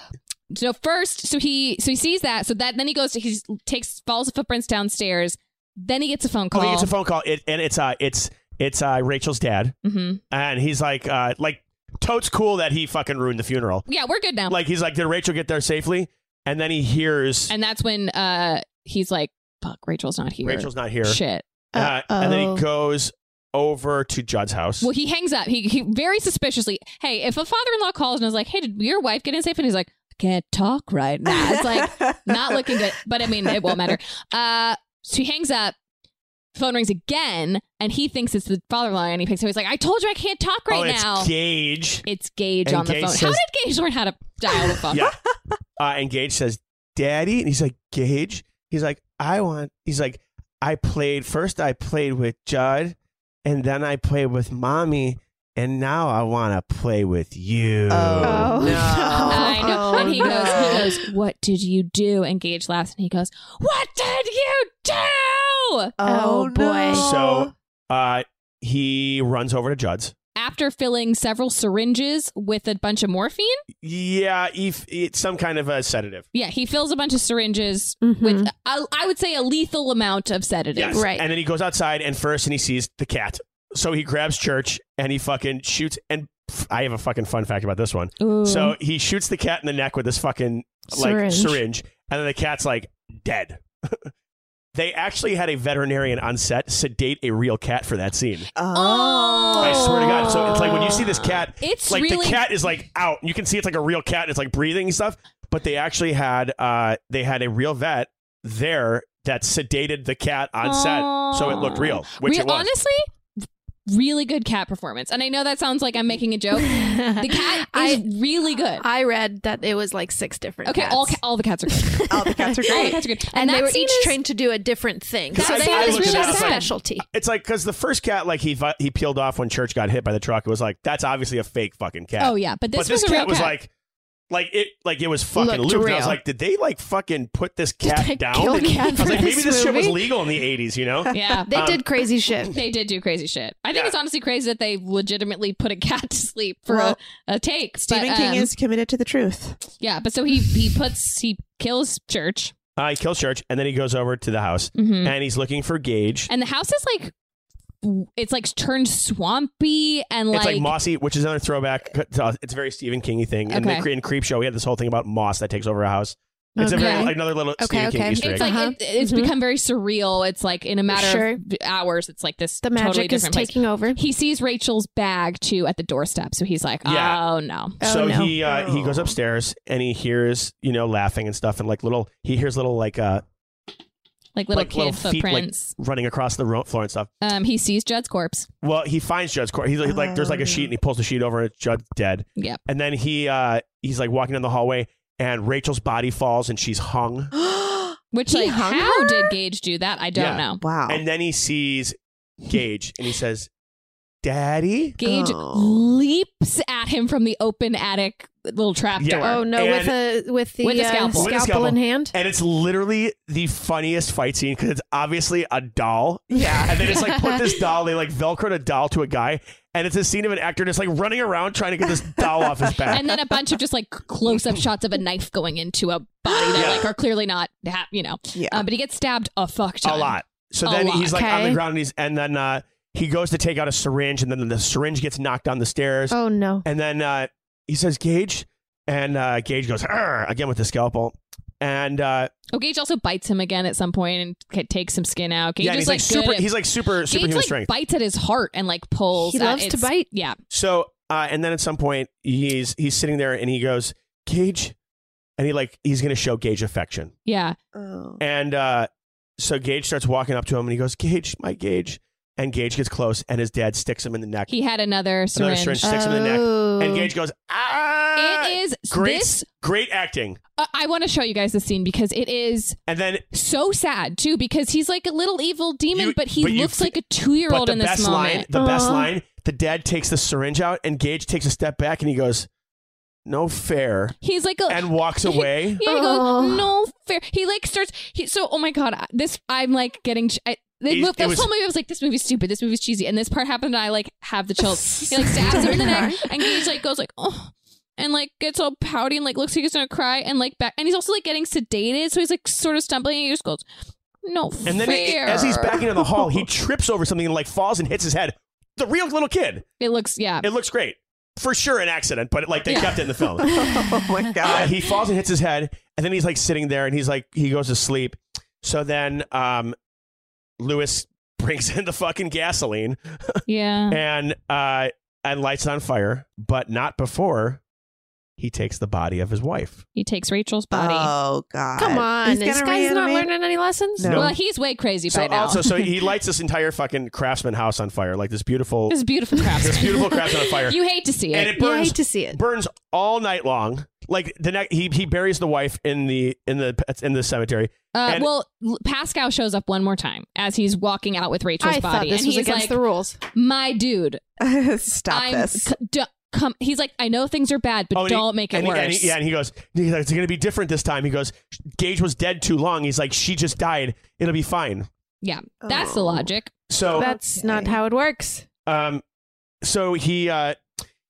Speaker 1: So first, so he so he sees that. So that then he goes to he takes follows the footprints downstairs. Then he gets a phone
Speaker 4: oh,
Speaker 1: call.
Speaker 4: he gets a phone call, it, and it's uh, it's it's uh, Rachel's dad,
Speaker 1: Mhm.
Speaker 4: and he's like, uh, like totes cool that he fucking ruined the funeral.
Speaker 1: Yeah, we're good now.
Speaker 4: Like he's like, did Rachel get there safely? And then he hears
Speaker 1: and that's when uh he's like, "Fuck, Rachel's not here.
Speaker 4: Rachel's not here,
Speaker 1: Shit.
Speaker 4: Uh, and then
Speaker 3: Uh-oh.
Speaker 4: he goes over to Judd's house.
Speaker 1: Well, he hangs up. He, he very suspiciously. Hey, if a father-in-law calls and is like, "Hey, did your wife get in safe?" and he's like, "I can't talk right now," it's
Speaker 2: [laughs]
Speaker 1: like not looking good. But I mean, it won't matter. Uh, so he hangs up. Phone rings again, and he thinks it's the father-in-law, and he picks up. He's like, "I told you I can't talk
Speaker 4: oh,
Speaker 1: right
Speaker 4: it's
Speaker 1: now."
Speaker 4: Gage.
Speaker 1: It's Gage
Speaker 4: And
Speaker 1: on the
Speaker 4: Gage
Speaker 1: phone. How
Speaker 4: says-
Speaker 1: did Gage learn how to dial the phone?
Speaker 4: Yeah. Uh, and Gage says, "Daddy," and he's like, "Gage." He's like, "I want." He's like, "I played first. I played with Judd, and then I played with mommy, and now I want to play with you."
Speaker 2: Oh,
Speaker 3: Oh,
Speaker 2: no.
Speaker 3: no.
Speaker 1: I know.
Speaker 2: [laughs] Oh,
Speaker 1: and he goes,
Speaker 2: no.
Speaker 1: he goes, "What did you do?" And Gage laughs, and he goes, "What did you do?"
Speaker 3: Oh, boy.
Speaker 4: So uh, he runs over to Judd's.
Speaker 1: After filling several syringes with a bunch of morphine.
Speaker 4: Yeah, if it's some kind of a sedative.
Speaker 1: Yeah, he fills a bunch of syringes
Speaker 3: Mm-hmm. [laughs]
Speaker 1: with, I, I would say, a lethal amount of sedative.
Speaker 4: Yes.
Speaker 3: Right.
Speaker 4: And then he goes outside and first and he sees the cat. So he grabs Church and he fucking shoots and pff, I have a fucking fun fact about this one.
Speaker 1: Ooh.
Speaker 4: So he shoots the cat in the neck with this fucking like
Speaker 3: Syringe.
Speaker 4: syringe and then the cat's like dead. [laughs] they actually had a veterinarian on set sedate a real cat for that scene.
Speaker 2: Uh-huh.
Speaker 1: Oh.
Speaker 4: I swear to God. So it's like when you see this cat,
Speaker 1: It's
Speaker 4: like
Speaker 1: really-
Speaker 4: the cat is like out. You can see it's like a real cat. It's like breathing and stuff. But they actually had uh they had a real vet there that sedated the cat on set so it looked real, which
Speaker 1: Real-
Speaker 4: it was.
Speaker 1: Honestly, really good cat performance. And I know that sounds like I'm making a joke. the cat
Speaker 3: [laughs]
Speaker 1: is really good.
Speaker 3: I read that it was like six different.
Speaker 1: Okay, all ca- all the cats are
Speaker 4: [laughs]
Speaker 1: good.
Speaker 2: All the cats are
Speaker 1: all the
Speaker 2: great.
Speaker 1: cats are good.
Speaker 3: and,
Speaker 1: that
Speaker 3: they were
Speaker 1: scene
Speaker 3: each
Speaker 1: is-
Speaker 3: trained to do a different thing.
Speaker 1: That
Speaker 3: So they
Speaker 1: scene
Speaker 3: had
Speaker 1: is
Speaker 3: a
Speaker 1: really
Speaker 3: special
Speaker 1: sad.
Speaker 3: specialty.
Speaker 4: It's like because the first cat, like he fu- he peeled off when Church got hit by the truck. It was like that's obviously a fake fucking cat.
Speaker 1: Oh yeah, but this,
Speaker 4: but
Speaker 1: was
Speaker 4: this
Speaker 1: a
Speaker 4: cat
Speaker 1: real
Speaker 4: was
Speaker 1: cat.
Speaker 4: like, like it, like it was fucking
Speaker 3: Looked
Speaker 4: looped. And I was
Speaker 3: real.
Speaker 4: like, did they like fucking put this
Speaker 3: they
Speaker 4: cat down?
Speaker 3: kill
Speaker 4: And-
Speaker 3: a cat
Speaker 4: [laughs] I was
Speaker 3: for
Speaker 4: like, maybe
Speaker 3: this
Speaker 4: this shit was
Speaker 3: movie?
Speaker 4: legal in the '80s,
Speaker 1: [laughs]
Speaker 4: you know?
Speaker 1: yeah.
Speaker 3: They
Speaker 4: Um,
Speaker 3: did crazy shit.
Speaker 1: [laughs] They did do crazy shit. I think
Speaker 4: Yeah.
Speaker 1: it's honestly crazy that they legitimately put a cat to sleep for
Speaker 2: Well,
Speaker 1: a, a take.
Speaker 2: Stephen
Speaker 1: but,
Speaker 2: King
Speaker 1: um,
Speaker 2: is committed to the truth.
Speaker 1: yeah, but so he he puts he kills Church,
Speaker 4: Uh, he kills Church, and then he goes over to the house,
Speaker 3: Mm-hmm.
Speaker 1: Mhm.
Speaker 4: and he's looking for Gage.
Speaker 1: and the house is like it's like turned swampy and
Speaker 4: it's like mossy, which is another throwback. To us. It's a very Stephen Kingy thing. And
Speaker 1: Okay.
Speaker 4: the in Creep Show, we had this whole thing about moss that takes over a house. It's a very
Speaker 1: Okay.
Speaker 4: like, another little
Speaker 3: Okay,
Speaker 4: Stephen King
Speaker 3: okay.
Speaker 4: Easter egg.
Speaker 1: It's like
Speaker 3: Uh-huh.
Speaker 1: it, it's
Speaker 3: Mhm.
Speaker 1: become very surreal. It's like in a matter
Speaker 3: Sure.
Speaker 1: of hours, it's like this
Speaker 3: The magic
Speaker 1: totally
Speaker 3: is
Speaker 1: different place.
Speaker 2: [gasps]
Speaker 3: taking over.
Speaker 1: He sees Rachel's bag too at the doorstep, so he's like, "Oh
Speaker 4: Yeah.
Speaker 1: no!"
Speaker 4: so
Speaker 3: Oh, no.
Speaker 4: he uh, he goes upstairs and he hears you know laughing and stuff and like little he hears little like uh
Speaker 1: Like little
Speaker 4: like
Speaker 1: kid
Speaker 4: little feet like
Speaker 1: footprints.
Speaker 4: running across the ro- floor and stuff.
Speaker 1: um, he sees Judd's corpse.
Speaker 4: Well, he finds Judd's corpse. He's like, like there's like a sheet and he pulls the sheet over and it's Judd dead.
Speaker 1: Yep.
Speaker 4: And then he uh he's like walking down the hallway and Rachel's body falls and she's hung.
Speaker 3: Oh,
Speaker 1: Which
Speaker 2: He
Speaker 1: like
Speaker 2: hung
Speaker 1: how
Speaker 2: her?
Speaker 1: did Gage do that? I don't
Speaker 4: Yeah.
Speaker 1: know.
Speaker 2: Wow.
Speaker 4: And then he sees Gage and he says, "Daddy."
Speaker 1: Gage
Speaker 2: Oh.
Speaker 1: leaps at him from the open attic little trap
Speaker 4: Yeah.
Speaker 1: door.
Speaker 3: Oh no! With a with the
Speaker 1: With a
Speaker 3: uh,
Speaker 1: scalpel.
Speaker 4: With a
Speaker 3: scalpel in
Speaker 4: scalpel.
Speaker 3: hand.
Speaker 4: And it's literally the funniest fight scene because it's obviously a doll. Yeah. And they just like put this doll, they like velcroed a doll to a guy. And it's a scene of an actor just like running around trying to get this doll off his back.
Speaker 1: And then a bunch of just like close up shots of a knife going into a body that
Speaker 4: Yeah.
Speaker 1: like are clearly not, ha- you know.
Speaker 2: Yeah.
Speaker 1: Uh, but he gets stabbed a fuck ton.
Speaker 4: a lot. So
Speaker 1: A
Speaker 4: then
Speaker 1: lot.
Speaker 4: he's like on the
Speaker 3: Okay.
Speaker 4: ground and he's and then uh he goes to take out a syringe and then the syringe gets knocked down the stairs.
Speaker 3: Oh no!
Speaker 4: And then uh he says, Gage. And uh Gage goes, "Arr," again with the scalpel. And uh
Speaker 1: Oh, Gage also bites him again at some point and ca- takes some skin out. Gage
Speaker 4: yeah, and
Speaker 1: is
Speaker 4: he's
Speaker 1: like,
Speaker 4: like,
Speaker 1: good
Speaker 4: super
Speaker 1: at-
Speaker 4: he's like super
Speaker 1: Gage
Speaker 4: superhuman
Speaker 1: like
Speaker 4: strength.
Speaker 1: bites at his heart and like pulls.
Speaker 3: He
Speaker 1: at
Speaker 3: loves to
Speaker 1: its-
Speaker 3: bite.
Speaker 1: Yeah,
Speaker 4: So, uh, and then at some point, he's he's sitting there and he goes, Gage, and he like he's gonna show Gage affection,
Speaker 1: yeah.
Speaker 2: Oh.
Speaker 4: and uh, so Gage starts walking up to him and he goes, Gage, my Gage, and Gage gets close and his dad sticks him in the neck.
Speaker 1: He had another
Speaker 4: Another
Speaker 1: syringe.
Speaker 4: syringe sticks him in the neck,
Speaker 3: Oh.
Speaker 4: and Gage goes, Ah!
Speaker 1: It is
Speaker 4: great,
Speaker 1: this.
Speaker 4: great acting.
Speaker 1: uh, I want to show you guys this scene because it is
Speaker 4: And then,
Speaker 1: so sad too. Because he's like a little evil demon,
Speaker 4: You-
Speaker 1: but he
Speaker 4: but you
Speaker 1: looks
Speaker 4: fe-
Speaker 1: like a two year
Speaker 4: but
Speaker 1: old
Speaker 4: the
Speaker 1: in this
Speaker 4: best
Speaker 1: moment.
Speaker 4: line, the best
Speaker 3: Aw.
Speaker 4: line, the dad takes the syringe out and Gage takes a step back and he goes, No fair,
Speaker 1: He's like a
Speaker 4: and
Speaker 1: [laughs]
Speaker 4: walks
Speaker 1: He-
Speaker 4: away.
Speaker 1: Yeah, he goes
Speaker 3: Oh.
Speaker 1: no fair. He like starts. He, so oh my god, I- this I'm like getting. ch- I, the
Speaker 4: It-
Speaker 1: mov-
Speaker 4: it
Speaker 1: this
Speaker 4: was-
Speaker 1: whole movie I was like, this movie's stupid. This movie's cheesy. And this part happened, and I like have the chills. He like stabs him in the neck, and Gage like goes like oh, and like gets all pouty and like looks like he's gonna cry, and like back, and he's also like getting sedated, so he's like sort of stumbling, and he just goes no
Speaker 4: And then he-
Speaker 1: fair.
Speaker 4: as he's backing down the hall,
Speaker 1: [laughs]
Speaker 4: he trips over something and like falls and hits his head. The real little kid.
Speaker 1: it looks
Speaker 4: [laughs]
Speaker 1: yeah.
Speaker 4: It looks great. For sure an accident, but like they
Speaker 1: Yeah.
Speaker 4: kept it in
Speaker 1: [laughs]
Speaker 4: the
Speaker 2: [laughs]
Speaker 4: film.
Speaker 2: oh my
Speaker 4: Uh,
Speaker 2: god.
Speaker 4: he falls and hits his head, and then he's like sitting there and he's like he goes to sleep. So then um Lewis [laughs] brings in the fucking gasoline
Speaker 1: yeah.
Speaker 4: and uh and lights it on fire, but not before he takes the body of his wife.
Speaker 1: He takes Rachel's body.
Speaker 2: Oh god.
Speaker 3: Come on!
Speaker 2: He's
Speaker 3: this
Speaker 2: gonna
Speaker 3: guy's not
Speaker 2: reanimate-
Speaker 3: learning any lessons.
Speaker 2: No.
Speaker 1: Well, he's way crazy
Speaker 4: So
Speaker 1: by now.
Speaker 4: also so he lights this entire fucking craftsman house on fire, like this
Speaker 1: [laughs]
Speaker 4: beautiful
Speaker 1: this beautiful craftsman. [laughs]
Speaker 4: this beautiful craftsman on fire.
Speaker 1: You hate to see
Speaker 4: and
Speaker 1: it.
Speaker 4: it
Speaker 3: You
Speaker 4: burns
Speaker 3: hate to see it.
Speaker 4: burns all night long. Like the next, he he buries the wife in the in the in the cemetery.
Speaker 1: Uh,
Speaker 4: And-
Speaker 1: well, L- Pascal shows up one more time as he's walking out with Rachel's
Speaker 3: I thought
Speaker 1: body,
Speaker 3: this
Speaker 1: and
Speaker 3: was
Speaker 1: he's
Speaker 3: against
Speaker 1: like,
Speaker 3: the rules.
Speaker 1: "My dude,
Speaker 2: [laughs] Stop
Speaker 1: I'm
Speaker 2: this.
Speaker 1: c- d- come." He's like, "I know things are bad, but
Speaker 4: Oh, and he-
Speaker 1: don't make it
Speaker 4: and he-
Speaker 1: worse."
Speaker 4: and he- yeah, and he goes, he's like, it's going to be different this time. He goes, Gage was dead too long. He's like, she just died. It'll be fine.
Speaker 1: Yeah, that's the
Speaker 2: Oh.
Speaker 1: logic.
Speaker 4: So
Speaker 3: That's not how it works.
Speaker 4: um, so he uh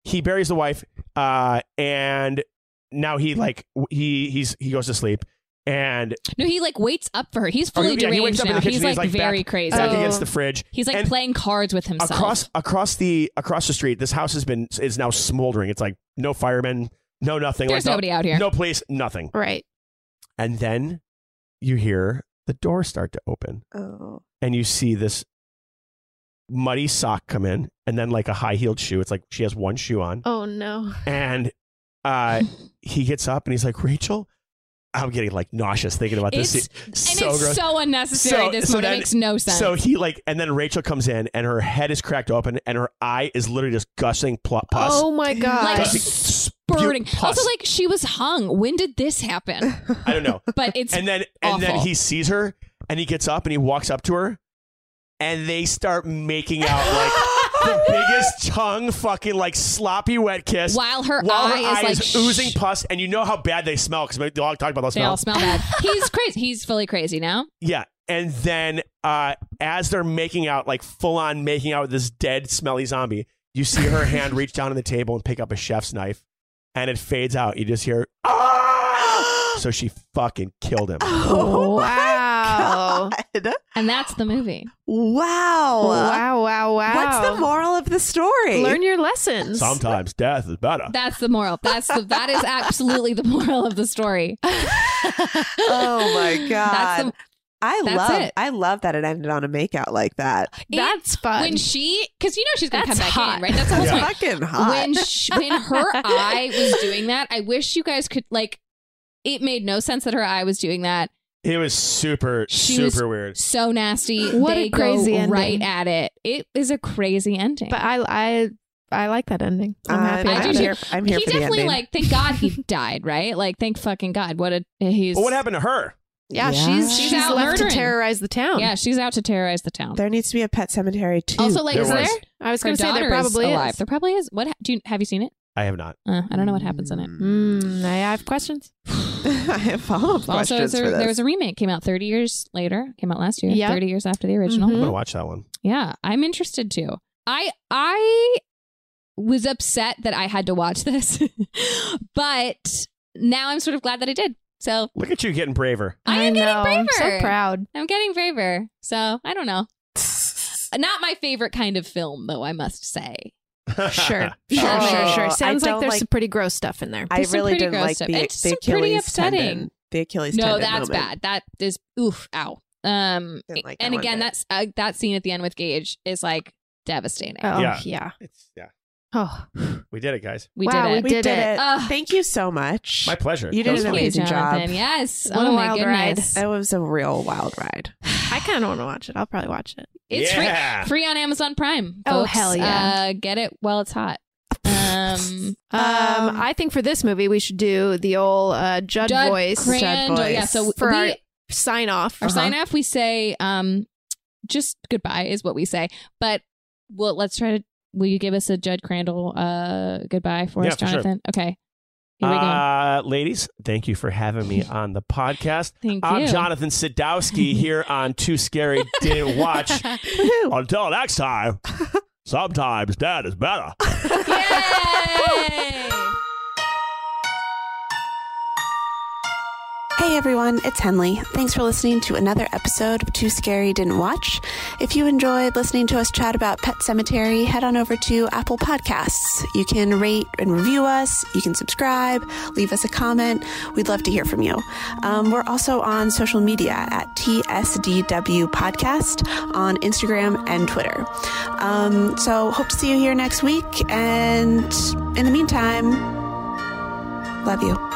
Speaker 4: he buries the wife uh and now he like w- he he's he goes to sleep and
Speaker 1: No, he like waits up for her. He's
Speaker 4: Oh,
Speaker 1: fully
Speaker 4: yeah, he wakes
Speaker 1: deranged
Speaker 4: up in
Speaker 1: now.
Speaker 4: the kitchen,
Speaker 1: He's
Speaker 4: he's
Speaker 1: like,
Speaker 4: like back-
Speaker 1: very crazy.
Speaker 4: back
Speaker 3: Oh.
Speaker 4: against the fridge.
Speaker 1: He's like
Speaker 4: And-
Speaker 1: playing cards with himself.
Speaker 4: across across the across the street this house has been is now smoldering it's like no firemen no nothing
Speaker 1: There's
Speaker 4: like, no-
Speaker 1: nobody out here.
Speaker 4: no police nothing
Speaker 3: Right.
Speaker 4: and then you hear the door start to open
Speaker 2: Oh.
Speaker 4: and you see this muddy sock come in and then like a high-heeled shoe it's like she has one shoe on
Speaker 3: Oh no.
Speaker 1: [laughs]
Speaker 4: and uh he gets up and he's like rachel I'm getting like nauseous thinking about this.
Speaker 1: It's-
Speaker 4: scene.
Speaker 1: and
Speaker 4: so
Speaker 1: it's
Speaker 4: gross.
Speaker 1: so unnecessary, this movie. It makes no sense.
Speaker 4: So he like, and then Rachel comes in, and her head is cracked open, and her eye is literally just gushing pl- pus.
Speaker 3: Oh my god!
Speaker 1: Like
Speaker 4: Gushing spew-
Speaker 1: burning.
Speaker 4: pus.
Speaker 1: Also, like she was hung. When did this happen? [laughs]
Speaker 4: I don't know.
Speaker 1: But it's
Speaker 4: [laughs] and then and then
Speaker 1: awful.
Speaker 4: he sees her, and he gets up, and he walks up to her, and they start making
Speaker 1: [laughs]
Speaker 4: out like. The biggest tongue fucking like sloppy wet kiss
Speaker 1: While her eye is, like, sh-
Speaker 4: oozing pus, and you know how bad they smell because we all talked about those
Speaker 1: they all smell bad. He's crazy. He's fully crazy now.
Speaker 4: Yeah. And then uh, as they're making out, like full on making out with this dead, smelly zombie, you
Speaker 1: [laughs]
Speaker 4: see her hand reach down to the table and pick up a chef's knife and it fades out. You
Speaker 1: [gasps]
Speaker 4: just hear, "Ah!" so she fucking killed him.
Speaker 3: Oh, wow!
Speaker 2: God.
Speaker 1: And that's the movie.
Speaker 2: Wow.
Speaker 3: Wow! Wow! Wow!
Speaker 2: What's the moral of the story?
Speaker 3: Learn your lessons.
Speaker 4: Sometimes death is better.
Speaker 1: That's the moral. That's the that is absolutely the moral of the story. [laughs]
Speaker 2: oh my
Speaker 1: That's
Speaker 2: god.
Speaker 1: the-
Speaker 2: I
Speaker 1: that's
Speaker 2: love
Speaker 1: it.
Speaker 2: I love that it ended on a makeout like that.
Speaker 3: That's fun.
Speaker 1: When she, because you know she's gonna
Speaker 12: That's
Speaker 1: come back
Speaker 12: hot.
Speaker 1: in, right? That's the whole
Speaker 2: It's
Speaker 4: Yeah.
Speaker 1: point.
Speaker 2: fucking hot.
Speaker 1: When sh when her eye was doing that, I wish you guys could like. It made no sense that her eye was doing that.
Speaker 4: It was super,
Speaker 1: She was-
Speaker 4: super weird.
Speaker 1: So nasty.
Speaker 3: What a
Speaker 1: they
Speaker 3: crazy
Speaker 1: go
Speaker 3: ending.
Speaker 1: right at it. It is a crazy ending.
Speaker 3: but I I I like that ending. I'm happy.
Speaker 1: I
Speaker 3: about
Speaker 1: do
Speaker 3: it.
Speaker 1: too.
Speaker 2: here, I'm here
Speaker 1: he
Speaker 2: for the
Speaker 1: definitely
Speaker 2: ending.
Speaker 1: like thank God
Speaker 3: [laughs]
Speaker 1: he died, right? Like thank fucking God. What a he's
Speaker 4: But what happened to her?
Speaker 3: Yeah,
Speaker 2: Yeah.
Speaker 3: she's
Speaker 1: She's
Speaker 3: she's,
Speaker 1: out
Speaker 3: left
Speaker 1: murdering.
Speaker 3: to terrorize the town.
Speaker 1: Yeah, she's out to terrorize the town.
Speaker 2: there needs to be a pet cemetery too.
Speaker 1: Also, like
Speaker 4: There
Speaker 1: is
Speaker 4: was.
Speaker 1: there?
Speaker 3: I was
Speaker 1: Her
Speaker 3: going to say
Speaker 1: daughter
Speaker 3: there probably
Speaker 1: is
Speaker 3: is.
Speaker 1: alive. There probably is. What ha- do you have you seen it?
Speaker 4: I have not.
Speaker 1: Uh, I don't know what happens in it.
Speaker 3: Mm, I I have questions.
Speaker 2: [laughs] I have follow up
Speaker 1: Also,
Speaker 2: questions
Speaker 1: is there,
Speaker 2: for this.
Speaker 1: there was a remake came out 30 years later. Came out last year.
Speaker 3: Yeah.
Speaker 1: 30 years after the original.
Speaker 4: I'm
Speaker 3: Mhm.
Speaker 4: going to watch that one.
Speaker 1: Yeah, I'm interested too. I I was upset that I had to watch [laughs] this, but now I'm sort of glad that I did. So
Speaker 4: Look at you
Speaker 1: [laughs]
Speaker 4: getting braver.
Speaker 1: I am getting
Speaker 3: know. I'm
Speaker 1: braver.
Speaker 2: [laughs]
Speaker 3: so proud.
Speaker 1: I'm getting braver. So I don't know. Not my favorite kind of film, though. I must say.
Speaker 2: Sure,
Speaker 3: Sure, sure,
Speaker 2: sure,
Speaker 3: sure,
Speaker 2: sure. Oh, I
Speaker 3: sure. Sounds like
Speaker 2: don't
Speaker 3: there's
Speaker 2: like-
Speaker 3: some pretty gross stuff in there.
Speaker 2: I
Speaker 1: There's some
Speaker 2: really
Speaker 1: pretty
Speaker 2: didn't
Speaker 1: gross
Speaker 2: like
Speaker 1: stuff.
Speaker 2: the,
Speaker 1: It's
Speaker 2: the
Speaker 1: some pretty
Speaker 2: Achilles
Speaker 1: upsetting.
Speaker 2: tendon. The Achilles
Speaker 1: no,
Speaker 2: tendon.
Speaker 1: that's
Speaker 2: moment.
Speaker 1: bad. That is oof, ow. Um,
Speaker 2: Didn't like that
Speaker 1: and
Speaker 2: one
Speaker 1: again,
Speaker 2: bit.
Speaker 1: that's uh, that scene at the end with Gage is like devastating.
Speaker 3: Oh
Speaker 4: Yeah.
Speaker 3: yeah.
Speaker 4: It's, [laughs] yeah.
Speaker 3: Oh,
Speaker 4: We did it, guys.
Speaker 1: we
Speaker 3: wow,
Speaker 1: did it.
Speaker 3: we
Speaker 2: We
Speaker 3: did
Speaker 2: did,
Speaker 3: it.
Speaker 2: it.
Speaker 1: Ugh.
Speaker 2: Thank you so much.
Speaker 4: My pleasure.
Speaker 2: You did
Speaker 4: That
Speaker 2: an
Speaker 4: was
Speaker 1: Thank you,
Speaker 2: amazing job.
Speaker 1: Jonathan. Yes.
Speaker 3: What
Speaker 1: oh
Speaker 3: a
Speaker 1: my
Speaker 3: wild
Speaker 1: goodness.
Speaker 2: It was a real wild ride.
Speaker 1: [laughs]
Speaker 3: I kind of want to watch it. I'll probably watch it.
Speaker 1: It's
Speaker 4: Yeah.
Speaker 1: free, free on Amazon Prime.
Speaker 3: Oh,
Speaker 1: folks.
Speaker 3: hell yeah.
Speaker 1: Uh, get it while it's
Speaker 3: [laughs]
Speaker 1: hot. Um,
Speaker 3: Um,
Speaker 2: Um,
Speaker 3: I think for this movie we should do the old uh, Judd,
Speaker 1: Judd
Speaker 3: voice
Speaker 1: Crandall.
Speaker 2: voice.
Speaker 1: Yeah. So
Speaker 3: for
Speaker 1: we,
Speaker 3: our sign off.
Speaker 4: Uh-huh.
Speaker 1: our sign off, we say um, just goodbye is what we say. But well, let's try to. Will you give us a Judd Crandall uh, goodbye for
Speaker 4: Yeah,
Speaker 1: us,
Speaker 4: for sure.
Speaker 1: Jonathan? Okay. Here we go.
Speaker 4: Uh, ladies, thank you for having me on the podcast.
Speaker 1: Thank
Speaker 4: I'm
Speaker 1: you. [laughs]
Speaker 4: Jonathan Sadowski here on Too Scary Didn't Watch.
Speaker 2: Woohoo.
Speaker 4: Until
Speaker 1: [laughs]
Speaker 4: next time, sometimes dad is better.
Speaker 3: [laughs]
Speaker 1: Yay!
Speaker 13: Hey everyone, it's Henley. Thanks for listening to another episode of Too Scary Didn't Watch. If you enjoyed listening to us chat about Pet Cemetery, head on over to Apple Podcasts. You can rate and review us, you can subscribe, leave us a comment. We'd love to hear from you. Um, we're also on social media at TSDW Podcast on Instagram and Twitter. Um, so hope to see you here next week, and in the meantime, love you.